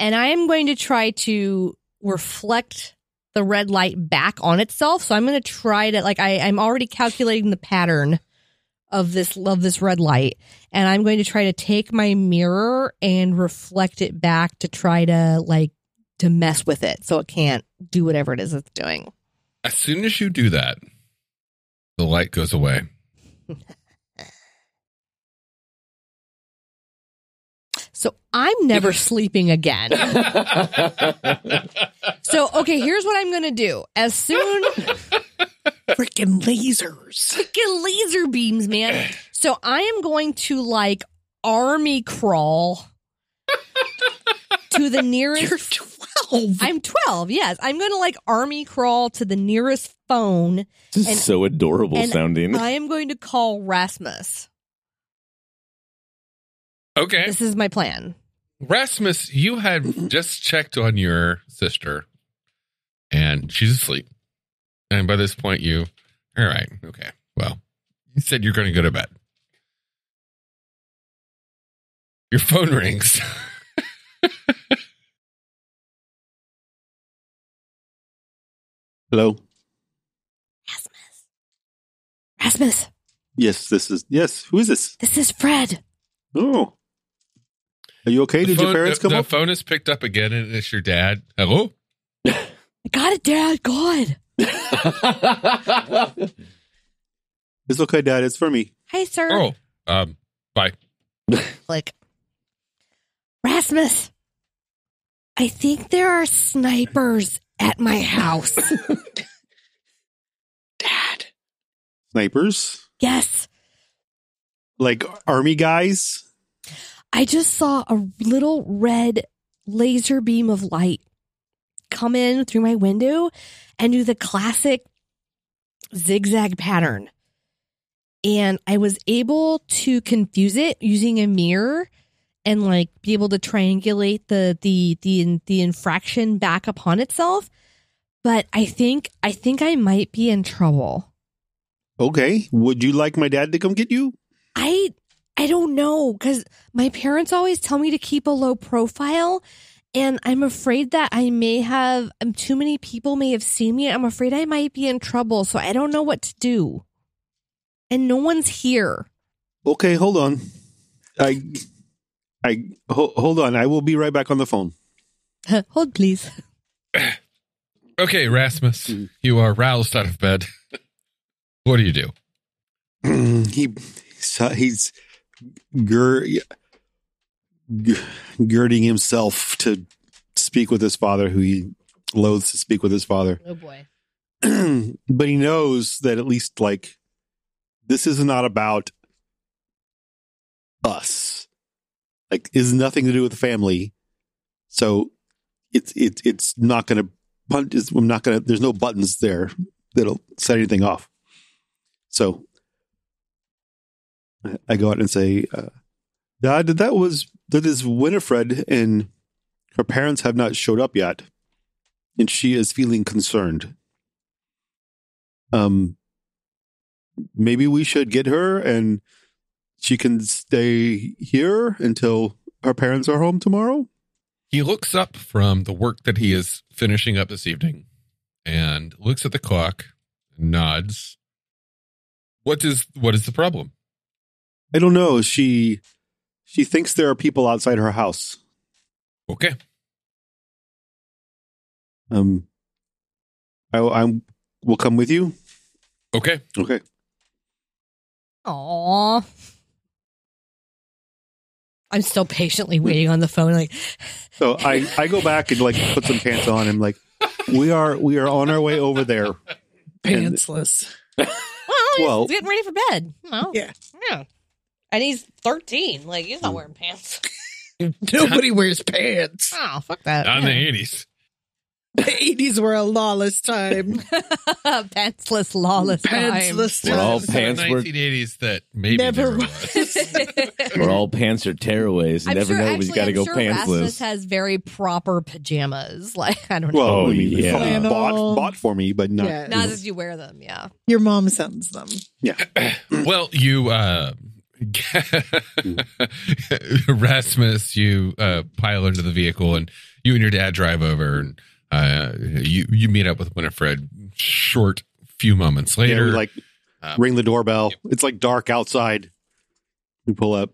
G: And I am going to try to reflect the red light back on itself. So I'm going to try to like I, I'm already calculating the pattern of this of this red light, and I'm going to try to take my mirror and reflect it back to try to like to mess with it so it can't do whatever it is it's doing.
B: As soon as you do that, the light goes away.
G: So I'm never sleeping again. So okay, here's what I'm gonna do. As soon
F: Freaking lasers.
G: freaking laser beams, man. So I am going to like army crawl to the
F: You're
G: nearest
F: 12.
G: I'm 12. Yes, I'm going to like army crawl to the nearest phone.
E: This is
G: And-
E: so adorable
G: and
E: sounding.
G: I am going to call Rasmus.
B: Okay.
G: This is my plan.
B: Rasmus, you had just checked on your sister and she's asleep. And by this point, you, all right, okay. Well, you said you're going to go to bed. Your phone rings.
D: Hello.
G: Rasmus. Rasmus,
D: Yes, this is yes. Who is this?
G: this is Fred.
D: Oh, Are you okay?
B: The
D: Did
B: phone,
D: your parents
B: the,
D: come
B: the
D: up?
B: phone is picked up again, and it's your dad. Hello.
G: I got it, Dad. God.
D: It's okay, Dad. It's for me.
G: Hey, sir.
B: Oh, um,
G: Like, Rasmus, I think there are snipers at my house.
F: Dad.
D: Snipers,
G: yes.
D: like army guys.
G: I just saw a little red laser beam of light come in through my window and do the classic zigzag pattern. And I was able to confuse it using a mirror and like be able to triangulate the the the the infraction back upon itself. But I think I think I might be in trouble.
D: Okay. Would you like my dad to come get you?
G: I I don't know because my parents always tell me to keep a low profile, and I'm afraid that I may have um, too many people may have seen me. I'm afraid I might be in trouble, so I don't know what to do. And no one's here.
D: Okay, hold on. I, I ho- hold on. I will be right back on the phone.
G: Hold please.
B: okay, Rasmus,
D: Mm-hmm.
B: you are roused out of bed. what do you do?
D: he so he's gir, gi- girding himself to speak with his father, who he loathes to speak with his father.
I: Oh boy.
D: but he knows that at least like this is not about us. Like is nothing to do with the family. So it's it's it's not gonna punt is I'm not gonna there's no buttons there that'll set anything off. So I- I go out and say, uh, Dad, that was that is Winifred and her parents have not showed up yet. And she is feeling concerned um maybe we should get her and she can stay here until her parents are home tomorrow
B: He looks up from the work that he is finishing up this evening and looks at the clock, nods. What is what is the problem?
D: i don't know she she thinks there are people outside her house
B: Okay.
D: um i i will come with you
B: Okay.
D: okay
I: Aw. I'm still patiently waiting on the phone. Like,
D: so i i go back and like put some pants on and like we are we are on our way over there And-
F: Pantsless.
I: well, he's
D: Well-
I: getting ready for bed. Well,
F: Yeah.
I: Yeah. And he's 13. Like, he's not wearing pants.
F: Nobody wears pants.
I: Oh, fuck
F: Uh,
I: that.
B: Not in the eighties.
F: The 80s were a lawless time.
I: Pantsless, lawless
F: Pantsless
E: We're all
F: time.
E: pants were-
B: nineteen eighties that maybe
F: Never
B: never
F: was.
B: was.
E: We're all pants are tearaways. You
I: I'm
E: never
I: sure,
E: know
I: actually,
E: when you got to
I: I'm
E: go
I: sure Rasmus
E: pantsless.
I: has very proper pajamas. Like, I don't know.
D: well
E: Oh,
D: I mean,
E: yeah.
D: probably bought
F: Flannel.
D: bought for me but not
F: Yeah.
I: not as you wear them, yeah.
F: Your mom sends them.
B: well, you uh Rasmus, you uh pile into the vehicle and you and your dad drive over and uh you you meet up with Winifred short few moments
D: Yeah,
B: later.
D: we, like
B: Um,
D: ring the doorbell it's like dark outside we pull up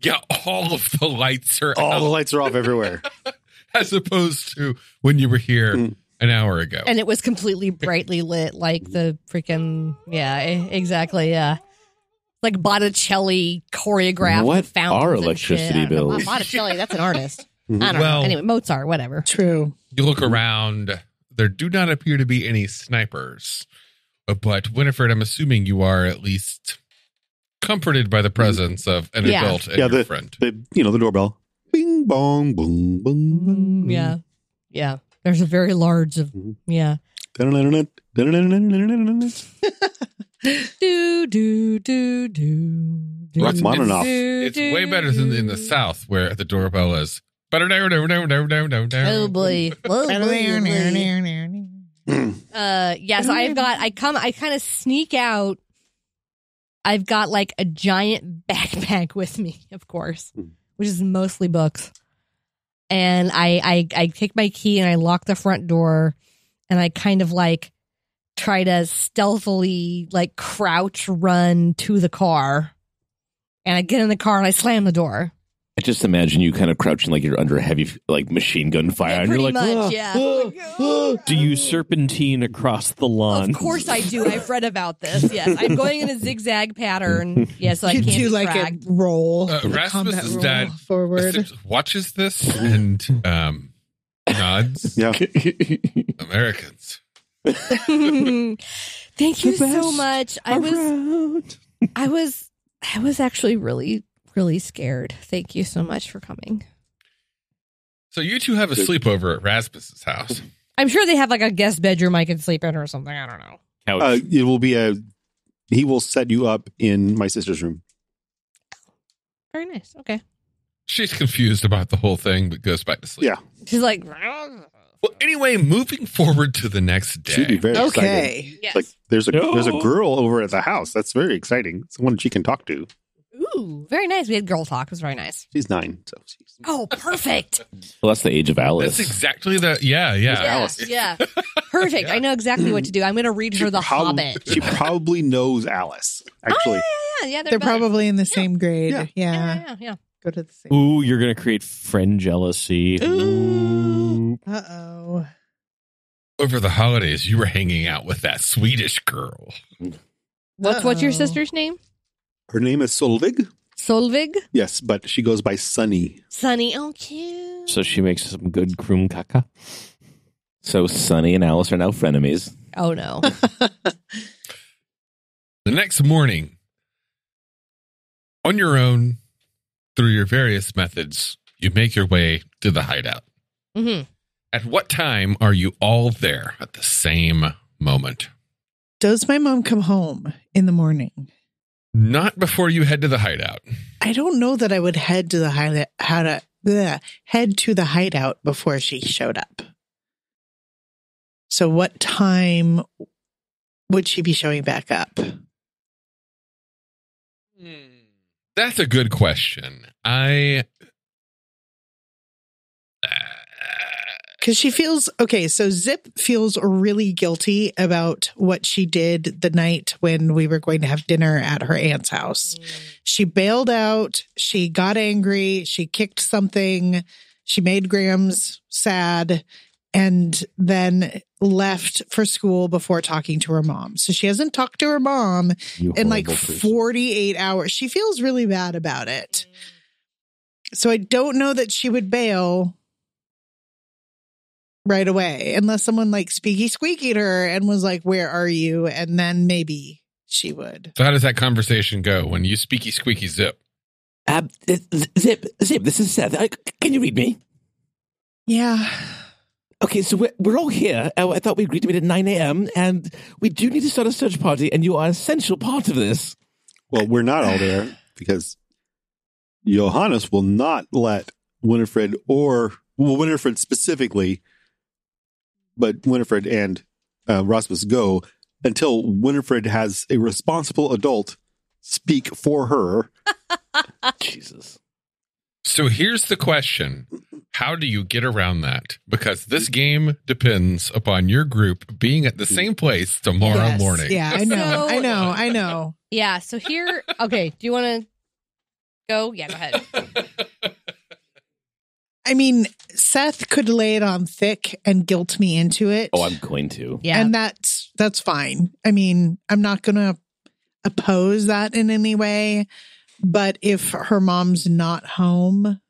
B: Yeah, all of the lights are
D: all the
B: out,
D: lights are off everywhere
B: as opposed to when you were here
D: Mm.
B: an hour ago.
I: And it was completely brightly lit, like the freaking, yeah, e- exactly, yeah. Like Botticelli choreographed
E: What
I: fountains
E: are
I: and
E: electricity
I: shit. I don't know.
E: bills? Mm-hmm.
I: Botticelli, that's an artist.
D: Mhm.
I: I don't
B: Well-
I: know. Anyway, Mozart, whatever.
F: True.
B: you look around; there do not appear to be any snipers. Uh, But Winifred, I'm assuming you are at least comforted by the presence of an
I: Yeah.
B: adult and
D: Yeah,
B: your friend.
D: the you know the doorbell. Bing bong boom boom. boom.
I: Yeah. Yeah. There's a very large of,
D: Mhm.
E: Mm-hmm.
I: yeah.
D: Da-da-da-da-da, da-da-da-da-da-da-da-da-da.
I: Do, do, do, do. do,
D: Rachmaninoff.
I: do,
B: It's
I: do,
B: way better than in the
I: do.
B: South, where the doorbell is.
I: Oh
B: Oh
I: boy. Oh, boy, oh, boy. uh yeah so i've got i come i kind of sneak out i've got like a giant backpack with me of course which is mostly books and i i i take my key and i lock the front door and i kind of like try to stealthily like crouch run to the car and i get in the car and i slam the door
E: I just imagine you kind of crouching like you're under a heavy like machine gun fire, and you're
L: Pretty
E: like,
L: much,
E: "Ah,
L: yeah.
E: ah, ah."
H: Do you serpentine across the lawn?
L: Of course I do. I've read about this. Yes, I'm going in a zigzag pattern. Yes, I
F: you
L: can't
F: do
L: be
F: like
L: tracked.
F: a roll.
B: Uh,
F: a
B: Rasmus
F: combat
B: is
F: roll
B: dead.
F: Forward.
B: Sips- watches this and um, nods.
D: Yeah.
B: Americans.
L: Thank you so
H: best
L: much. I was,
H: Around.
L: I was, I was actually really, really scared. Thank you so much for coming.
B: So you two have a sleepover at Rasmus's house.
G: I'm sure they have like a guest bedroom I can sleep in or something. I don't know.
H: Couch.
D: Uh, it will be a. He will set you up in my sister's room.
G: Very nice. Okay.
B: She's confused about the whole thing, but goes back to sleep.
D: Yeah.
G: She's like,
B: Well, anyway, moving forward to the next day.
D: She'd be very excited.
F: Okay.
M: Yes.
D: Like there's a
H: No.
D: there's a girl over at the house. That's very exciting. Someone she can talk to.
G: ooh, very nice. We had girl talk. It was very nice.
D: She's nine, so she's
G: Oh, perfect.
E: well, that's the age of Alice.
B: That's exactly the yeah yeah.
G: yeah. Perfect. I know exactly what to do. I'm going to read her The
D: prob-
G: Hobbit. Ah.
D: She probably knows Alice. Actually,
G: Yeah, yeah.
F: They're
G: better.
F: probably uh, in the same grade.
D: Yeah.
F: Yeah.
G: Yeah, yeah, yeah.
F: Go to the same.
H: Ooh, you're gonna create friend jealousy. Ooh.
F: Uh oh.
B: Over the holidays, you were hanging out with that Swedish girl.
G: What's what's your
F: Uh-oh.
G: sister's name?
D: her name is Solvig.
G: Solvig?
D: Yes, but she goes by Sunny.
G: Sunny. Oh, cute.
H: So she makes some good krum kaka.
E: so Sonny and Alice are now frenemies.
G: Oh, no.
B: The next morning, on your own, through your various methods, you make your way to the hideout.
G: hmm
B: At what time are you all there at the same moment?
F: Does my mom come home in the morning?
B: Not before you head to the hideout.
F: I don't know that I would head to the hideout. How to bleh, head to the hideout before she showed up. So, what time would she be showing back up?
B: That's a good question. I
F: Because she feels okay. So Zip feels really guilty about what she did the night when we were going to have dinner at her aunt's house.
E: Mm.
F: She bailed out. She got angry. She kicked something. She made Grams sad and then left for school before talking to her mom. So she hasn't talked to her mom
E: You
F: in like
E: horrible person.
F: 48 hours. She feels really bad about it.
E: Mm.
F: So I don't know that she would bail right away unless someone like squeaky squeakied her and was like, Where are you? And then maybe she would.
B: so how does that conversation go when you speaky squeaky zip?
E: Ab- z- zip, zip. This is Seth. I, can you read me?
F: Yeah.
E: Okay, so we're, we're all here. Oh, I thought we agreed to meet at 9 a.m. and we do need to start a search party, and you are an essential part of this.
D: Well, we're not all there because Johannes will not let Winifred or well, Winifred specifically, but Winifred and uh, Rasmus go until Winifred has a responsible adult speak for her.
E: Jesus.
B: So here's the question. How do you get around that? Because this game depends upon your group being at the same place tomorrow
F: Yes.
B: morning.
F: Yeah, I know.
G: So-
F: I know. I know.
G: Yeah. So here, okay. Do you want to go? Yeah, go ahead.
F: I mean, Seth could lay it on thick and guilt me into it.
E: Oh, I'm going to.
G: Yeah.
F: And that's that's fine. I mean, I'm not going to oppose that in any way, but if her mom's not home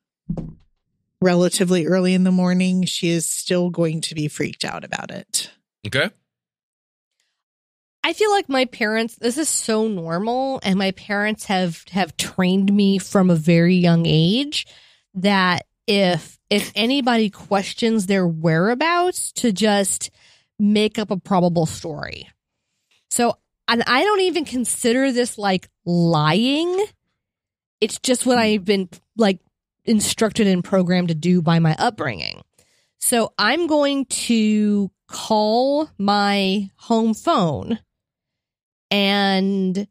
F: relatively early in the morning, she is still going to be freaked out about it.
B: Okay.
G: I feel like my parents this is so normal and my parents have have trained me from a very young age that if if anybody questions their whereabouts to just make up a probable story. So and I don't even consider this like lying. It's just what I've been like instructed and programmed to do by my upbringing. So I'm going to call my home phone and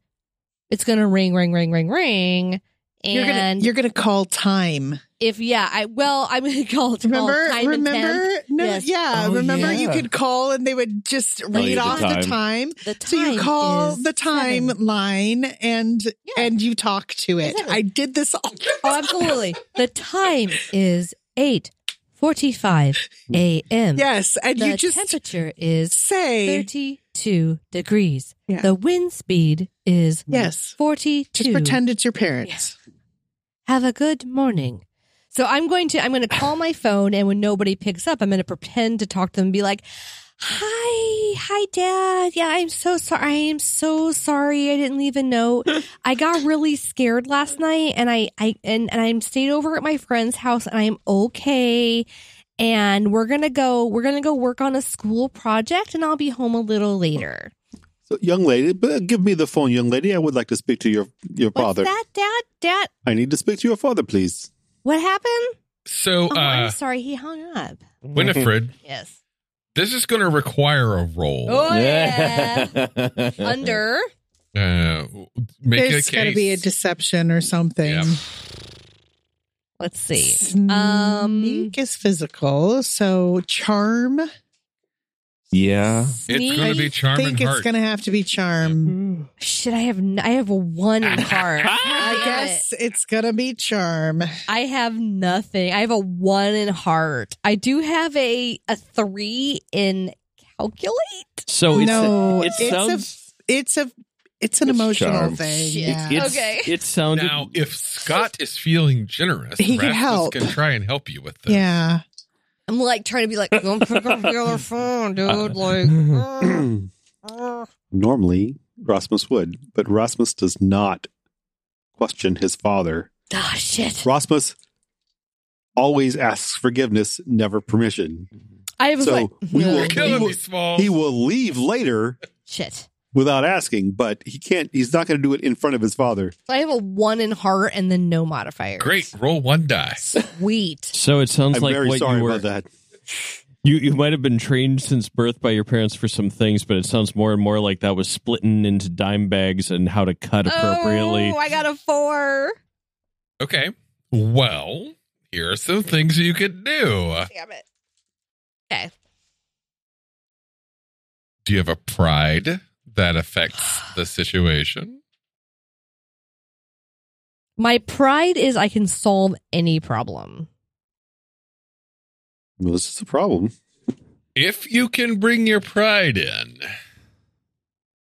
G: it's gonna ring, ring, ring, ring, ring. And
F: you're going to you're going to call time.
G: if yeah, I well, I'm gonna call it
F: Remember,
G: called time and temp,
F: remember, no,
G: Yes.
F: yeah,
A: Oh,
F: remember. You
A: yeah.
F: could call, and they would just
E: you
F: read
E: the
F: off the
E: time.
F: time.
G: the time
F: So you call
G: is
F: the time
G: seven.
F: line, and
G: Yeah.
F: and you talk to it.
G: Exactly.
F: I did this all.
G: Oh, absolutely. the time is eight forty-five a.m.
F: Yes, and
G: the
F: you just
G: temperature is
F: say
G: thirty-two degrees.
F: Yeah.
G: The wind speed is
F: yes.
G: forty-two.
F: Just pretend it's your parents.
G: Have a good morning. So I'm going to I'm going to call my phone, and when nobody picks up, I'm going to pretend to talk to them and be like, "Hi, hi, Dad. Yeah, I'm so sorry. I am so sorry. I didn't leave a note. I got really scared last night, and I I and and I'm stayed over at my friend's house, and I'm okay." And we're gonna go. We're gonna go work on a school project, and I'll be home a little later.
D: So, young lady, but give me the phone, young lady. I would like to speak to your your
G: What's
D: father.
G: that, Dad? Dad,
D: I need to speak to your father, please.
G: what happened?
B: So,
G: Oh, I'm
B: uh,
G: sorry. He hung up.
B: Winifred,
G: Yes.
B: this is going to require a roll.
G: Oh yeah. Under.
B: Uh, make it
F: There's
B: a
F: got to
B: case.
F: be a deception or something.
B: Yeah.
G: Let's see. Um
F: Sneak is physical, so charm.
E: yeah.
B: It's
G: sneak-
B: gonna
F: I
B: be charm
F: think
B: and
F: it's
B: heart.
F: gonna have to be
G: Mm-hmm.
F: charm.
G: Shit, I have n- I have a one in heart.
F: I guess it's gonna be charm.
G: I have nothing. I have a one in heart. I do have a a three in calculate.
F: Oh,
H: So it's
F: no,
H: it sounds-
F: a, it's a, it's an
E: It's
F: emotional
E: charm.
F: thing.
G: Shit.
F: Yeah.
H: it's,
G: Okay.
H: It sounded
B: Now, if Scott is feeling generous,
F: He can
B: Rasmus
F: help.
B: can try and help you with this.
F: yeah.
G: I'm like trying to be like, don't pick up the other phone, dude. Like Uh,
D: Normally, Rasmus would, but Rasmus does not question his father.
G: Ah shit.
D: Rasmus always asks forgiveness, never permission.
G: I was
D: So
G: like
D: we will,
B: You're killing
D: he will-
B: me, Smalls.
D: he will leave later
G: shit.
D: without asking, but he can't. He's not going to do it in front of his father.
G: I have a one in heart and then no modifiers.
B: Great. Roll one die.
G: Sweet.
H: so it sounds
D: I'm
H: like
D: very
H: what
D: sorry
H: you were
D: about that.
H: you you might have been trained since birth by your parents for some things, but it sounds more and more like that was splitting into dime bags and how to cut appropriately.
G: Oh, I got a four.
B: Okay. Well, here are some things you could do.
G: Damn it.
B: Do you have a pride that affects the situation?
G: My pride is I can solve any problem.
D: Well, this is a problem.
B: If you can bring your pride in,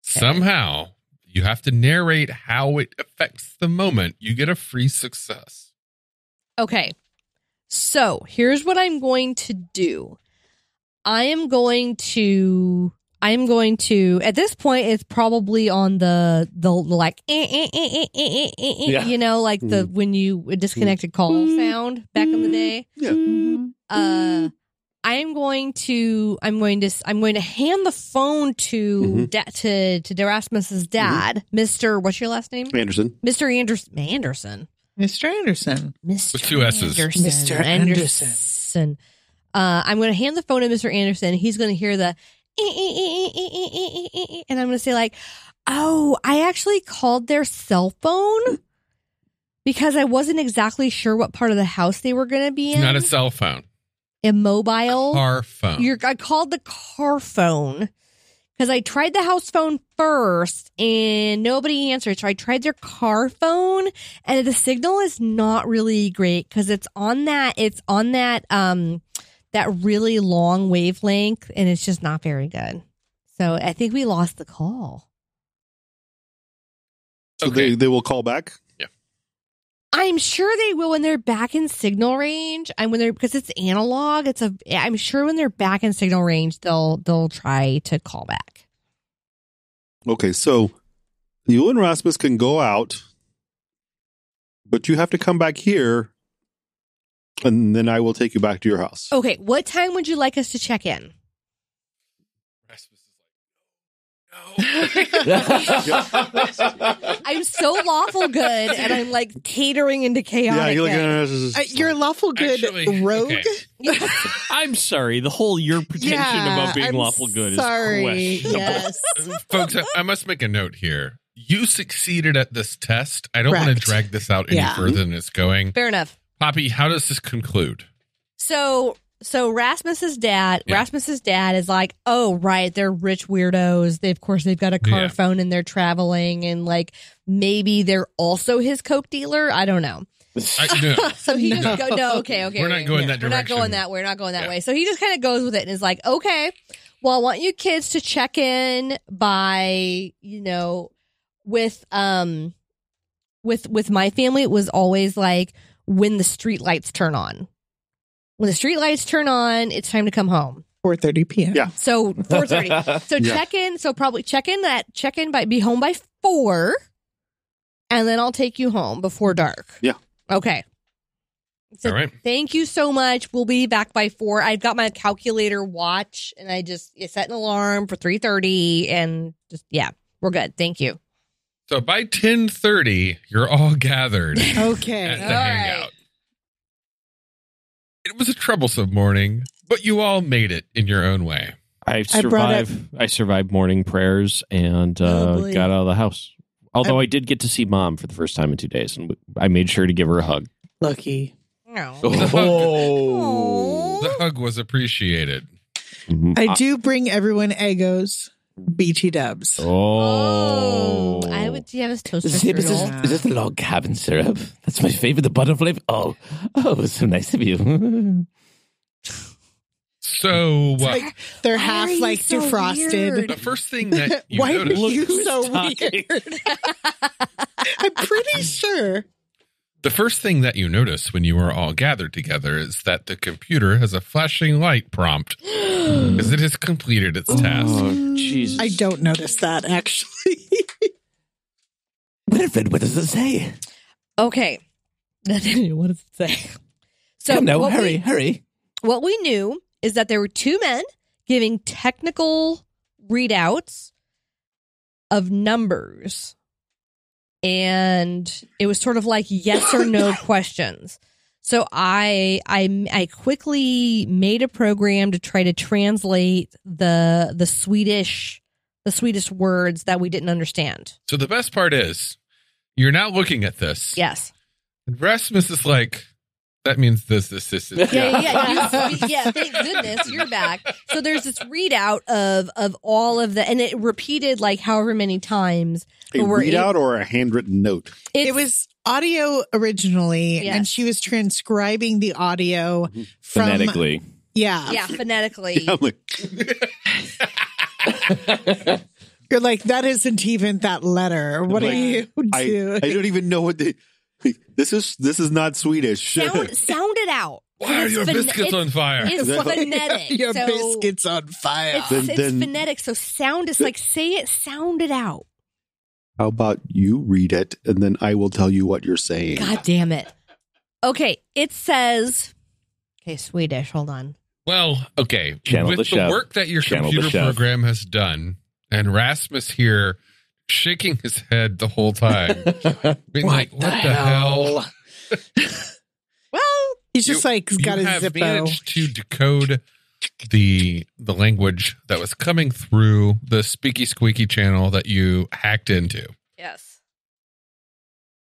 B: somehow you have to narrate how it affects the moment. You get a free success.
G: Okay. So here's what I'm going to do. I am going to I am going to at this point it's probably on the the like eh, eh, eh, eh, eh, eh, eh, eh,
E: Yeah.
G: you know like the when you disconnected call sound back in the day.
D: Yeah.
G: Uh I am going to I'm going to I'm going to hand the phone to
D: Mhm.
G: da- to to Erasmus's dad, Mr. What's your last name?
D: Anderson.
G: Mr. Anderson Anderson.
F: Mr. Anderson.
G: Mr.
B: With two S's.
G: Anderson.
F: Mr. Anderson.
G: Uh, I'm going to hand the phone to Mr. Anderson. He's going to hear the, "Eh, eh, eh, eh, eh, eh, eh, eh, eh," and I'm going to say like, "Oh, I actually called their cell phone because I wasn't exactly sure what part of the house they were going to be
B: It's
G: in.
B: not a cell phone,
G: immobile.
B: car phone.
G: You're, I called the car phone because I tried the house phone first and nobody answered. So I tried their car phone and the signal is not really great because it's on that it's on that um that really long wavelength and it's just not very good. So I think we lost the call.
D: So
B: Okay.
D: they, they will call back.
G: I'm sure they will when they're back in signal range. And when they're because it's analog, it's a. I'm sure when they're back in signal range, they'll they'll try to call back.
D: Okay, so you and Rasmus can go out, but you have to come back here, and then I will take you back to your house.
F: Oh,
G: Okay, what time would you like us to check in?
B: Rasmus is like, no.
G: I'm so lawful good, and I'm like catering into
D: yeah,
G: chaotic.
D: you're
G: good.
D: looking
F: Uh,
D: at
F: you're lawful good
B: Actually,
F: rogue.
B: okay.
H: I'm sorry, the whole your pretension
F: Yeah,
H: about being
F: I'm
H: lawful good
F: sorry.
H: is questionable.
F: Yes.
B: Folks, I, I must make a note here. You succeeded at this test. I don't want to
F: Correct.
B: drag this out any
F: Yeah.
B: further than it's going.
G: Fair enough.
B: Poppy, how does this conclude?
G: So so Rasmus's dad,
B: Yeah.
G: Rasmus's dad is like, oh right, they're rich weirdos. They of course they've got a car
B: Yeah.
G: phone and they're traveling and like maybe they're also his coke dealer. I don't know.
B: I, no,
G: so he
F: No.
G: just go no okay okay
B: We're not
G: okay,
B: going
G: yeah.
B: that
G: we're not going
B: direction.
G: that way we're not going that
B: Yeah.
G: way so he just kind of goes with it and is like okay well I want you kids to check in by you know with um with with my family it was always like when the street lights turn on when the street lights turn on it's time to come home
F: 4:30 p.m.
D: Yeah.
G: so 4:30 so
D: Yeah.
G: check in. So probably check in that check in by be home by four, and then I'll take you home before dark.
D: Yeah.
G: Okay. So
B: all right.
G: thank you so much. We'll be back by four. I've got my calculator watch, and I just I set an alarm for three thirty, and just yeah, we're good. Thank you.
B: So by ten thirty, you're all gathered at the
F: Okay.
G: All right.
B: hangout. It was a troublesome morning, but you all made it in your own way.
H: I
F: I brought up- Oh,
H: survived. I survived morning prayers and uh,
F: Lovely.
H: got out of the house. Although I, did get to see mom for the first time in two days, and I made sure to give her a hug.
F: Lucky.
G: No.
B: The
E: Oh.
B: hug,
D: Oh.
B: the
G: Aw.
B: hug was appreciated.
H: Mm-hmm.
F: I do bring everyone Egos, BT Dubs.
H: Oh,
G: I would. Do you have a toaster
E: Zip, is, this,
G: strudel?
F: Strudel.
E: is this the log cabin syrup? That's my favorite, the butterfly. Oh, oh, so nice of you.
B: So
F: It's
B: uh,
F: like they're
G: Why are
F: half
G: you
F: like
G: so
F: defrosted.
B: the
G: weird?
B: first thing that you
F: Why
B: noticed,
F: are you
E: who's
F: so
E: talking.
F: weird? I'm pretty sure.
B: the first thing that you notice when you are all gathered together is that the computer has a flashing light prompt because it has completed its task.
H: Oh, Jesus!
F: I don't notice that actually.
E: Winifred, what does it say?
G: Okay. what does it say? So
E: Come now,
G: what we-
E: hurry, hurry.
G: what we knew is that there were two men giving technical readouts of numbers and it was sort of like yes or no questions so I, I i quickly made a program to try to translate the the swedish the swedish words that we didn't understand
B: So the best part is you're now looking at this.
G: yes
B: And Rasmus is like, that means this, this, this, this.
G: yeah, yeah, yeah. yeah. Thank goodness you're back. So there's this readout of of all of the, and it repeated like however many times.
D: A
G: Or it-
D: readout or a handwritten note?
G: It's-
F: it was audio originally,
G: Yes.
F: and she was transcribing the audio from
E: Mm-hmm. Phonetically.
F: Yeah,
G: yeah, phonetically.
D: I'm like,
F: you're like that isn't even that letter. What
D: Like,
F: are you
D: I,
F: doing?
D: I don't even know what the. This is this is not Swedish.
G: Sound sound it out.
B: Why are
G: It's
B: your
G: phone-
B: biscuits
G: it's-
B: on fire?
G: It's phonetic.
F: Your
G: so
F: biscuits on fire.
G: It's,
D: Then-
G: it's
D: then-
G: phonetic. So sound is like say it, sound it out.
D: How about you read it and then I will tell you what you're saying.
G: God damn it. Okay, it says. Okay, Swedish. Hold on.
B: Well, okay.
E: Channel
B: With
E: the
B: the,
E: chef.
B: work that your
E: Channel the
B: computer
E: chef.
B: program has done, and Rasmus here shaking his head the whole time, being like, "What the hell?"
F: well, he's
B: You-
F: just like
B: You
F: got a
B: have
F: Zippo.
B: managed to decode the the language that was coming through the squeaky squeaky channel that you hacked into.
N: Yes.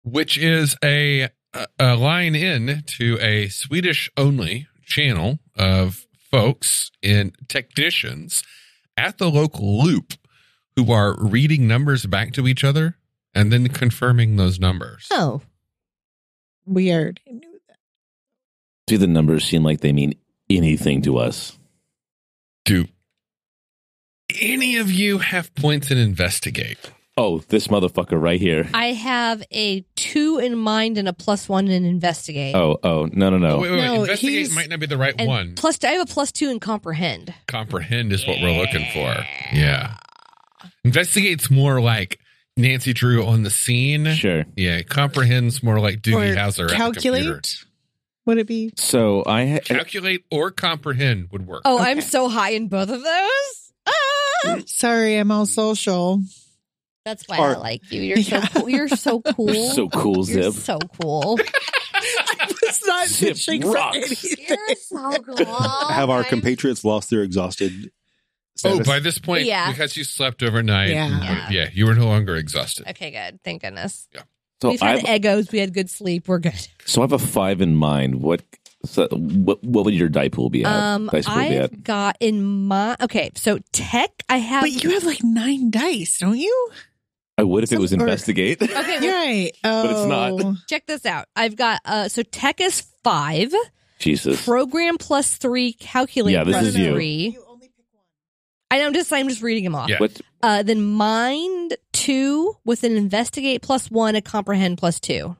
B: which is a, a- a line in to a Swedish only channel of folks and technicians at the local loop who are reading numbers back to each other and then confirming those numbers.
G: Oh,
F: Weird.
E: Do the numbers seem like they mean anything to us?
B: Do any of you have points in investigate?
E: Oh, this motherfucker right here.
G: I have a two in mind and a plus one in investigate.
E: Oh, oh, no, no,
B: Oh,
E: no.
B: wait, wait, wait.
F: No,
B: investigate
F: he's-
B: might not be the right
G: and
B: one.
G: plus I have a plus two in comprehend.
B: comprehend is what we're looking for. Yeah. Investigates more like Nancy Drew on the scene.
E: Sure.
B: Yeah, comprehends more like Doogie Howser. at the computer.
F: calculate? Would it be?
E: So I,
B: calculate, or comprehend would work.
G: Oh, I'm
F: Okay.
G: so high in both of those. Ah!
F: Sorry, I'm all social.
G: That's why I
D: Or-
G: like you. You're so
F: Yeah.
G: cool. You're so cool.
E: you're so cool,
G: You're
E: Zip.
G: so cool.
F: It's not
E: Zip
F: fishing for
E: rocks.
F: anything.
G: You're so cool.
D: Have our compatriots lost their exhausted?
B: Oh,
D: status?
B: by this point,
G: Yeah.
B: because you slept overnight.
F: Yeah.
B: and- yeah, you were no longer exhausted.
G: Okay, good. Thank goodness.
E: So
G: We've
E: I
G: had
E: have,
G: egos. We had good sleep. We're good.
E: so I have a five in mind. What so what, what would your die pool be at?
G: Um,
E: Dice pool be at?
G: I've got in my okay. So tech, I have.
F: But you have like nine dice, don't you?
E: I would if it was
F: or-
E: investigate.
G: okay. well,
F: Right. Oh.
E: it's not.
G: check this out. I've got uh. So tech is five.
E: Jesus.
G: Program plus three. Calculate
E: Yeah, this
G: plus
E: is you.
G: three. And I'm just I'm just reading them off.
B: Yeah.
E: What
G: Uh, then mind two with an investigate plus one, a comprehend plus two.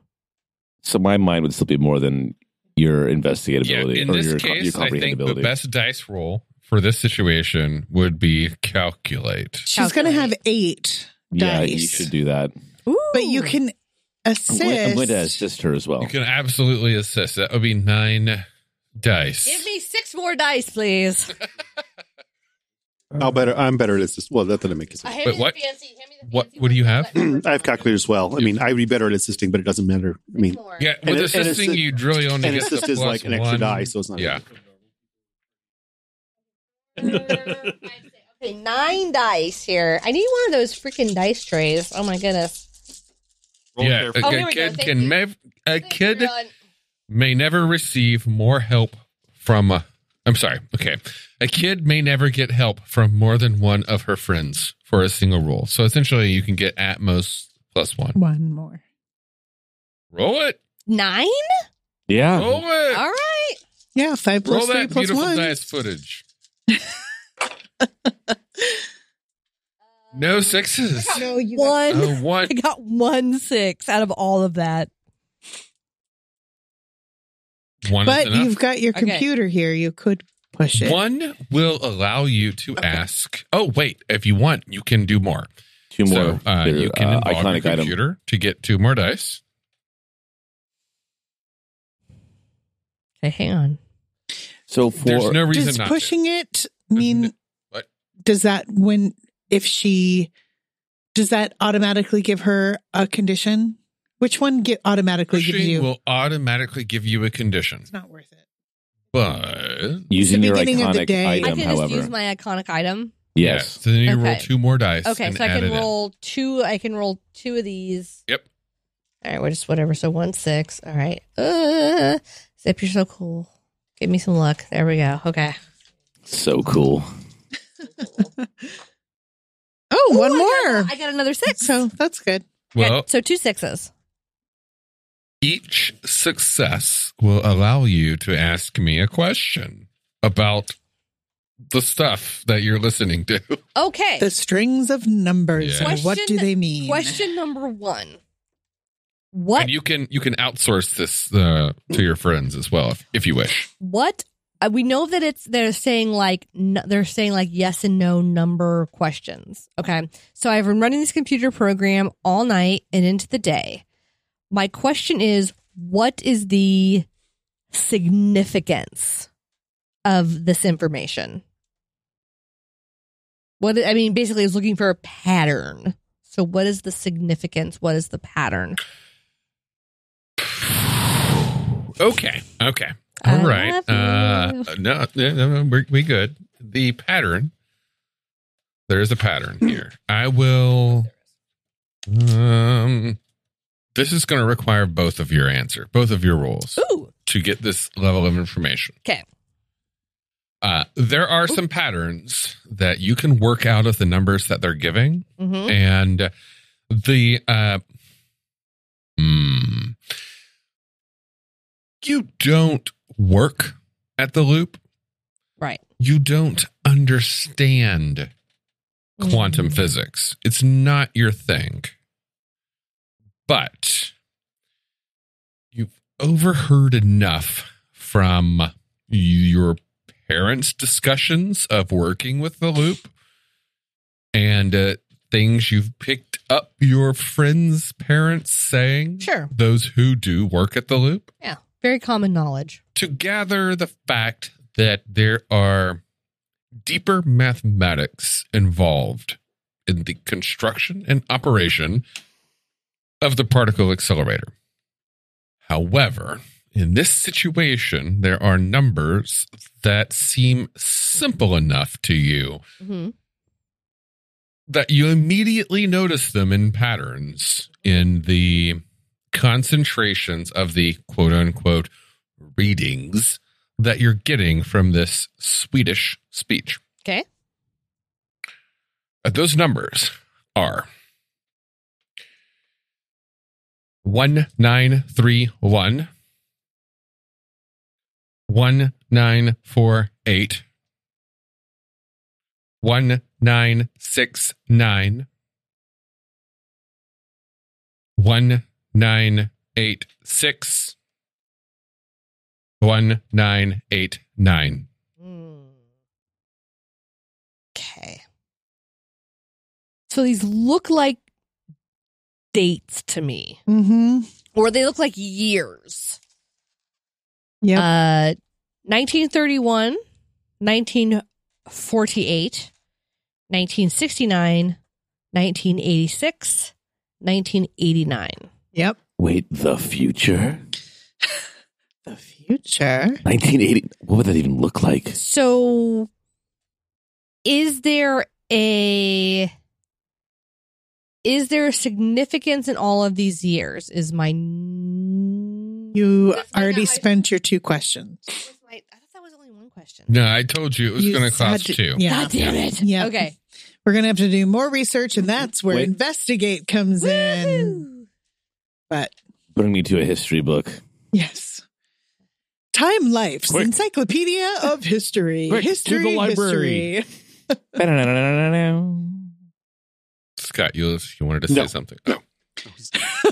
E: so my mind would still be more than your investigative
B: Yeah,
E: ability
B: in
E: or
B: this
E: your, co- your
B: case, I think the
E: comprehensibility.
B: best dice roll for this situation would be calculate.
F: She's going to have eight
E: yeah,
F: dice.
E: you should do that.
G: Ooh.
F: But you can
E: I'm
F: assist.
E: going, I'm going to assist her as
D: Oh.
E: well.
B: You can absolutely assist. That would be nine dice.
G: give me six more dice, please.
D: I'll better. I'm better at assist. Well, that doesn't make sense.
B: Wait, what? What- what do you have?
D: I have calculator as well. I mean, I would be better at assisting, but it doesn't matter. I mean,
B: Yeah,
D: And
B: with
D: it- and
B: assisting,
D: assist-
B: you really only
D: and
B: get the
D: assist is
B: plus
D: like an extra
B: one.
D: die, so it's not.
B: Yeah,
F: Uh,
G: Okay, nine dice here. I need one of those freaking dice trays. Oh my goodness.
B: yeah. A,
G: Oh,
B: a
G: here we go.
B: kid
G: Thank
B: can
G: you.
B: may, a kid may never receive more help from. A, I'm sorry. Okay, a kid may never get help from more than one of her friends for a single roll. So essentially, you can get at most plus one.
F: One more.
B: Roll it.
G: Nine?
E: Yeah.
B: Roll it.
G: All right.
F: Yeah, five plus
B: Roll
F: three
B: that
F: plus
B: beautiful
F: one.
B: dice footage. no sixes.
F: No, you got-
G: One.
B: Oh, one.
G: I got one six out of all of that.
B: One is
F: but
B: enough.
F: you've got your
G: Okay.
F: computer here. You could push it.
B: One will allow you to ask. Oh, wait! If you want, you can do more.
E: Two more.
B: so uh,
E: They're,
B: you can
E: uh,
B: involve your
E: iconic item.
B: computer to get two more dice.
G: Okay, hang on.
E: So for
B: There's no reason
F: Does
B: not Mm-hmm.
F: pushing it mean?
B: What?
F: Does that when if she does that automatically give her a condition? Which one get
B: to.
F: automatically gives
B: Pushing
F: you?
B: will automatically give you a condition,
F: it's not worth it.
B: but
E: using
F: the
E: your
F: beginning of the
E: iconic
F: day. I
G: I
E: item,
G: can just
E: however.
G: use my iconic item.
B: Yeah,
E: yes.
B: so then you roll
G: Okay.
B: two more dice.
G: Okay,
B: and
G: so I
B: add it
G: can
B: in.
G: roll two. I can roll two of these.
B: Yep.
G: All right, we're just whatever. So one six. All right. Uh, Zip, you're so cool. Give me some luck. There we go. Okay.
E: So cool.
F: Oh,
G: Ooh,
F: one
G: I got-
F: more.
G: I got another six.
F: so that's good.
G: Okay,
B: Well,
G: so two sixes.
B: each success will allow you to ask me a question about the stuff that you're listening to.
G: Okay.
F: The strings of numbers.
B: Yeah.
F: and What do
G: Question-
F: they mean?
G: Question number one. What
B: And you can you can outsource this uh, to your friends as well if, if you wish.
G: what uh, we know that it's they're saying like n- they're saying like yes and no number questions okay so i've been running this computer program all night and into the day my question is what is the significance of this information what i mean basically is looking for a pattern so what is the significance what is the pattern
B: Okay. Okay.
G: I
B: All right.
G: love you.
B: Uh, no, no, no, no, we're, we good. The pattern. There is a pattern here. I will. Um, this is going to require both of your answer, both of your roles
G: ooh
B: to get this level of information.
G: 'Kay.
B: Uh, there are some patterns that you can work out of the numbers that they're giving
G: mhm.
B: and the uh mm, you don't work at the loop
G: right
B: you don't understand quantum
G: Mm.
B: physics it's not your thing but you've overheard enough from your parents discussions of working with the loop and uh, things you've picked up your friends parents saying
G: Sure.
B: those who do work at the loop
G: yeah very common knowledge
B: to gather the fact that there are deeper mathematics involved in the construction and operation of the particle accelerator. However, in this situation, there are numbers that seem simple enough to you
G: hmm
B: that you immediately notice them in patterns in the concentrations of the quote unquote readings that you're getting from this Swedish speech.
I: Okay.
B: Uh, Those numbers are 1931, 1948, 1969, 1986, 1989.
I: Okay. So these look like dates to me,
F: Mm-hmm.
I: or they look like years.
F: Yep.
I: Uh, 1931, 1948, 1969, 1986, 1989.
F: yep.
E: Wait, the future?
F: The future.
E: 1980. What would that even look like?
I: So, is there a is there significance in all of these years? Is my you?
F: You
I: Let's find
F: already
I: out how-
F: spent your two questions.
I: I thought that was only one question.
B: No, I told you it was
F: You
B: going to
F: had
B: cost
F: to-
B: two.
F: Yeah.
I: God damn it!
F: Yeah.
I: Okay.
F: We're going to have to do more research, and that's where
E: Wait.
F: investigate comes in.
I: Woo!
F: But
E: Bring me to a history book.
F: yes. Time Life's
E: Quick.
F: Encyclopedia of History.
H: Quick, to the
F: history,
H: library.
F: history.
B: Scott, you, you wanted to say
D: No.
B: something. Oh.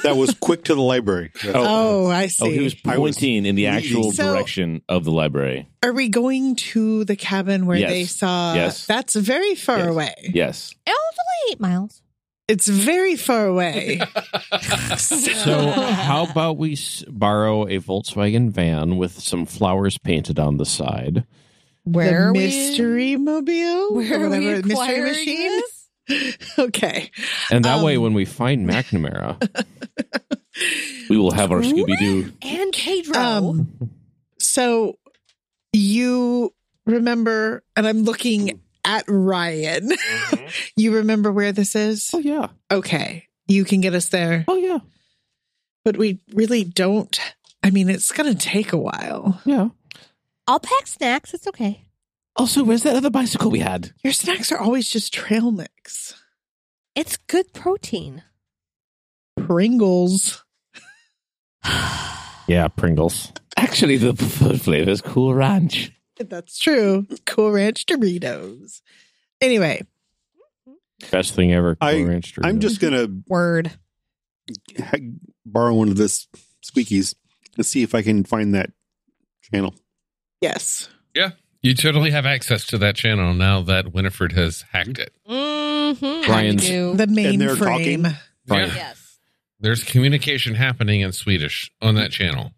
D: That was quick to the library.
F: Oh, I see.
E: Oh, he was
D: I was
E: pointing in the actual
D: reading.
F: So-
E: direction of the library.
F: Are we going to the cabin where
E: Yes.
F: they saw?
E: Yes.
F: That's very far
E: Yes.
F: away.
E: Yes.
I: Oh, it's only eight miles.
F: It's very far away.
H: So, how about we s- borrow a Volkswagen van with some flowers painted on the side?
I: Where
F: the
I: are we-
F: mystery mobile?
I: Where
F: or
I: are we
F: whatever, mystery
I: acquiring
F: machine?
I: this?
F: okay.
H: And that way,
F: Um,
H: when we find McNamara,
E: We will have our Scooby Doo.
I: And Pedro.
F: Um, so you remember, and I'm looking at Ryan. you remember where this is?
H: oh, yeah.
F: Okay. You can get us there,
H: Oh, yeah.
F: but we really don't. I mean, it's going to take a while.
H: Yeah.
I: I'll pack snacks. It's okay.
E: Also, where's that other bicycle we had?
F: Your snacks are always just trail mix.
I: It's good protein.
F: Pringles.
H: Yeah, Pringles.
E: Actually, the third flavor is Cool Ranch.
F: That's true. Cool Ranch Doritos. Anyway,
H: Best thing ever.
D: I-
H: Cool Ranch
D: I'm
H: Doritos.
D: just going
I: Word.
D: to borrow one of this squeakies and see if I can find that channel.
F: yes.
B: You totally have access to that channel now that Winifred has hacked it.
I: Mm-hmm.
H: Brian's-
F: The
D: they're talking?
F: mainframe.
B: Right.
H: Right.
I: Yes.
B: There's communication happening in Swedish on that channel,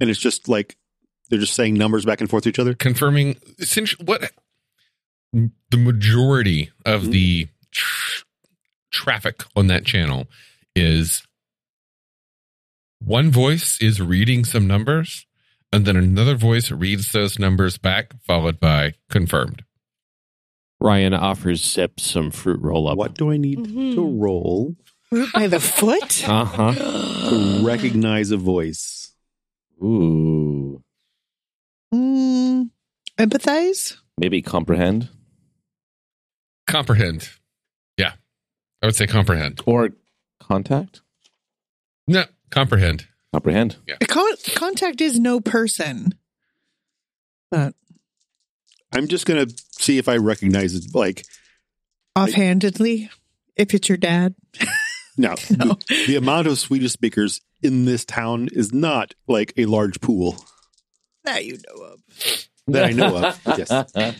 D: And it's just like they're just saying numbers back and forth to each other.
B: confirming essentially what the majority of the tr- traffic on that channel is. One voice is reading some numbers, and then another voice reads those numbers back, followed by confirmed.
H: Ryan offers Zip some fruit roll up.
D: What do I need to
F: Mm-hmm.
I: Mhm.
D: roll
F: Root by the foot?
H: Uh huh.
D: to recognize a voice?
E: Ooh.
F: Mm, empathize?
E: Maybe comprehend
B: Comprehend. Yeah. I would say comprehend.
E: or contact?
B: No, comprehend.
E: Comprehend.
F: Con- contact is no person. But
D: I'm just going to see if I recognize it. Like,
F: offhandedly, if it's your dad.
D: no, The, the amount of Swedish speakers in this town is not like a large pool
F: That you know of.
D: that I know of. Yes.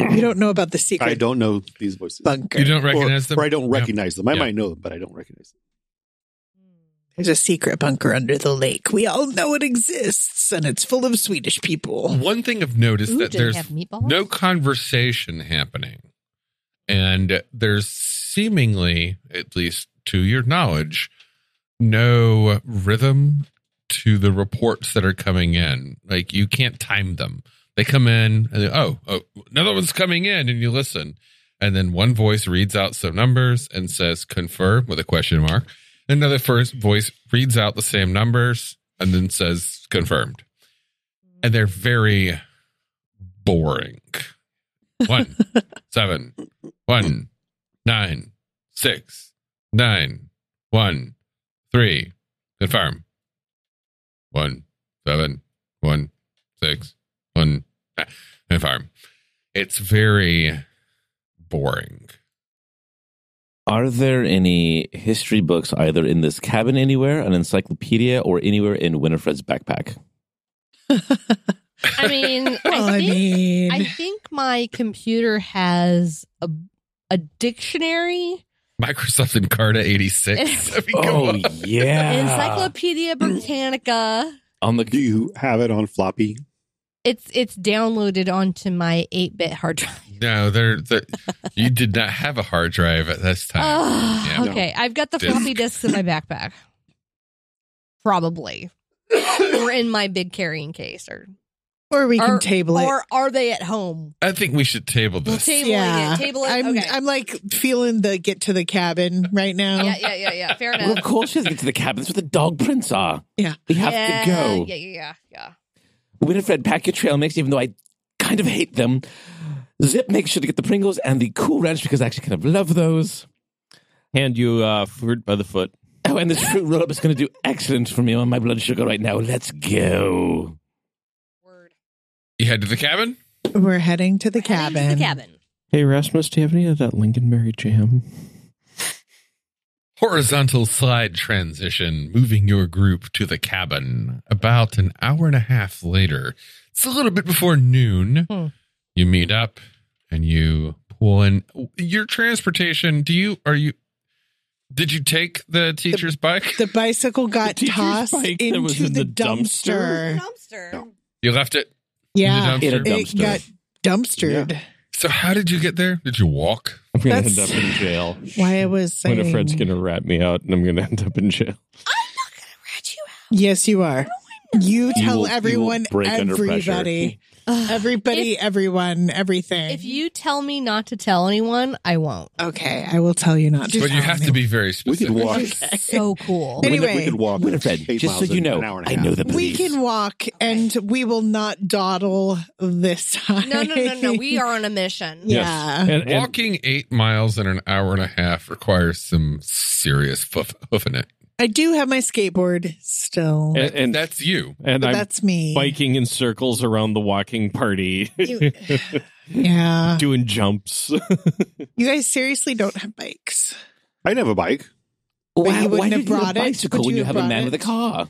F: You don't know about the secret
D: I don't know these voices.
F: bunker.
B: You don't recognize
D: or,
B: them?
D: or I don't
B: Yeah.
D: recognize them. I
B: Yeah.
D: might know them, but I don't recognize them.
F: There's a secret bunker under the lake. We all know it exists, and it's full of Swedish people.
B: One thing I've noticed
I: Ooh,
B: that
I: do they
B: there's
I: have meatballs?
B: no conversation happening. And there's seemingly, at least to your knowledge, no rhythm to the reports that are coming in. Like you can't time them. They come in and they, oh, oh, another one's coming in, and you listen. And then one voice reads out some numbers and says confirm with a question mark. Another first voice reads out the same numbers and then says confirmed. And they're very boring. One, seven, one, nine, six, nine, one, three, confirm. One, seven, one, six, one, ah, confirm. It's very boring.
E: Are there any history books either in this cabin anywhere, an encyclopedia, or anywhere in Winifred's backpack?
G: I mean,
F: Well,
G: I
F: I
G: think
F: mean,
G: I think my computer has a a dictionary,
B: Microsoft Encarta 86. I mean, come on.
E: yeah.
G: Encyclopedia Britannica.
E: On the
D: Do you have it on floppy?
G: It's it's downloaded onto my eight bit hard drive.
B: No, they're, they you did not have a hard drive at this time.
G: Ugh,
B: Uh, yeah.
G: okay, I've got the
B: Disc.
G: floppy disks in my backpack, probably, or in my big carrying case, or
F: or we can
G: or-
F: table it.
G: or are they at home?
B: I think we should table
G: We'll
B: this.
G: table
F: Yeah.
G: it. Table it.
F: I'm
G: okay.
F: I'm like feeling the get to the cabin right now.
G: yeah, yeah, yeah, yeah. Fair
E: well,
G: enough.
E: of course she has to get to the cabin. That's where the dog prints are.
F: Yeah.
E: We have
G: yeah,
E: to go.
G: Yeah, yeah, yeah, yeah.
E: Winifred, pack your trail mix, even though I kind of hate them. Zip makes sure to get the Pringles and the Cool Ranch because I actually kind of love those.
H: Hand you uh, fruit by the foot.
E: Oh, and this fruit roll up is going to do excellent for me on my blood sugar right now. Let's go.
O: Word.
B: You head to the cabin?
F: We're heading to the
G: Heading to
F: cabin.
G: The cabin.
H: Hey, Rasmus, do you have any of that Lincolnberry jam?
B: Horizontal slide transition, moving your group to the cabin. About an hour and a half later, it's a little bit before noon.
G: Hmm.
B: You meet up and you pull in your transportation. Do you, are you, did you take the teacher's bike?
F: The bicycle got
H: The teacher's
F: tossed
H: bike that
F: into
H: was in the
F: the,
H: dumpster?
F: dumpster.
O: Dumpster.
B: You left it?
F: Yeah,
B: In the
E: In a
B: dumpster?
F: it
E: dumpster.
F: got dumpstered.
B: So, how did you get there? Did you walk?
H: I'm going to
F: That's-
H: end up in jail.
F: Why I was saying,
H: Winifred's going to rat me out, and I'm going to end up in jail.
F: yes, you
G: Oh
F: are. You
E: You
F: tell
E: will- you will
F: everyone,
E: break under pressure.
F: everybody,
G: Ugh.
F: everybody, everyone, everything.
G: If you tell me not to tell anyone, I won't.
F: okay, I will tell you not to.
B: But you
F: tell
B: have to be very
D: We
B: specific.
D: could walk.
F: Okay.
G: So cool.
D: We could-
F: Anyway,
D: we could walk.
E: Winifred,
D: eight
E: just so
D: miles
E: you
D: in
E: know,
D: an hour and a
E: I
D: half.
E: know the
F: We
E: police.
F: can walk, and we will not dawdle this time.
G: No, no, no, no. We are on a mission.
F: Yeah.
H: And, and
B: Walking eight miles in an hour and a half requires some serious hoof- hoofing it.
F: I do have my skateboard still,
H: And-
B: And, that's you.
H: and
F: but
H: I'm
F: that's me.
H: biking in circles around the walking party,
F: You- yeah.
H: doing jumps.
F: You guys seriously don't have bikes.
D: I didn't have a bike.
E: Why,
F: But you wouldn't
E: why do
F: have
E: you need a
F: brought it?
E: bicycle
F: Would
E: when
F: you
E: you
F: have
E: have a
F: brought
E: man
F: it?
E: with a car?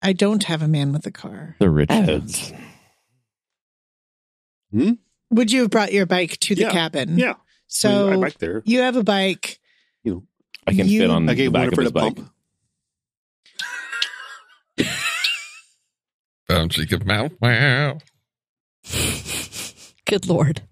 F: I don't have a man with a car.
H: the rich
E: heads.
F: Would you have brought your bike to the
D: Yeah.
F: cabin?
D: Yeah. I
F: So
D: biked there.
F: you have a bike.
E: I can
F: You-
E: fit on
D: I
E: Mm, the
D: gave
E: back of
D: Winifred
E: his
D: a
E: bike.
D: pump.
B: Found Jacob Mount. Wow.
G: Good lord.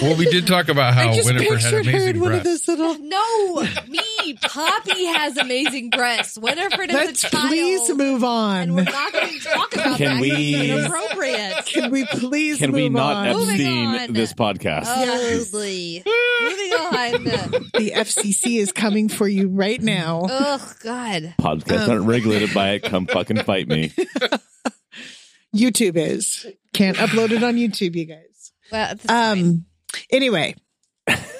B: Well, we did talk about how
F: I just
B: Oh, Winifred had
F: pictured her
B: amazing
F: in one of
B: breath.
F: those little.
G: No, me, Poppy has amazing breasts. Winifred is
F: Let's
G: a child.
F: please move
G: And we're
F: on.
G: not going to talk about
E: Can
G: that. 'cause
E: we-
G: It's inappropriate.
F: Can we please
E: Can
F: move
E: we not
F: on?
G: Moving
E: Epstein
G: on.
E: this podcast?
G: Oh, boy. Moving on.
F: the FCC is coming for you right now.
G: Oh, God.
E: Podcasts
F: Um.
E: aren't regulated by it. Come fucking fight me.
F: YouTube is. Can't upload it on YouTube, you guys.
G: Well, that's fine.
F: Um anyway.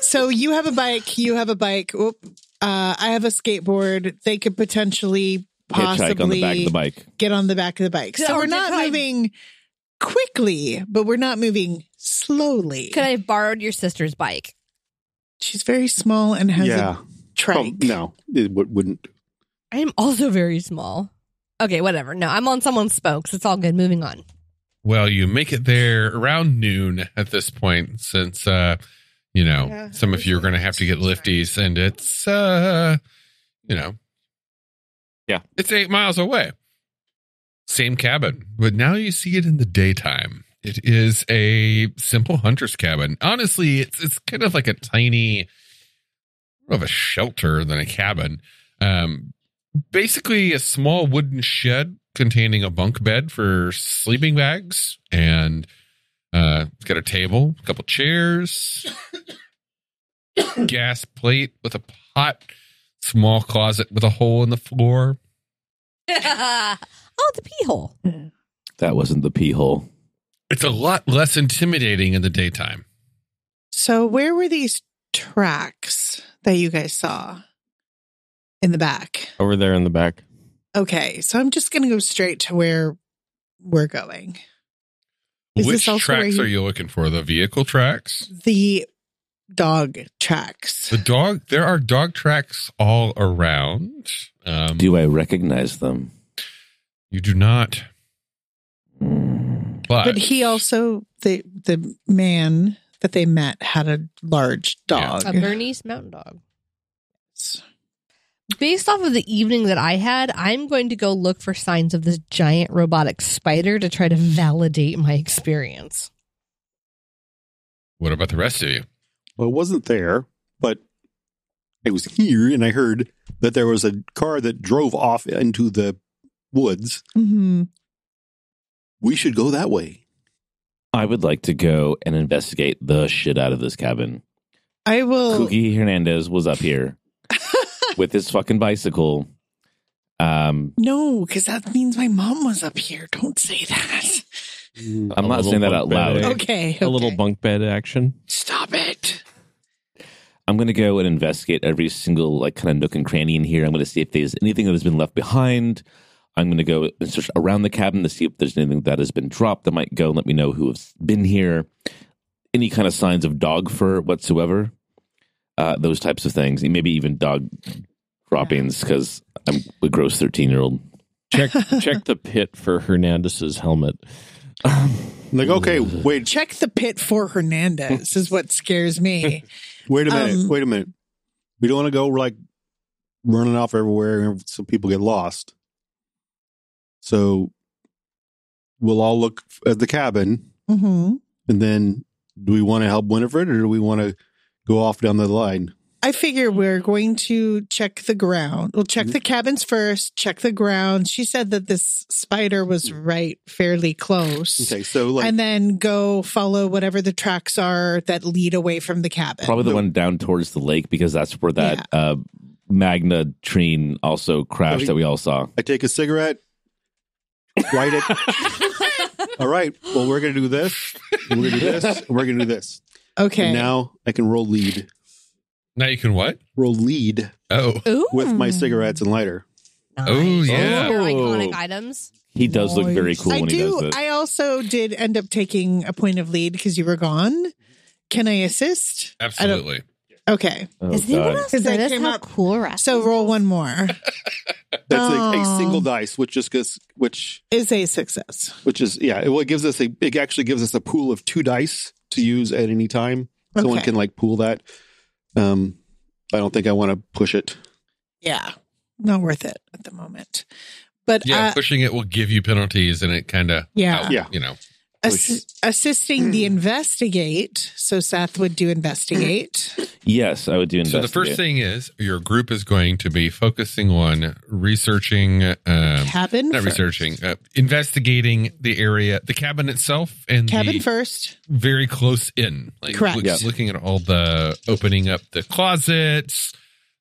F: So you have a bike, you have a bike. Oop. Uh I have a skateboard. They could potentially
E: Hitchhike
F: possibly
E: on the back of the bike.
F: get on the back of the bike. So
G: Or
F: we're not
G: could I-
F: moving quickly, but we're not moving slowly.
G: could I have borrowed your sister's bike?
F: She's very small and has
D: yeah.
F: a trike.
D: Prob- no, it w- wouldn't.
G: I am also very small. Okay, whatever. No, I'm on someone's spokes. It's all good. Moving on.
B: Well, you make it there around noon at this point, since uh, you know,
O: Yeah.
B: some of you are gonna have to get lifties and it's uh you know
H: Yeah.
B: It's eight miles away. Same cabin. But now you see it in the daytime. It is a simple hunter's cabin. Honestly, it's it's kind of like a tiny more of a shelter than a cabin. Um basically a small wooden shed containing a bunk bed for sleeping bags and uh it's got a table, a couple chairs, gas plate with a pot, small closet with a hole in the floor.
G: oh, the pee hole.
E: That wasn't the pee hole.
B: It's a lot less intimidating in the daytime.
F: So, where were these tracks that you guys saw in the back?
H: Over there in the back.
F: Okay, so I'm just going to go straight to where we're going. Is
B: Which
F: this also where
B: tracks
F: you-
B: are you looking for? The vehicle tracks?
F: The dog tracks.
B: The dog, there are dog tracks all around. Um,
E: Do I recognize them?
B: you do not,
E: Mm.
B: but,
F: Hmm. But he also the the man that they met had a large dog.
G: A Bernese mountain dog. Based off of the evening that I had, I'm going to go look for signs of this giant robotic spider to try to validate my experience.
B: what about the rest of you?
D: Well, it wasn't there, but I was here and I heard that there was a car that drove off into the woods.
F: hmm
D: We should go that way.
E: I would like to go and investigate the shit out of this cabin.
F: I will.
E: Cookie Hernandez was up here with his fucking bicycle. Um,
F: No, because that means my mom was up here. Don't say that.
E: I'm
H: A
E: not
H: little
E: saying that
H: bunk
E: out
H: bed
E: loud.
H: action.
F: Okay,
H: A little
F: okay.
H: bunk bed action.
F: Stop it.
E: I'm going to go and investigate every single like kind of nook and cranny in here. I'm going to see if there's anything that has been left behind. I'm going to go and search around the cabin to see if there's anything that has been dropped that might go and let me know who has been here. Any kind of signs of dog fur whatsoever, uh, those types of things, and maybe even dog droppings because I'm a gross 13 year old.
H: Check check the pit for Hernandez's helmet.
D: I'm like, okay, wait,
F: Check the pit for Hernandez is what scares me.
D: wait a minute,
F: Um,
D: wait a minute. We don't want to go like running off everywhere and so people get lost. So we'll all look at the cabin
F: hmm
D: and then do we want to help Winifred or do we want to go off down the line?
F: I figure we're going to check the ground. We'll check the cabins first. Check the ground. She said that this spider was right fairly close.
D: Okay, so like
F: and then go follow whatever the tracks are that lead away from the cabin.
E: Probably the one down towards the lake because that's where that uh, Magna train also crashed that we all saw.
D: I take a cigarette, light it. All right. Well, we're gonna do this. and We're gonna do this. and We're gonna do this.
F: Okay.
D: And now I can roll lead.
B: Now you can what?
D: Roll lead
B: Oh,
G: Ooh.
D: with my
F: Hmm.
D: cigarettes and lighter.
B: oh yeah. Oh.
G: They're iconic items.
E: He does look very
F: Nice.
E: cool
F: I
E: when he does
F: do.
E: this.
F: I also did end up taking a point of lead because you were gone. Can I assist?
B: Absolutely.
F: uh, Okay.
E: Oh,
G: Is anyone
E: God.
G: else
F: Because that
G: notice
F: came
G: how
F: up-
G: cool Rasmus
F: So roll one more
D: That's a, a
F: Aw.
D: single dice, which just goes, which
F: is a success.
D: which is yeah. It, well, it gives us a it actually gives us a pool of two dice to use at any time. Someone
F: Okay.
D: can like pool that. Um, I don't think I want to push it.
F: Yeah. Not worth it at the moment. But
B: Yeah,
F: uh,
B: pushing it will give you penalties and it kind of,
F: yeah,
D: Yeah.
B: you know,
F: Ass- assisting the investigate. So Seth would do investigate.
E: Yes, I would do
B: So
E: investigate.
B: the first thing is your group is going to be focusing on researching, um,
F: cabin.
B: not
F: first.
B: researching, uh, investigating the area, the cabin itself, and
F: Cabin
B: the
F: first.
B: very close in. Like
F: Correct.
B: look-
E: Yeah.
B: looking at all the opening up the closets,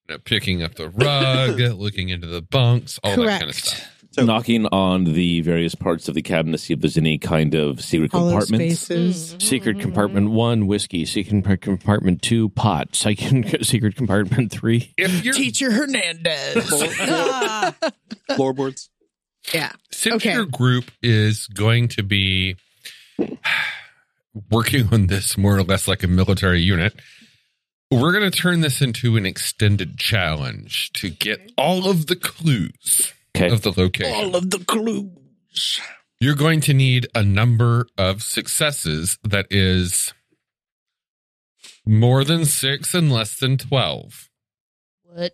B: you know, picking up the rug, looking into the bunks, all that
F: Correct.
B: kind of stuff.
E: knocking on the various parts of the cabin to see if there's any kind of secret
F: Hollow
E: compartments.
F: spaces.
H: Secret compartment one, whiskey. Secret compartment two, pot. Secret, secret compartment three.
B: If you're
F: Teacher Hernandez. Ah.
D: Floorboards.
F: yeah.
B: since
F: Okay.
B: your group is going to be working on this more or less like a military unit, we're going to turn this into an extended challenge to get all of the clues
E: Okay.
B: of the location.
F: of the clues.
B: You're going to need a number of successes that is more than six and less than 12.
G: What?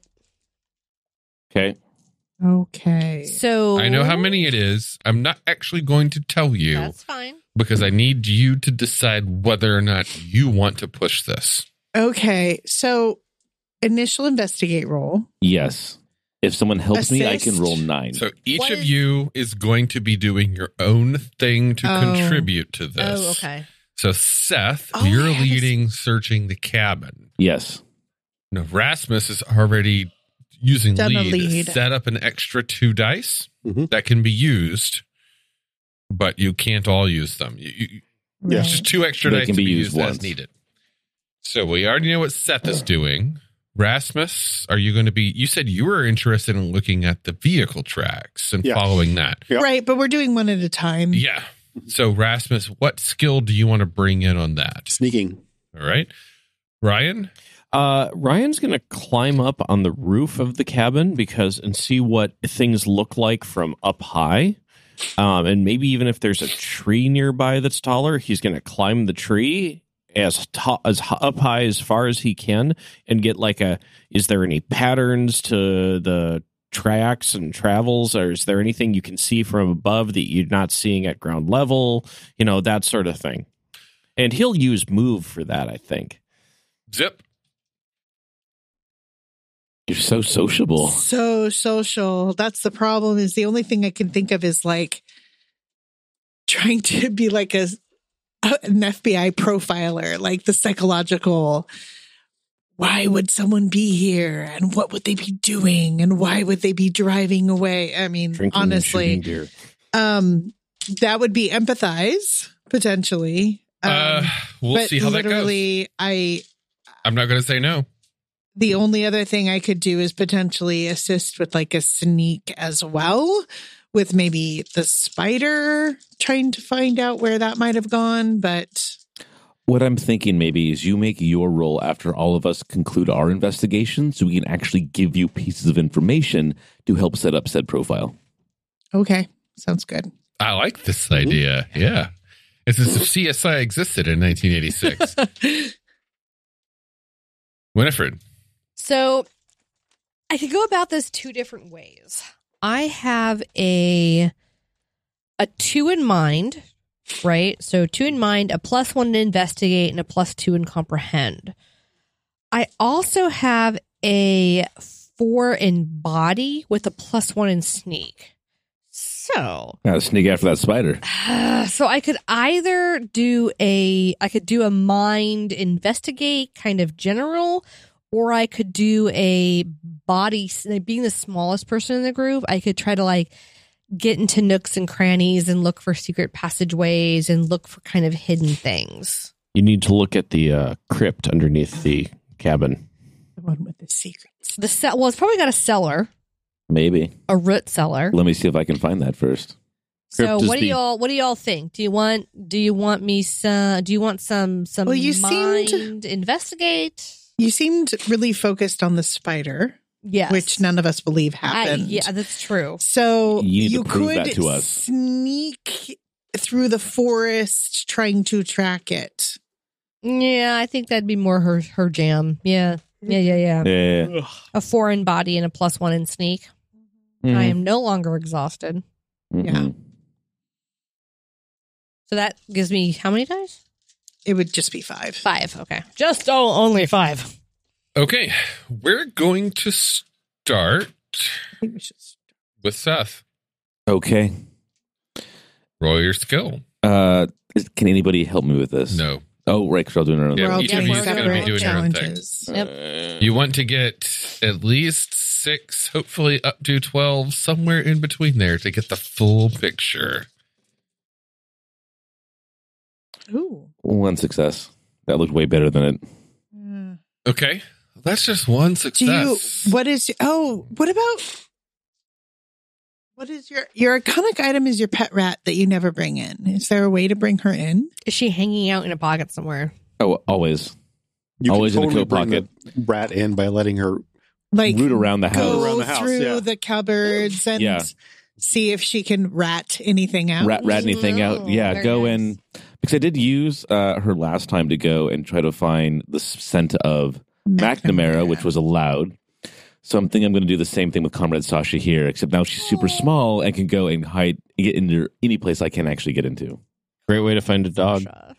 E: Okay.
F: Okay.
G: So
B: I know how many it is. I'm not actually going to tell you
G: That's fine.
B: because I need you to decide whether or not you want to push this.
F: Okay. So initial investigate roll.
E: Yes. If someone helps me, I can
F: Assist.
E: roll nine.
B: So each
G: What
B: of
G: is-
B: you is going to be doing your own thing to
F: Oh.
B: contribute to this.
G: Oh, okay.
B: So Seth,
F: Oh,
B: you're
F: I have a-
B: leading searching the cabin.
E: yes.
B: No, Rasmus is already using
F: Done a
B: lead,
F: lead.
B: set up an extra two dice
C: Mm-hmm.
D: Mhm.
B: that can be used, but you can't all use them. You, you,
D: Yeah.
B: It's just two extra
C: They
B: dice
C: can
B: can
C: be
B: be,
C: used
B: used,
C: once.
B: as needed. So we already know what Seth is doing. Rasmus, are you going to be? You said you were interested in looking at the vehicle tracks and
D: Yeah.
B: following that.
D: Yep.
F: Right, but we're doing one at a time.
B: Yeah. So Rasmus, what skill do you want to bring in on that?
D: Sneaking.
B: All right, Ryan.
H: Uh, Ryan's going to climb up on the roof of the cabin because and see what things look like from up high. Um, and maybe even if there's a tree nearby that's taller, he's going to climb the tree as ta- as h- up high as far as he can and get like a is there any patterns to the tracks and travels or is there anything you can see from above that you're not seeing at ground level, you know, that sort of thing. And he'll use move for that, I think.
B: Zip.
C: You're so sociable.
F: So social. That's the problem. Is the only thing I can think of is like trying to be like a an FBI profiler, like the psychological. Why would someone be here, and what would they be doing, and why would they be driving away? I mean,
H: Drinking and shooting
F: honestly,
H: beer.
F: um, that would be empathize potentially. Um,
B: uh, we'll
F: but
B: see how that goes.
F: literally, I
B: I'm not going to say no.
F: the only other thing I could do is potentially assist with like a sneak as well, with maybe the spider trying to find out where that might have gone. But
C: What I'm thinking maybe is you make your role after all of us conclude our investigation so we can actually give you pieces of information to help set up said profile.
F: okay, sounds good.
B: I like this idea. Yeah. It's as if CSI existed in 1986. Winifred.
G: So I could go about this two different ways. I have a a two in mind, right? So two in mind, a plus one to investigate and a plus two in comprehend. I also have a four in body with a plus one in sneak. So
C: Gotta sneak after that spider.
G: so I could either do a I could do a mind investigate kind of general or I could do a body like being the smallest person in the group I could try to like get into nooks and crannies and look for secret passageways and look for kind of hidden things.
H: You need to look at the uh, crypt underneath the cabin.
F: The one with the secrets.
G: The cell well it's probably got a cellar,
C: Maybe.
G: a root cellar.
C: Let me see if I can find that first.
G: So
H: Crypt is
G: what do
H: the-
G: y'all what do y'all think? Do you want do you want me some do you want some some
F: Well, you
G: mind
F: seemed-
G: investigate?
F: You seemed really focused on the spider,
G: Yes.
F: which none of us believe
G: I,
F: happened.
G: yeah, that's true.
F: So
C: You need
F: you,
C: to prove
F: could
C: that to us.
F: sneak through the forest trying to track it.
G: Yeah, I think that'd be more her her jam. Yeah. Yeah, yeah, yeah.
C: Yeah.
G: A foreign body and a plus one in sneak.
C: Mm-hmm.
G: I am no longer exhausted.
F: Yeah.
G: So that gives me how many dice?
F: It would just be five.
G: Five. Okay. Just oh, only five.
B: Okay. We're going to start
F: I think we should
B: with Seth.
C: Okay.
B: Roll your skill.
C: Uh, is- can anybody help me with this?
B: No.
C: Oh, right, because I'll do another.
B: Yeah,
F: We're all
B: each of
F: doing
B: you is gonna be
F: separate
B: doing your own thing.
F: challenges.
B: You want to get at least six, hopefully up to 12, somewhere in between there to get the full picture.
F: Ooh.
C: One success. That looked way better than it.
B: Mm. Okay. That's just one
F: Do you?
B: success.
F: What is? Oh, what about? What is your your iconic item? Is your pet rat that you never bring in? Is there a way to bring her in?
G: Is she hanging out in a pocket somewhere?
C: Oh, always.
D: You
C: Always in the coat
D: bring the rat in by letting her.
F: Like
C: Root around the
F: go
C: house.
D: around the house,
F: through
D: yeah.
F: the cupboards and
C: Yeah.
F: see if she can rat anything out.
C: rat rat anything
G: Oh,
C: out. Yeah,
G: very
C: go
G: nice.
C: in because I did use uh, her last time to go and try to find the s- scent of McNamara, which was allowed. So I'm thinking I'm going to do the same thing with Comrade Sasha here, except now she's super small and can go and hide, get into any place I can actually get into.
H: Great way to find a dog.
G: Sasha.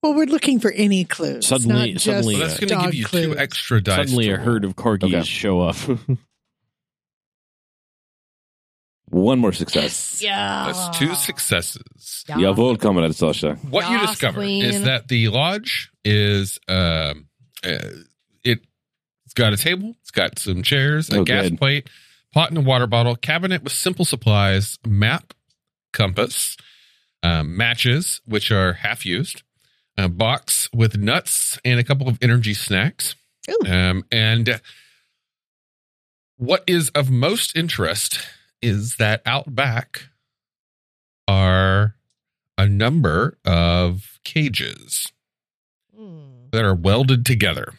F: well, we're looking for any clues.
H: Suddenly-
F: not just
H: suddenly,
B: well,
H: uh,
B: that's going to
F: dog
B: give you
F: clues.
B: two extra dice.
H: Suddenly,
B: to
H: a
B: roll.
H: herd of corgis
C: Okay.
H: show up.
C: One more success.
G: Yeah.
B: That's two successes.
F: Ah.
G: Yeah.
C: Jawohl, Comrade Sasha.
B: what you
G: Yas
B: discover
G: queen.
B: is that the lodge is um uh, it It's got a table, it's got some chairs, a
E: Oh,
B: gas
E: good.
B: plate, pot and a water bottle, cabinet with simple supplies, map, compass, um, matches, which are half used, a box with nuts, and a couple of energy snacks.
F: Ooh.
B: Um, and what is of most interest is that out back are a number of cages
G: Mm.
B: that are welded together.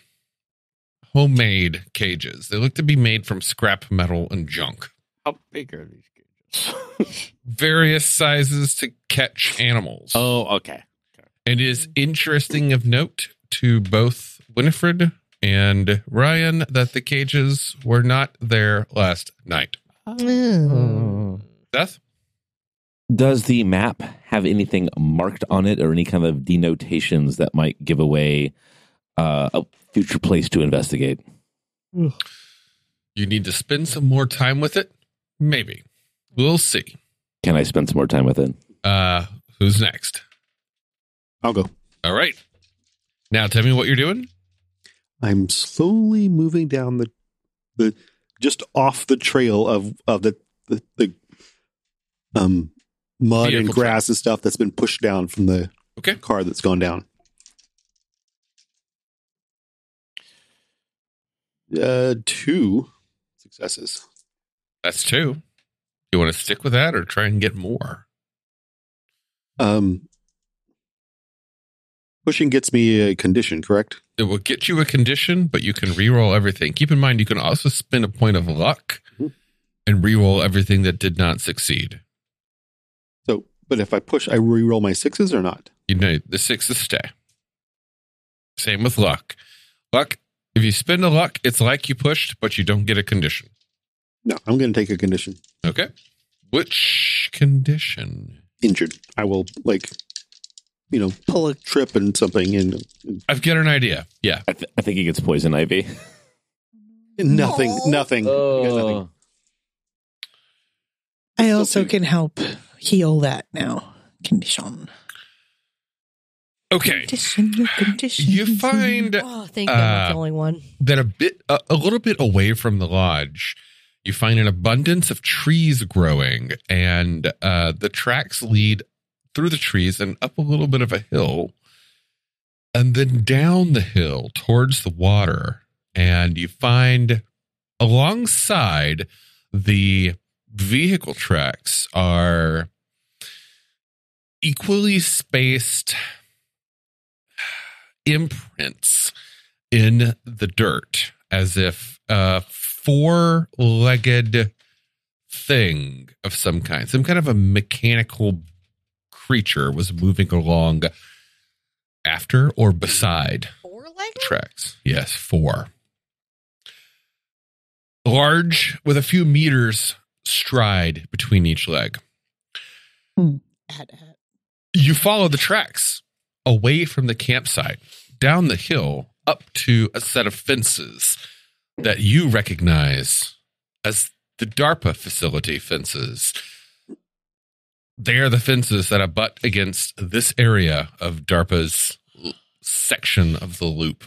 B: Homemade cages. They look to be made from scrap metal and junk.
H: How big are these cages?
B: Various sizes to catch animals.
H: oh, okay.
B: It is interesting of note to both Winifred and Ryan that the cages were not there last night. Seth?
E: Does the map have anything marked on it or any kind of denotations that might give away uh, a future place to investigate?
B: You need to spend some more time with it? Maybe. We'll see.
E: Can I spend some more time with it?
B: Uh who's next?
D: I'll go.
B: All right. Now tell me what you're doing.
D: I'm slowly moving down the the just off the trail of of the the, the um mud and
B: Vehicle trail.
D: grass and stuff that's been pushed down from the
B: Okay.
D: car that's gone down. Uh, two successes.
B: That's two. You want to stick with that or try and get more?
D: Um, pushing gets me a condition, correct?
B: It will get you a condition, but you can reroll everything. Keep in mind, you can also spend a point of luck and reroll everything that did not succeed.
D: So, but if I push, I re-roll my sixes or not?
B: You know, the sixes stay. Same with luck. Luck, if you spend a luck, it's like you pushed, but you don't get a condition.
D: No, I'm going to take a condition.
B: Okay. Which condition?
D: Injured. I will like, you know,
F: Pull a
D: trip and something and
B: I've got an idea. Yeah.
E: I, th- I think he gets poison ivy.
D: nothing, nothing. You got nothing.
E: Oh.
F: I also can help heal that now. Condition.
B: Okay.
F: Condition, your condition.
B: You find
I: Oh, thank God, I'm
B: Uh,
I: the only one.
B: that a bit a, a little bit away from the lodge you find an abundance of trees growing and uh, the tracks lead through the trees and up a little bit of a hill and then down the hill towards the water and you find alongside the vehicle tracks are equally spaced imprints in the dirt as if a four legged thing of some kind, some kind of a mechanical creature was moving along after or beside
J: Four legged?
B: tracks. Yes, four. Large with a few meters stride between each leg.
F: At, at.
B: You follow the tracks away from the campsite, down the hill, up to a set of fences that you recognize as the DARPA facility fences. They are the fences that abut against this area of DARPA's l- section of the loop.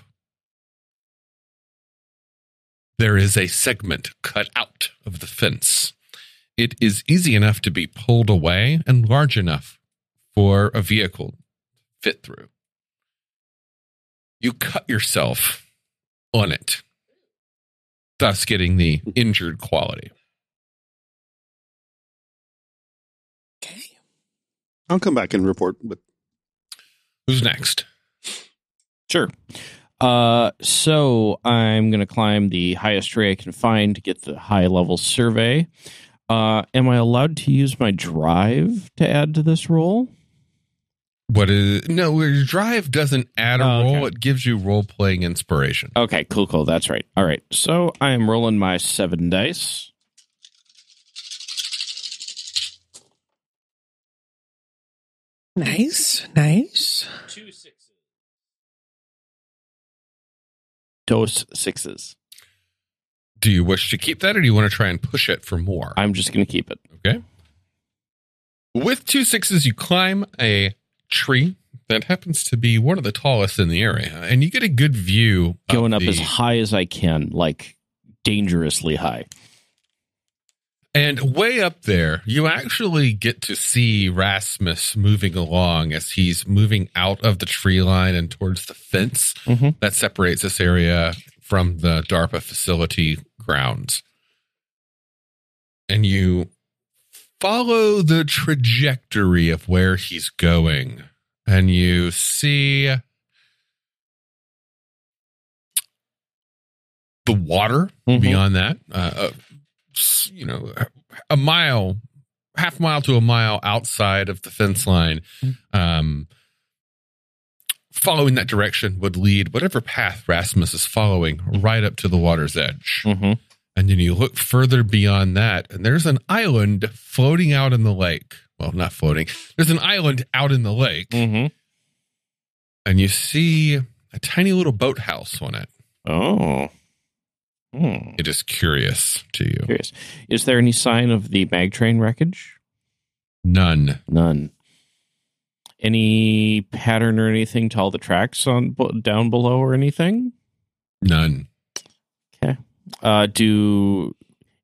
B: There is a segment cut out of the fence. It is easy enough to be pulled away and large enough for a vehicle to fit through. You cut yourself on it, thus getting the injured quality.
F: Okay.
D: I'll come back and report. But
B: Who's next?
H: Sure. Uh, so I'm going to climb the highest tree I can find to get the high level survey. Uh, am I allowed to use my drive to add to this roll?
B: What is no? Your drive doesn't add a
H: Oh, okay.
B: role; it gives you role playing inspiration.
H: Okay, cool, cool. That's right. All right. So I am rolling my seven dice.
F: Nice. Nice.
H: Dose sixes.
B: Do you wish to keep that, or do you want to try and push it for more?
H: I'm just going to keep it.
B: Okay. With two sixes, you climb a tree that happens to be one of the tallest in the area, and you get a good view of
H: Going up
B: the-
H: as high as I can, like dangerously high.
B: And way up there, you actually get to see Rasmus moving along as he's moving out of the tree line and towards the fence
H: Mhm.
B: that separates this area from the DARPA facility grounds. And you follow the trajectory of where he's going, and you see the water
H: Mhm.
B: beyond that. Uh, uh, s- you know, a mile, half mile to a mile outside of the fence line. Um, following that direction would lead whatever path Rasmus is following right up to the water's edge.
H: Mhm.
B: And then you look further beyond that, and there's an island floating out in the lake. Well, not floating. There's an island out in the lake,
H: Mm-hmm.
B: and you see a tiny little boathouse on it.
H: Oh. Hmm.
B: It is curious to you.
H: Curious. Is there any sign of the mag train wreckage?
B: None.
H: None. Any pattern or anything to all the tracks on bo- down below or anything?
B: None.
H: Uh, do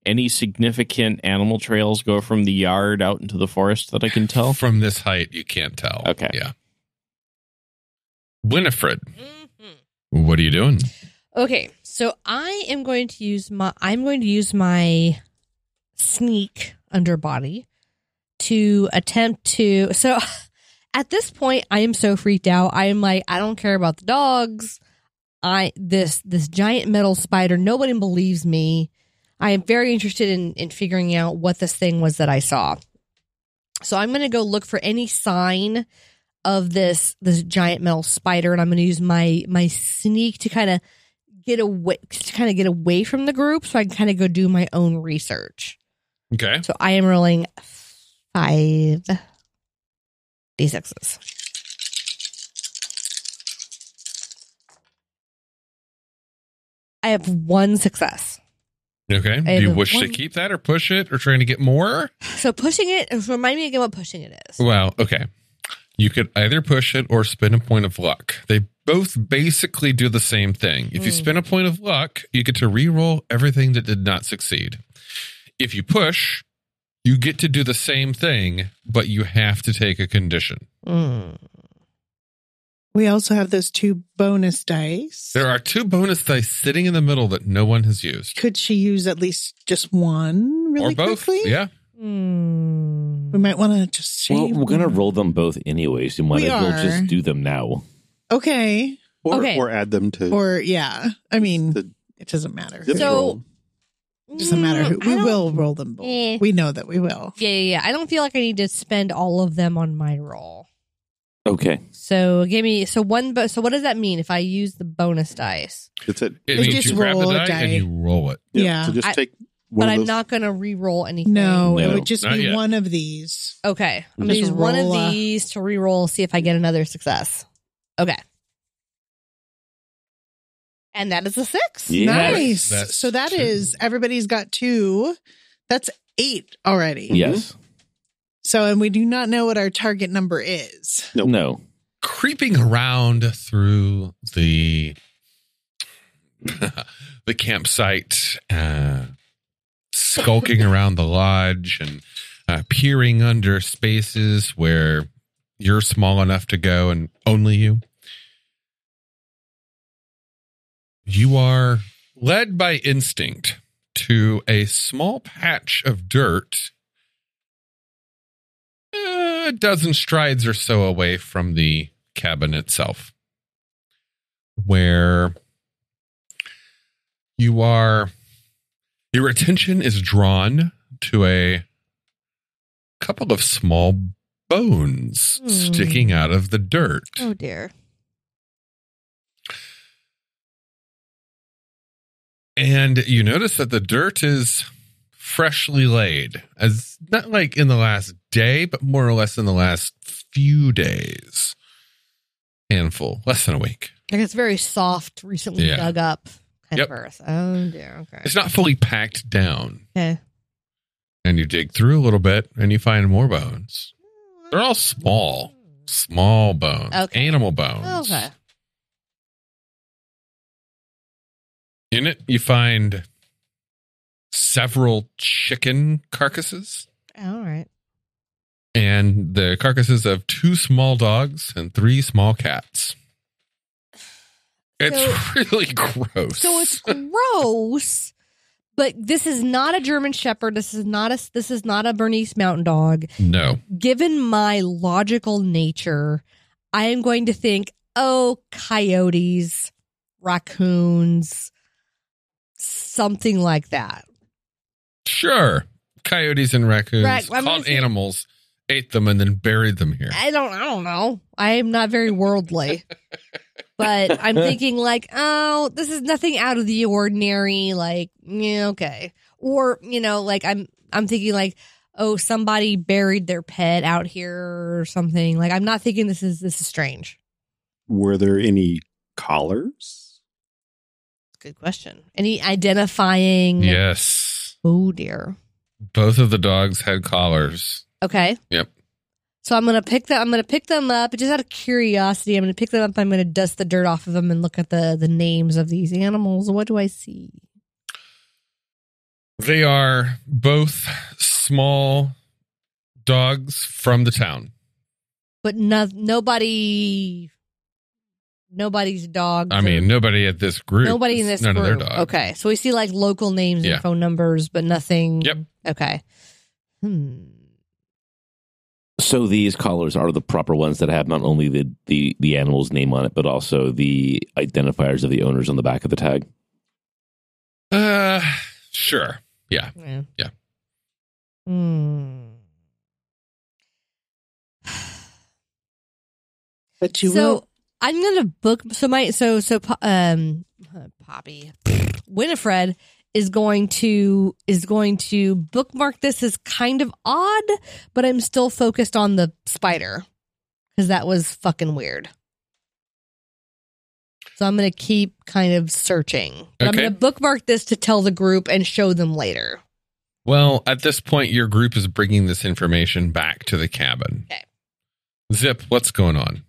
H: any significant animal trails go from the yard out into the forest that I can tell?
B: From this height, you can't tell.
H: Okay.
B: Yeah. Winifred,
G: Mhm.
B: what are you doing?
G: Okay, so I am going to use my I'm going to use my sneak underbody to attempt to so at this point I am so freaked out. I am like I don't care about the dogs. I this this giant metal spider, nobody believes me. I am very interested in in figuring out what this thing was that I saw. So I'm going to go look for any sign of this this giant metal spider and I'm going to use my my sneak to kind of get away to kind of get away from the group so I can kind of go do my own research.
B: Okay.
G: So I am rolling five d6s. I have one success.
B: Okay.
G: I
B: Do you
G: have
B: wish to
G: one-
B: keep that or push it or trying to get more?
G: So pushing it, remind me again what pushing it is.
B: Well, okay. You could either push it or spin a point of luck. They both basically do the same thing. If you
G: Hmm.
B: spin a point of luck, you get to re-roll everything that did not succeed. If you push, you get to do the same thing, but you have to take a condition.
G: Mm.
F: We also have those two bonus dice.
B: There are two bonus dice sitting in the middle that no one has used.
F: Could she use at least just one really
B: or both.
F: quickly?
B: Yeah.
G: Mm.
F: We might want to just shave.
E: Well, we're going to
F: one.
E: roll them both anyway, so you might
F: We
E: as well
F: are.
E: just do them now.
F: Okay.
D: Or,
G: Okay.
D: or add them to.
F: Or yeah, I mean,
D: The-
F: it doesn't matter.
D: zip
F: who-
G: So-
D: roll.
F: doesn't matter who.
G: Mm, I
F: We
G: don't-
F: will roll them both.
G: Eh.
F: We know that we will.
G: Yeah, yeah, yeah. I don't feel like I need to spend all of them on my roll.
E: Okay.
G: Mm-hmm. So give me so one. Bo- so what does that mean if I use the bonus dice?
D: That's it.
B: It
F: They
B: means
F: just
B: you grab
F: roll
B: the
F: a
B: die, and
F: die.
B: you roll it.
F: Yeah.
D: So just
G: I-
D: take one
G: But
D: of
G: I'm
D: those.
G: not going to re-roll anything.
F: No, it
E: No,
F: would just
B: not
F: be
B: yet.
F: one of these.
G: Okay, I'm going to use
F: Just
G: one of
F: roll a-
G: these to re-roll, see if I get another success. Okay. And that is a six.
E: Yeah.
F: Nice.
B: That's
F: so that
B: two.
F: is- everybody's got two. That's eight already.
E: Yes.
F: So and we do not know what our target number is.
D: Nope.
E: No.
B: Creeping around through the the campsite, uh, skulking around the lodge, and uh, peering under spaces where you're small enough to go, and only you. You are led by instinct to a small patch of dirt eh, a dozen strides or so away from the cabin itself where you are your attention is drawn to a couple of small bones
G: Hmm.
B: sticking out of the dirt
G: Oh dear.
B: And you notice that the dirt is freshly laid, as not like in the last day, but more or less in the last few days. Handful, less than a week.
G: Like it's very soft, recently
B: Yeah.
G: dug up kind
B: Yep.
G: of earth. Oh dear. Okay.
B: It's not fully packed down.
G: Okay.
B: And you dig through a little bit and you find more bones. They're all small. small bones,
G: Okay.
B: animal bones.
G: Okay.
B: In it, you find several chicken carcasses
G: All right.
B: and the carcasses of two small dogs and three small cats. It's really gross.
G: So it's gross, but this is not a German Shepherd. This is not a this is not a Bernese Mountain Dog.
B: no.
G: Given my logical nature, I am going to think, oh, coyotes, raccoons, something like that.
B: Sure. Coyotes and raccoons
G: Right, I'm gonna
B: called
G: say-
B: animals ate them and then buried them here.
G: I don't I don't know. I am not very worldly. but I'm thinking like, oh, this is nothing out of the ordinary, like, yeah, okay. Or, you know, like I'm I'm thinking like, oh, somebody buried their pet out here or something. Like I'm not thinking this is this is strange.
D: Were there any collars?
G: Good question. Any identifying
B: Yes.
G: Oh dear.
B: Both of the dogs had collars.
G: Okay.
B: Yep.
G: So I'm gonna pick them. I'm gonna pick them up just out of curiosity. I'm gonna pick them up. I'm gonna dust the dirt off of them and look at the the names of these animals. What do I see?
B: They are both small dogs from the town.
G: But no, nobody, nobody's dog.
B: I mean, nobody at this group.
G: nobody in
B: It's
G: this
B: none
G: group.
B: of their dogs.
G: Okay, so we see like local names
B: Yeah.
G: and phone numbers, but nothing.
B: Yep.
G: Okay. Hmm.
E: So these collars are the proper ones that have not only the, the, the animal's name on it, but also the identifiers of the owners on the back of the tag.
B: Uh, sure. Yeah.
G: Yeah.
B: Yeah.
G: Hmm.
F: But you
G: so
F: will.
G: I'm gonna book. So my so so Po- um uh, Poppy Winifred is going to is going to bookmark this as kind of odd, but I'm still focused on the spider because that was fucking weird. So I'm gonna keep kind of searching. But I'm
B: Okay.
G: gonna bookmark this to tell the group and show them later.
B: Well, at this point, your group is bringing this information back to the cabin.
G: Okay.
B: Zip, what's going on?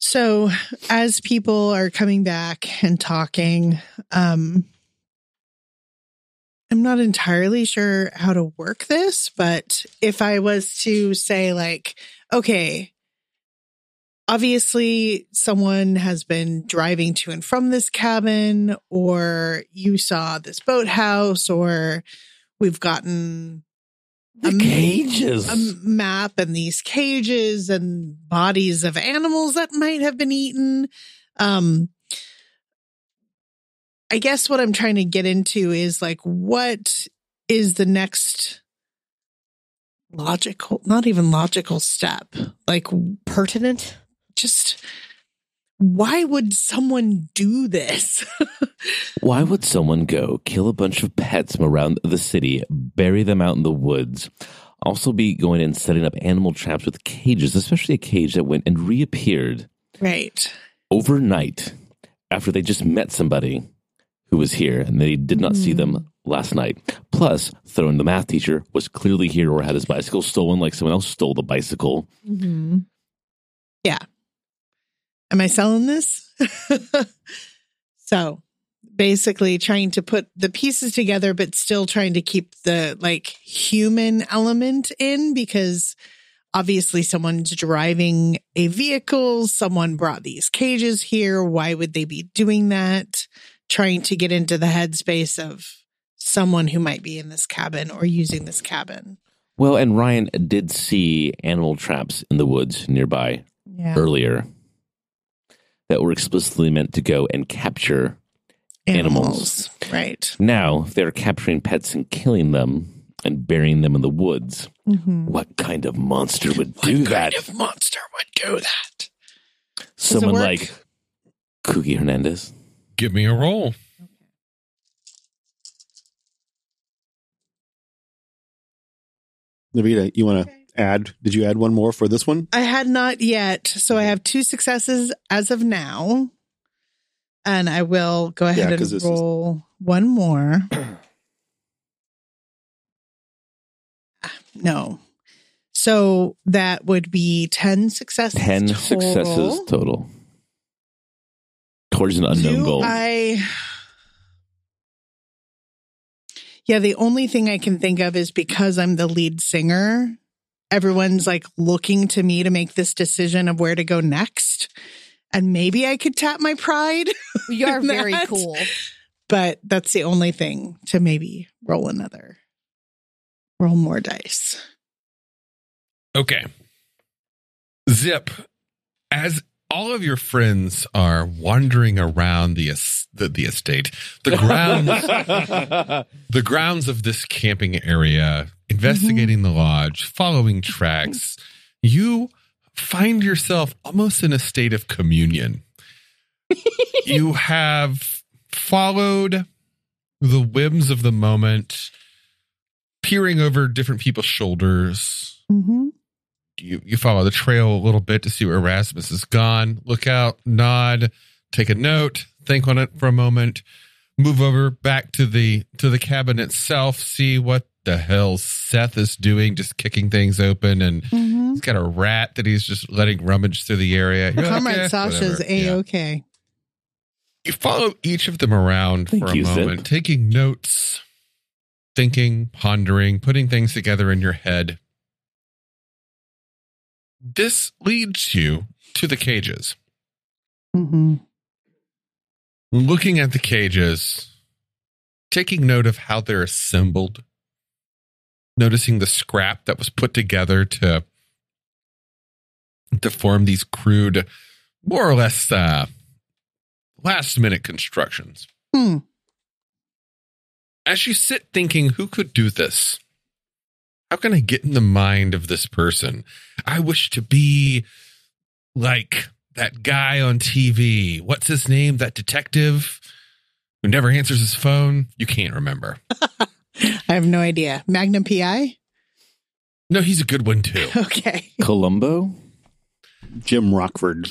F: So, as people are coming back and talking, um, I'm not entirely sure how to work this, but if I was to say, like, okay, obviously someone has been driving to and from this cabin, or you saw this boathouse, or we've gotten
E: The
F: Um,
E: cages.
F: a map and these cages and bodies of animals that might have been eaten. Um, I guess what I'm trying to get into is like, what is the next logical, not even logical step? Like,
G: Pertinent.
F: just why would someone do this?
E: Why would someone go kill a bunch of pets from around the city, bury them out in the woods, also be going and setting up animal traps with cages, especially a cage that went and reappeared
F: right.
E: overnight after they just met somebody who was here and they did not
F: Hmm.
E: see them last night. Plus, Throne, the math teacher, was clearly here or had his bicycle stolen, like someone else stole the bicycle.
G: Mm-hmm.
F: Am I selling this? so basically trying to put the pieces together, but still trying to keep the like human element in because obviously someone's driving a vehicle. Someone brought these cages here. Why would they be doing that? Trying to get into the headspace of someone who might be in this cabin or using this cabin.
E: Well, and Ryan did see animal traps in the woods nearby
G: Yeah.
E: earlier that were explicitly meant to go and capture. Animals.
F: Animals. Right.
E: Now they're capturing pets and killing them and burying them in the woods.
G: Mm-hmm.
E: What kind of monster would do that?
F: monster would do that? it
E: Someone
F: work?
E: like Cookie Hernandez.
B: Give me a roll.
D: Navita, you want to add? Did you add one more for this one?
F: I had not yet. So I
D: Mm-hmm.
F: have two successes as of now. And I will go ahead
D: 'cause
F: and
D: this is-
F: roll one more. Ah, no. So that would be 10 successes.
E: 10
F: total.
E: successes total towards an unknown
F: Do
E: goal.
F: I. Yeah, the only thing I can think of is because I'm the lead singer, everyone's like looking to me to make this decision of where to go next. And maybe I could tap my pride,
G: You're very
F: That-
G: cool.
F: but that's the only thing to maybe roll another, roll more dice.
B: Okay. Zip, as all of your friends are wandering around the es- the, the estate, the grounds the grounds of this camping area, investigating the lodge, following tracks, you find yourself almost in a state of communion. you have followed the whims of the moment, peering over different people's shoulders.
F: Mm-hmm.
B: You, you follow the trail a little bit to see where Erasmus is gone. Look out, nod, take a note, think on it for a moment, move over back to the to the cabin itself, see what the hell Seth is doing, just kicking things open and
F: Mm-hmm.
B: He's got a rat that he's just letting rummage through the area. You're like,
F: Comrade
B: "Eh,
F: Sasha's
B: whatever." Yeah.
F: A OK.
B: You follow each of them around
E: Thank
B: for a
E: you, Zip.
B: moment, taking notes, thinking, pondering, putting things together in your head. This leads you to the cages.
F: Mm-hmm.
B: Looking at the cages, taking note of how they're assembled, noticing the scrap that was put together to to form these crude, more or less uh, last minute constructions.
F: Hmm.
B: As you sit thinking, who could do this? How can I get in the mind of this person? I wish to be like that guy on TV. What's his name? That detective who never answers his phone. You can't remember.
F: I have no idea. Magnum PI?
B: No, he's a good one too.
F: Okay.
E: Colombo?
D: Jim Rockford.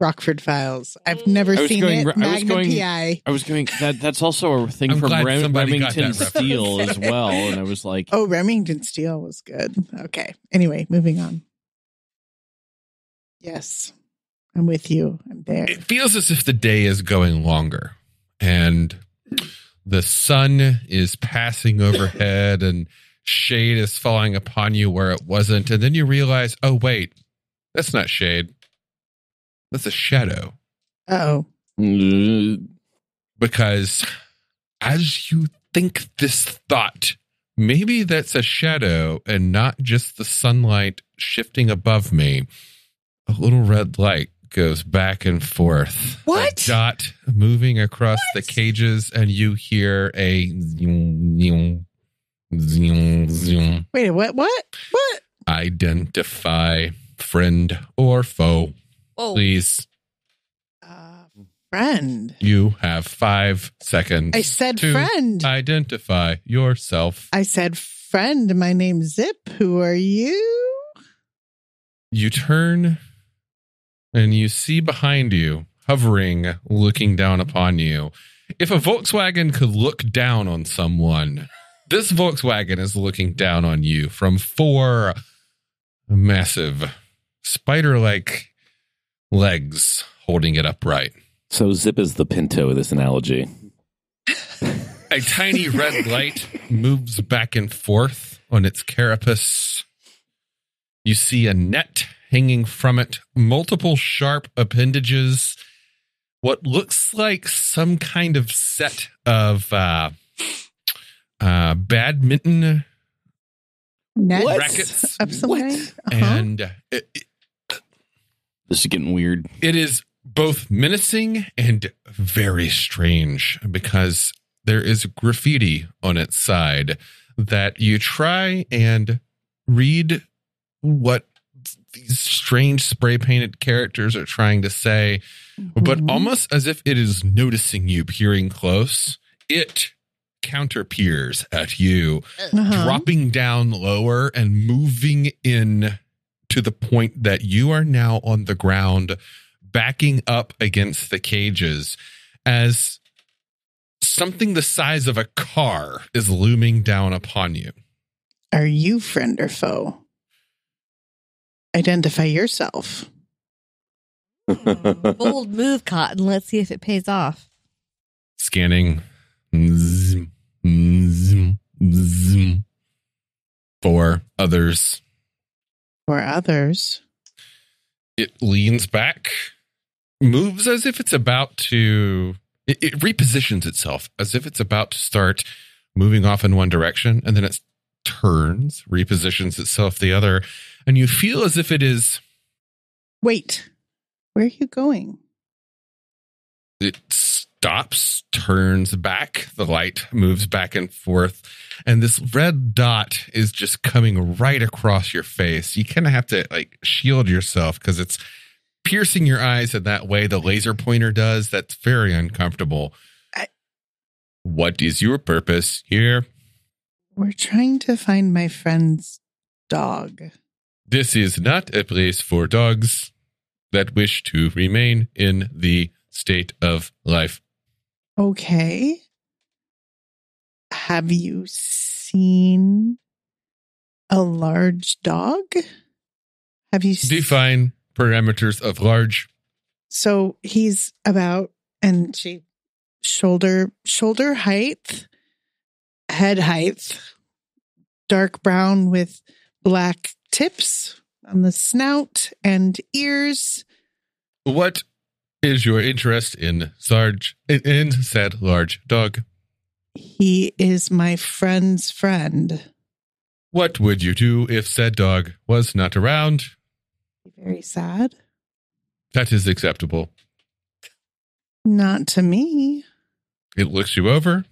F: Rockford Files. I've never
H: I was
F: seen
H: going-
F: it.
H: I was
F: Magnum
H: going-
F: PI.
H: I was going that that's also a thing
B: I'm
H: from
B: glad
H: Rem-
B: somebody got
H: Remington
B: that reference.
H: Steel as well. And I was like,
F: Oh, Remington Steele was good. Okay. Anyway, moving on. Yes. I'm with you. I'm there.
B: It feels as if the day is going longer and the sun is passing overhead and shade is falling upon you where it wasn't. And then you realize, oh, wait, that's not shade. That's a shadow.
F: Oh.
E: Mm,
B: because as you think this thought, maybe that's a shadow and not just the sunlight shifting above me, a little red light goes back and forth.
G: What?
B: A dot moving across
G: What?
B: the cages, and you hear a zoom, zoom, zoom, zoom.
F: Wait, what what? What?
B: Identify friend or foe.
J: Oh,
B: Please,
F: Uh, friend.
B: you have five seconds.
F: I said
B: to
F: friend. I,
B: Identify yourself.
F: said friend. My name's Zip. Who are you?
B: you turn and you see behind you, hovering, looking down upon you. If a Volkswagen could look down on someone, this Volkswagen is looking down on you from four massive spider like legs holding it upright.
E: So Zip is the Pinto in this analogy.
B: A tiny red light moves back and forth on its carapace. You see a net hanging from it, multiple sharp appendages, what looks like some kind of set of uh, uh, badminton
F: Nets
B: Rackets.
F: of some
E: What?
F: kind? Uh-huh.
B: and uh, it,
H: this is getting weird.
B: It is both menacing and very strange because there is graffiti on its side that you try and read what these strange spray painted characters are trying to say, but
F: Mhm.
B: almost as if it is noticing you peering close, it counterpeers at you
F: Uh-huh.
B: dropping down lower and moving in to the point that you are now on the ground, backing up against the cages as something the size of a car is looming down upon you.
F: Are you friend or foe? Identify yourself.
G: Bold move, Cotton. Let's see if it pays off.
B: Scanning. Zoom, zoom, zoom. For others.
F: Or others.
B: it leans back, moves as if it's about to. It, it repositions itself as if it's about to start moving off in one direction, and then it turns, repositions itself the other, and you feel as if it is.
F: Wait, where are you going?
B: It stops, turns back, the light moves back and forth, and this red dot is just coming right across your face. You kind of have to like shield yourself because it's piercing your eyes in that way the laser pointer does. That's very uncomfortable.
F: I-
B: what is your purpose here?
F: We're trying to find my friend's dog.
B: This is not a place for dogs that wish to remain in the state of life.
F: Okay. Have you seen a large dog? Have you seen?
B: Define parameters of large.
F: So he's about and she shoulder shoulder height, head height, dark brown with black tips on the snout and ears.
B: What is your interest in large in, in said large dog?
F: He is my friend's friend.
B: What would you do if said dog was not around?
F: Very sad.
B: That is acceptable.
F: Not to me.
B: It looks you over.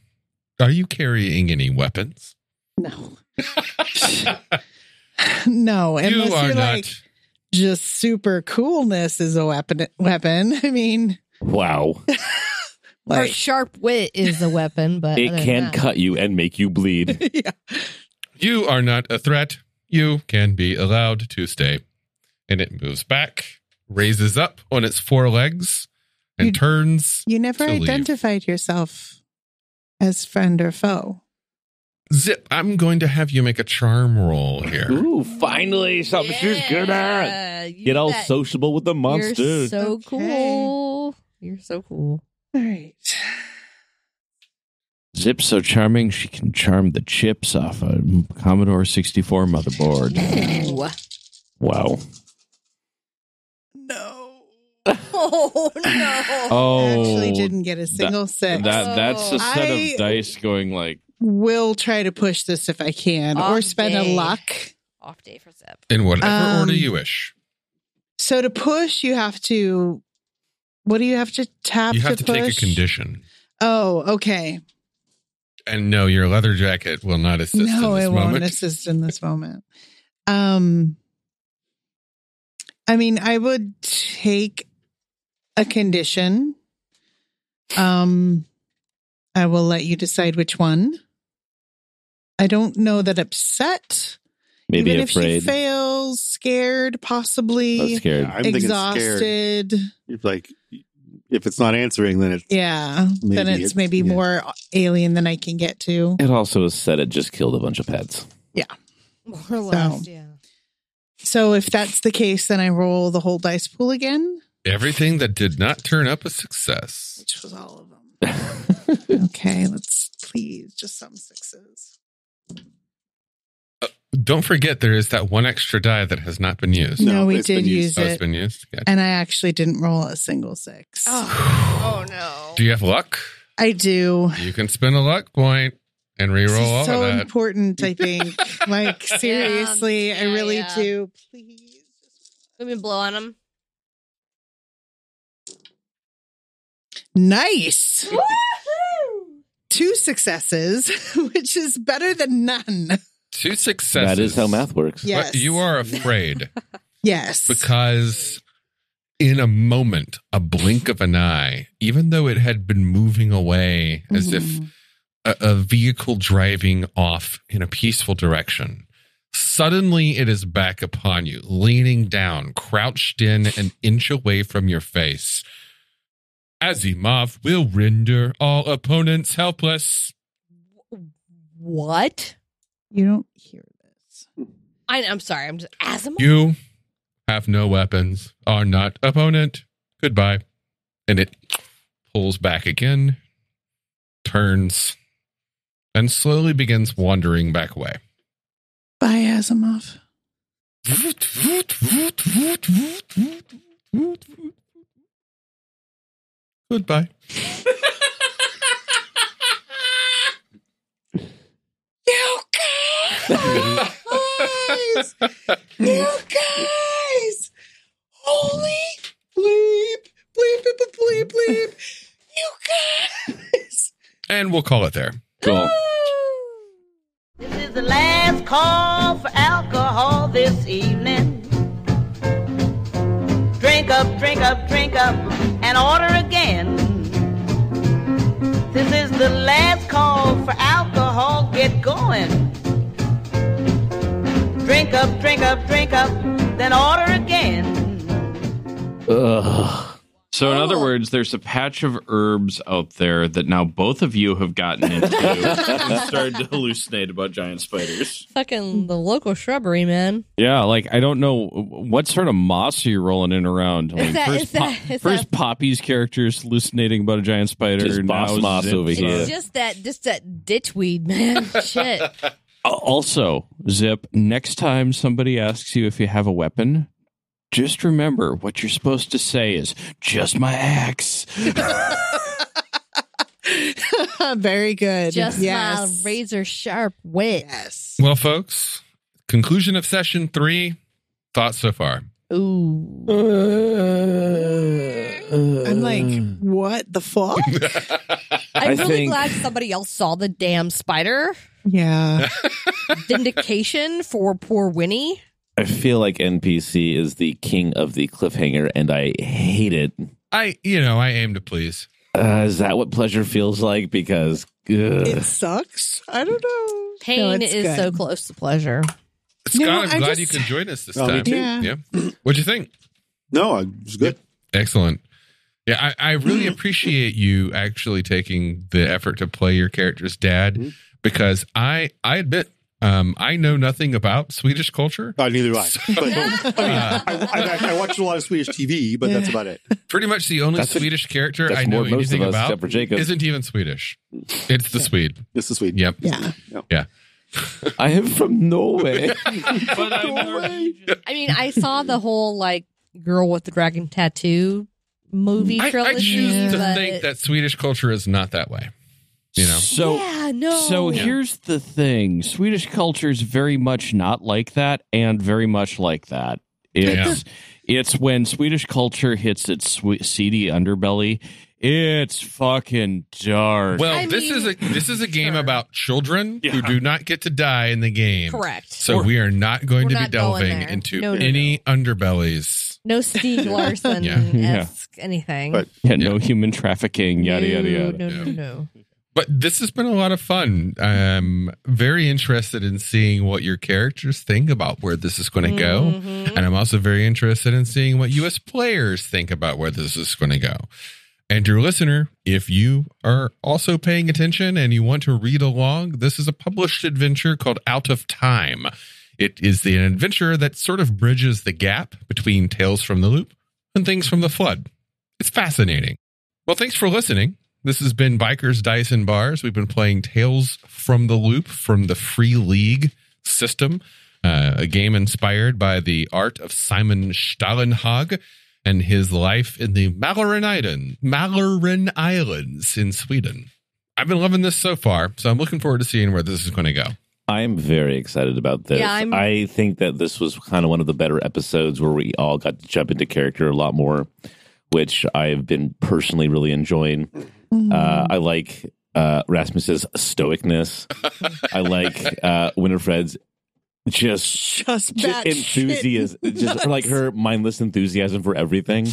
B: Are you carrying any weapons?
F: No. no.
B: you
F: Unless
B: are
F: you're
B: not.
F: like just super coolness is a weapon weapon. I mean
E: Wow.
G: Her
F: like
G: sharp wit is a weapon, but
E: It
G: other than
E: can
G: that-
E: cut you and make you bleed.
F: yeah.
B: You are not a threat. You can be allowed to stay. And it moves back, raises up on its four legs, and
F: You-
B: turns.
F: You never
B: to leave.
F: identified yourself as friend or foe.
B: Zip, I'm going to have you make a charm roll here.
E: Ooh, finally something she's good at.
G: Yeah, you
E: Get all
G: bet.
E: sociable with the monster.
G: You're so
F: Okay.
G: cool. You're so cool.
F: All right.
H: Zip's so charming she can charm the chips off a Commodore 64 motherboard. Wow.
F: No.
G: Oh no.
H: Oh,
F: Actually didn't get a single six.
H: that that's a set
F: I-
H: of dice going like
F: We'll try to push this if I can or
G: Off
F: spend a
G: day.
F: luck.
G: Off day for Zip.
B: In whatever
F: Um,
B: order you wish.
F: So to push you have to what do you have to tap
B: You have to, take a
F: push?
B: condition.
F: Oh, okay.
B: And no, your leather jacket will not assist
F: no,
B: in this
F: it
B: moment.
F: won't assist in this moment. Um, I mean, I would take a condition. Um, I will let you decide which one. I don't know that upset.
E: Maybe
F: even
E: afraid.
F: if she fails, scared,
E: I was
F: possibly
E: scared.
D: I'm thinking scared.
F: exhausted.
D: It's like if it's not answering, then it's
F: Yeah, then
D: Maybe
F: it's,
D: it's-
F: maybe
D: yeah.
F: more alien than I can get to.
E: It also said it just killed a bunch of pets.
G: More or
I: oh.
G: less, yeah.
F: So if that's the case, then I roll the whole dice pool again.
B: Everything that did not turn up a success.
F: which was all of them. okay, let's please just some sixes.
B: Don't forget there is that one extra die that has not been used.
F: No,
D: No,
F: we
D: it's been
F: did use
D: used.
B: Oh, it's
F: it,
B: been used. Gotcha.
F: and I actually didn't roll a single six.
G: Oh, oh no.
B: Do you have luck?
F: I do.
B: You can spend a luck point and
F: This
B: re-roll all
F: is so
B: of that.
F: important. I think. like seriously, I
G: yeah,
F: really
G: yeah.
F: do. Please.
G: We've been blow on him.
F: Nice. Two successes, which is better than none.
B: Two successes.
E: That is how math works.
F: Yeah. Yes.
B: But you are afraid
F: Yes.
B: because in a moment, a blink of an eye, even though it had been moving away as if
F: Mhm.
B: a, a vehicle driving off in a peaceful direction. Suddenly, it is back upon you, leaning down, crouched in an inch away from your face. Azimov will render all opponents helpless.
G: What?
F: you don't hear this.
G: I, I'm sorry. I'm just Asimov.
B: You have no weapons, are not opponent. Goodbye. And it pulls back again, turns, and slowly begins wandering back away.
F: Bye, Asimov.
B: Goodbye.
F: You guys! you guys! Holy bleep! Bleep, bleep, bleep, bleep! You guys!
B: and we'll call it there.
E: Cool.
P: This is the last call for alcohol this evening. Drink up, drink up, drink up, and order again. This is the last call for alcohol, get going. Drink up, drink up, drink up, then order again.
E: Ugh.
H: So, in other
I: Oh.
H: words, there's a patch of herbs out there that now both of you have gotten into and started to hallucinate about giant spiders.
I: Fucking the local shrubbery, man.
H: Yeah, like I don't know what sort of moss are you rolling in around. Like,
I: Is that-
H: first,
I: is that-
H: Po-
I: is
H: first
I: that-
H: Poppy's character is hallucinating about a giant spider.
E: Just
H: now
E: boss moss
H: Zip-
E: over
I: It's
E: here. Yeah.
I: just that, just that ditchweed, man. Shit.
H: Uh, Also, Zip, next time somebody asks you if you have a weapon, just remember what you're supposed to say is just my axe.
F: Very good.
I: Just
F: yes.
I: my razor sharp wit.
F: Yes.
B: Well, folks, conclusion of session three. Thoughts so far?
I: Ooh.
F: I'm like, what the fuck?
I: I'm
E: I
I: really
E: think-
I: glad somebody else saw the damn spider.
F: yeah.
I: Vindication for poor Winnie.
E: I feel like NPC is the king of the cliffhanger, and I hate it.
B: I, you know, I aim to please.
E: Uh, is that what pleasure feels like? Because uh, ugh.
F: It sucks. I don't know. No,
I: Pain
F: it's
I: is
F: good.
I: so close to pleasure.
B: Scott,
F: No,
B: I'm
F: I
B: glad
F: just-
B: you could join us this
D: Oh, me
B: time.
D: too.
F: Yeah.
B: What'd you think?
D: No, I- it's good.
B: Excellent. Yeah, I, I really
F: Mm.
B: appreciate you actually taking the effort to play your character's
E: Mm-hmm.
B: dad because I I admit um, I know nothing about Swedish culture. Uh,
D: Uh, neither do I.
B: So-
D: But, I, mean, I, I, I watched a lot of Swedish TV, but that's about it.
B: Pretty much the only
E: That's a-
B: Swedish character
E: that's
B: I know
E: more than most
B: anything
E: of us
B: about
E: except for Jacob.
B: isn't even Swedish. It's the Swede.
D: This is sweet.
B: Yep.
F: Yeah.
E: I am from Norway.
H: But I'm
I: I mean, I saw the whole like girl with the dragon tattoo movie
B: I, I
I: trilogy.
B: choose to
I: but-
B: think that Swedish culture is not that way. You know,
H: So
I: yeah, no.
H: So here's the thing Swedish culture is very much not like that and very much like that. It's it's when Swedish culture hits its swe- seedy underbelly, it's fucking dark.
B: well,
I: I
B: this
I: mean-
B: is a this is a game
I: Sure.
B: about children who
H: Yeah.
B: do not get to die in the game.
I: correct.
B: So we are not going
I: We're
B: to be
I: not going
B: delving
I: there.
B: into
I: No, no,
B: any underbellies.
I: no Steve Larson esque anything.
D: But-
H: yeah, no human trafficking, yada yada
I: No,
H: yada.
I: No, no, no.
B: But this has been a lot of fun. I'm very interested in seeing what your characters think about where this is going to go.
I: Mhm.
B: And I'm also very interested in seeing what you as players think about where this is going to go. And dear listener, if you are also paying attention and you want to read along, this is a published adventure called Out of Time. It is the, an adventure that sort of bridges the gap between Tales from the Loop and Things from the Flood. It's fascinating. Well, thanks for listening. This has been Bikers, Dice, and Bars. We've been playing Tales from the Loop from the Free League system, uh, a game inspired by the art of Simon Stalenhag and his life in the Malaren Island, Malaren Islands in Sweden. I've been loving this so far, so I'm looking forward to seeing where this is going to go.
E: I'm very excited about this.
I: Yeah, I'm-
E: I think that this was kind of one of the better episodes where we all got to jump into character a lot more, which I've been personally really enjoying.
I: Mm-hmm.
E: Uh, I like uh, Rasmus's stoicness. I like uh, Winifred's just
F: Just
E: j-
F: that
E: enthusiasm,
F: shit
E: just like
F: nuts.
E: her mindless enthusiasm for everything.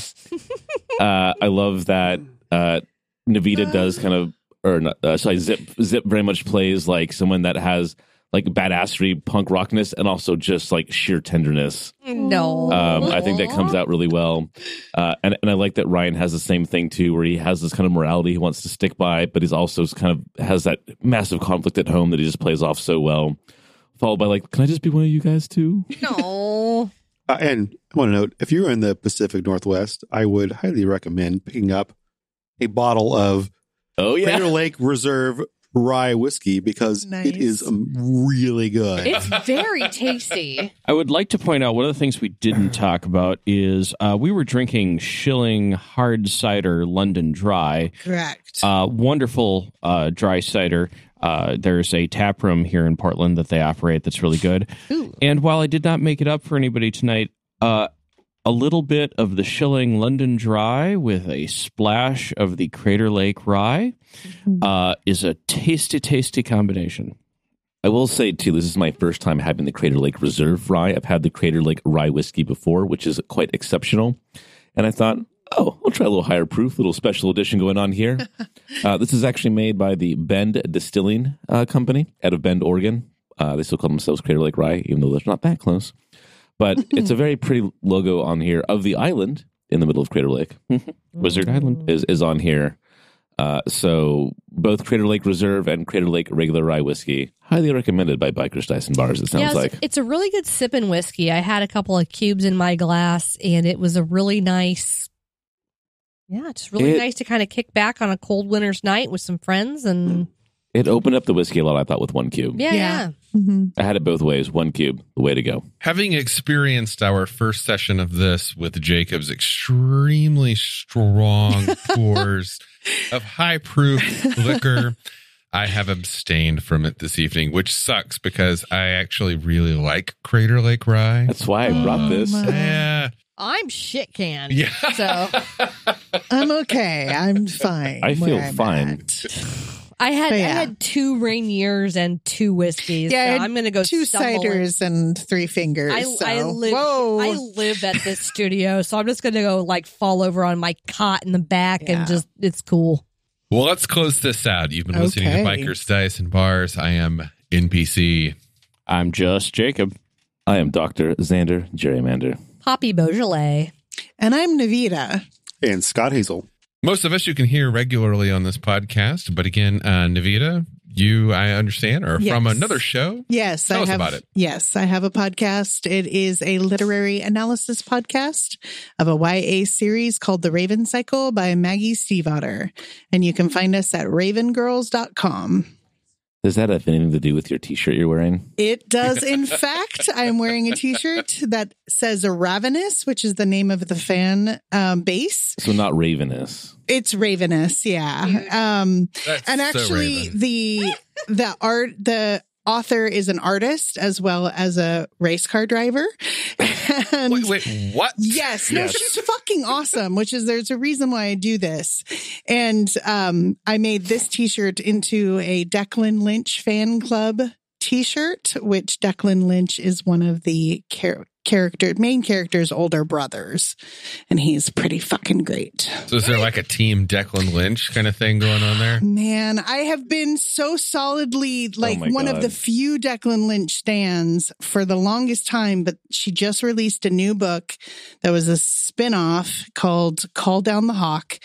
E: uh, I love that uh, Navita does kind of, or not, uh, sorry, Zip Zip very much plays like someone that has like badassery, punk rockness, and also just like sheer tenderness.
I: No.
E: Um, I think that comes out really well, uh, and and I like that Ryan has the same thing too, where he has this kind of morality he wants to stick by, but he's also kind of has that massive conflict at home that he just plays off so well. Followed by like, can I just be one of you guys too?
I: No.
D: Uh, and I want to note if you're in the Pacific Northwest, I would highly recommend picking up a bottle of
E: Oh yeah.
D: Crater Lake Reserve rye whiskey because it is
F: Nice.
D: um, really good.
I: It's very tasty.
H: I would like to point out one of the things we didn't talk about is uh, we were drinking Schilling hard cider London dry,
F: Correct.
H: uh, wonderful uh, dry cider. Uh, there's a tap room here in Portland that they operate that's really good.
I: Ooh.
H: And while I did not make it up for anybody tonight, uh, a little bit of the Shilling London Dry with a splash of the Crater Lake Rye uh, is a tasty, tasty combination.
E: I will say too, this is my first time having the Crater Lake Reserve rye. I've had the Crater Lake rye whiskey before, which is quite exceptional. And I thought, oh, we'll try a little higher proof, little special edition going on here. uh, this is actually made by the Bend Distilling uh, Company out of Bend, Oregon. Uh, they still call themselves Crater Lake Rye, even though they're not that close. But it's a very pretty logo on here Uh, of the island in the middle of Crater Lake.
H: Wizard Island.
E: is is on here. Uh, so both Crater Lake Reserve and Crater Lake regular rye whiskey, highly recommended by Bikers Dice and Bars. It sounds
I: Yeah,
E: like
I: it's, it's a really good sip and whiskey. I had a couple of cubes in my glass, and it was a really nice. Yeah, it's really
E: It-
I: nice to kind of kick back on a cold winter's night with some friends, and
E: it opened up the whiskey a lot. I thought with one cube,
I: yeah,
F: Mm, Yeah.
I: yeah.
F: Mhm.
E: I had it both ways. One cube, the way to go.
B: Having experienced our first session of this with Jacob's extremely strong pours of high proof liquor, I have abstained from it this evening, which sucks because I actually really like Crater Lake Rye.
E: That's why I brought this.
F: Oh my-
B: Yeah.
I: I'm shit canned.
B: Yeah.
I: So
F: I'm okay. I'm fine.
E: I feel
F: where I'm
E: fine.
F: at.
I: I had
F: But
I: I
F: yeah.
I: had two Rainiers and two whiskeys.
F: Yeah, I
I: Yeah,
F: had
I: I'm gonna go
F: Two
I: stumble in.
F: ciders and three fingers.
I: I,
F: so-
I: I live
F: Whoa.
I: I live at this studio, so I'm just gonna go like fall over on my cot in the back
F: Yeah.
I: and just it's cool.
B: Well, let's close this out. You've been listening to
F: Okay.
B: Bikers, Dice, and Bars. I am NPC.
H: I'm just Jacob.
E: I am Doctor Xander Gerrymander.
I: Poppy Beaujolais.
F: and I'm Navita.
D: and Scott Hazel.
B: Most of us you can hear regularly on this podcast, but again, uh, Navita, you I understand are from
F: Yes.
B: another show.
F: Yes,
B: Tell
F: I
B: us
F: have.
B: about it.
F: Yes, I have a podcast. It is a literary analysis podcast of a YA series called The Raven Cycle by Maggie Stiefvater. And you can find us at ravengirls.com.
E: Does that have anything to do with your T-shirt you're wearing?
F: It does, in fact, I'm wearing a t shirt that says Ravenous, which is the name of the fan um, base.
E: So not ravenous.
F: It's Ravenous,
I: Mm-hmm.
F: yeah. Um,
B: That's
F: and
B: so
F: actually
B: Raven.
F: the the art the author is an artist as well as a race car driver and
B: wait, wait, what?
F: Yes, no, she's fucking awesome, which is there's a reason why I do this. And um I made this t-shirt into a Declan Lynch fan club t-shirt, which Declan Lynch is one of the char- character main character's older brothers, and he's pretty fucking great.
B: So is there like a team Declan Lynch kind of thing going on there?
F: Man, I have been so solidly like
E: Oh my
F: one
E: God.
F: of the few Declan Lynch stands for the longest time, but she just released a new book that was a spin-off called Call Down the Hawk.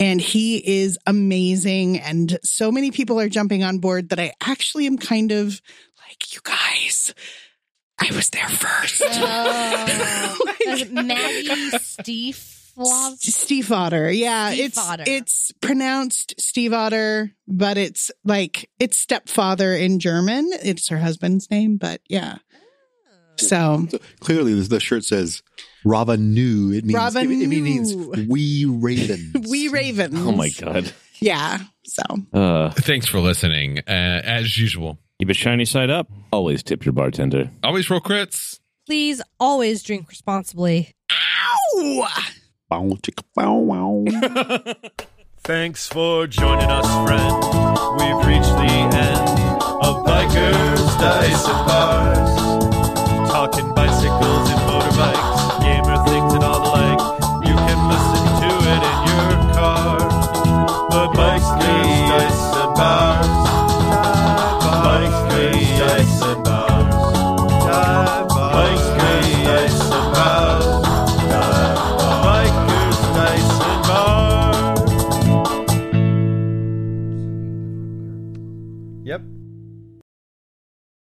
F: And he is amazing. And so many people are jumping on board that I actually am kind of like, you guys, I was there first. Oh.
I: Is it Maggie Stieflav?
F: Steve Otter. Yeah,
I: Steve
F: it's
I: Otter.
F: it's pronounced Steve Otter, but it's like it's stepfather in German. It's her husband's name, but yeah.
I: Oh.
F: So
D: So clearly, the shirt says Rava New. It means
F: Rava
D: it, it means
F: Nu.
D: we ravens.
F: we ravens.
E: Oh my god.
F: Yeah. So
E: Uh,
B: Thanks for listening. Uh, as usual,
H: Keep it shiny side up.
E: always tip your bartender.
B: always roll crits.
I: Please always drink responsibly.
D: Bow, chicka, bow, wow.
C: Thanks for joining us, friend. We've reached the end of Bikers, Dice, and Bars. Talking bicycles and motorbikes.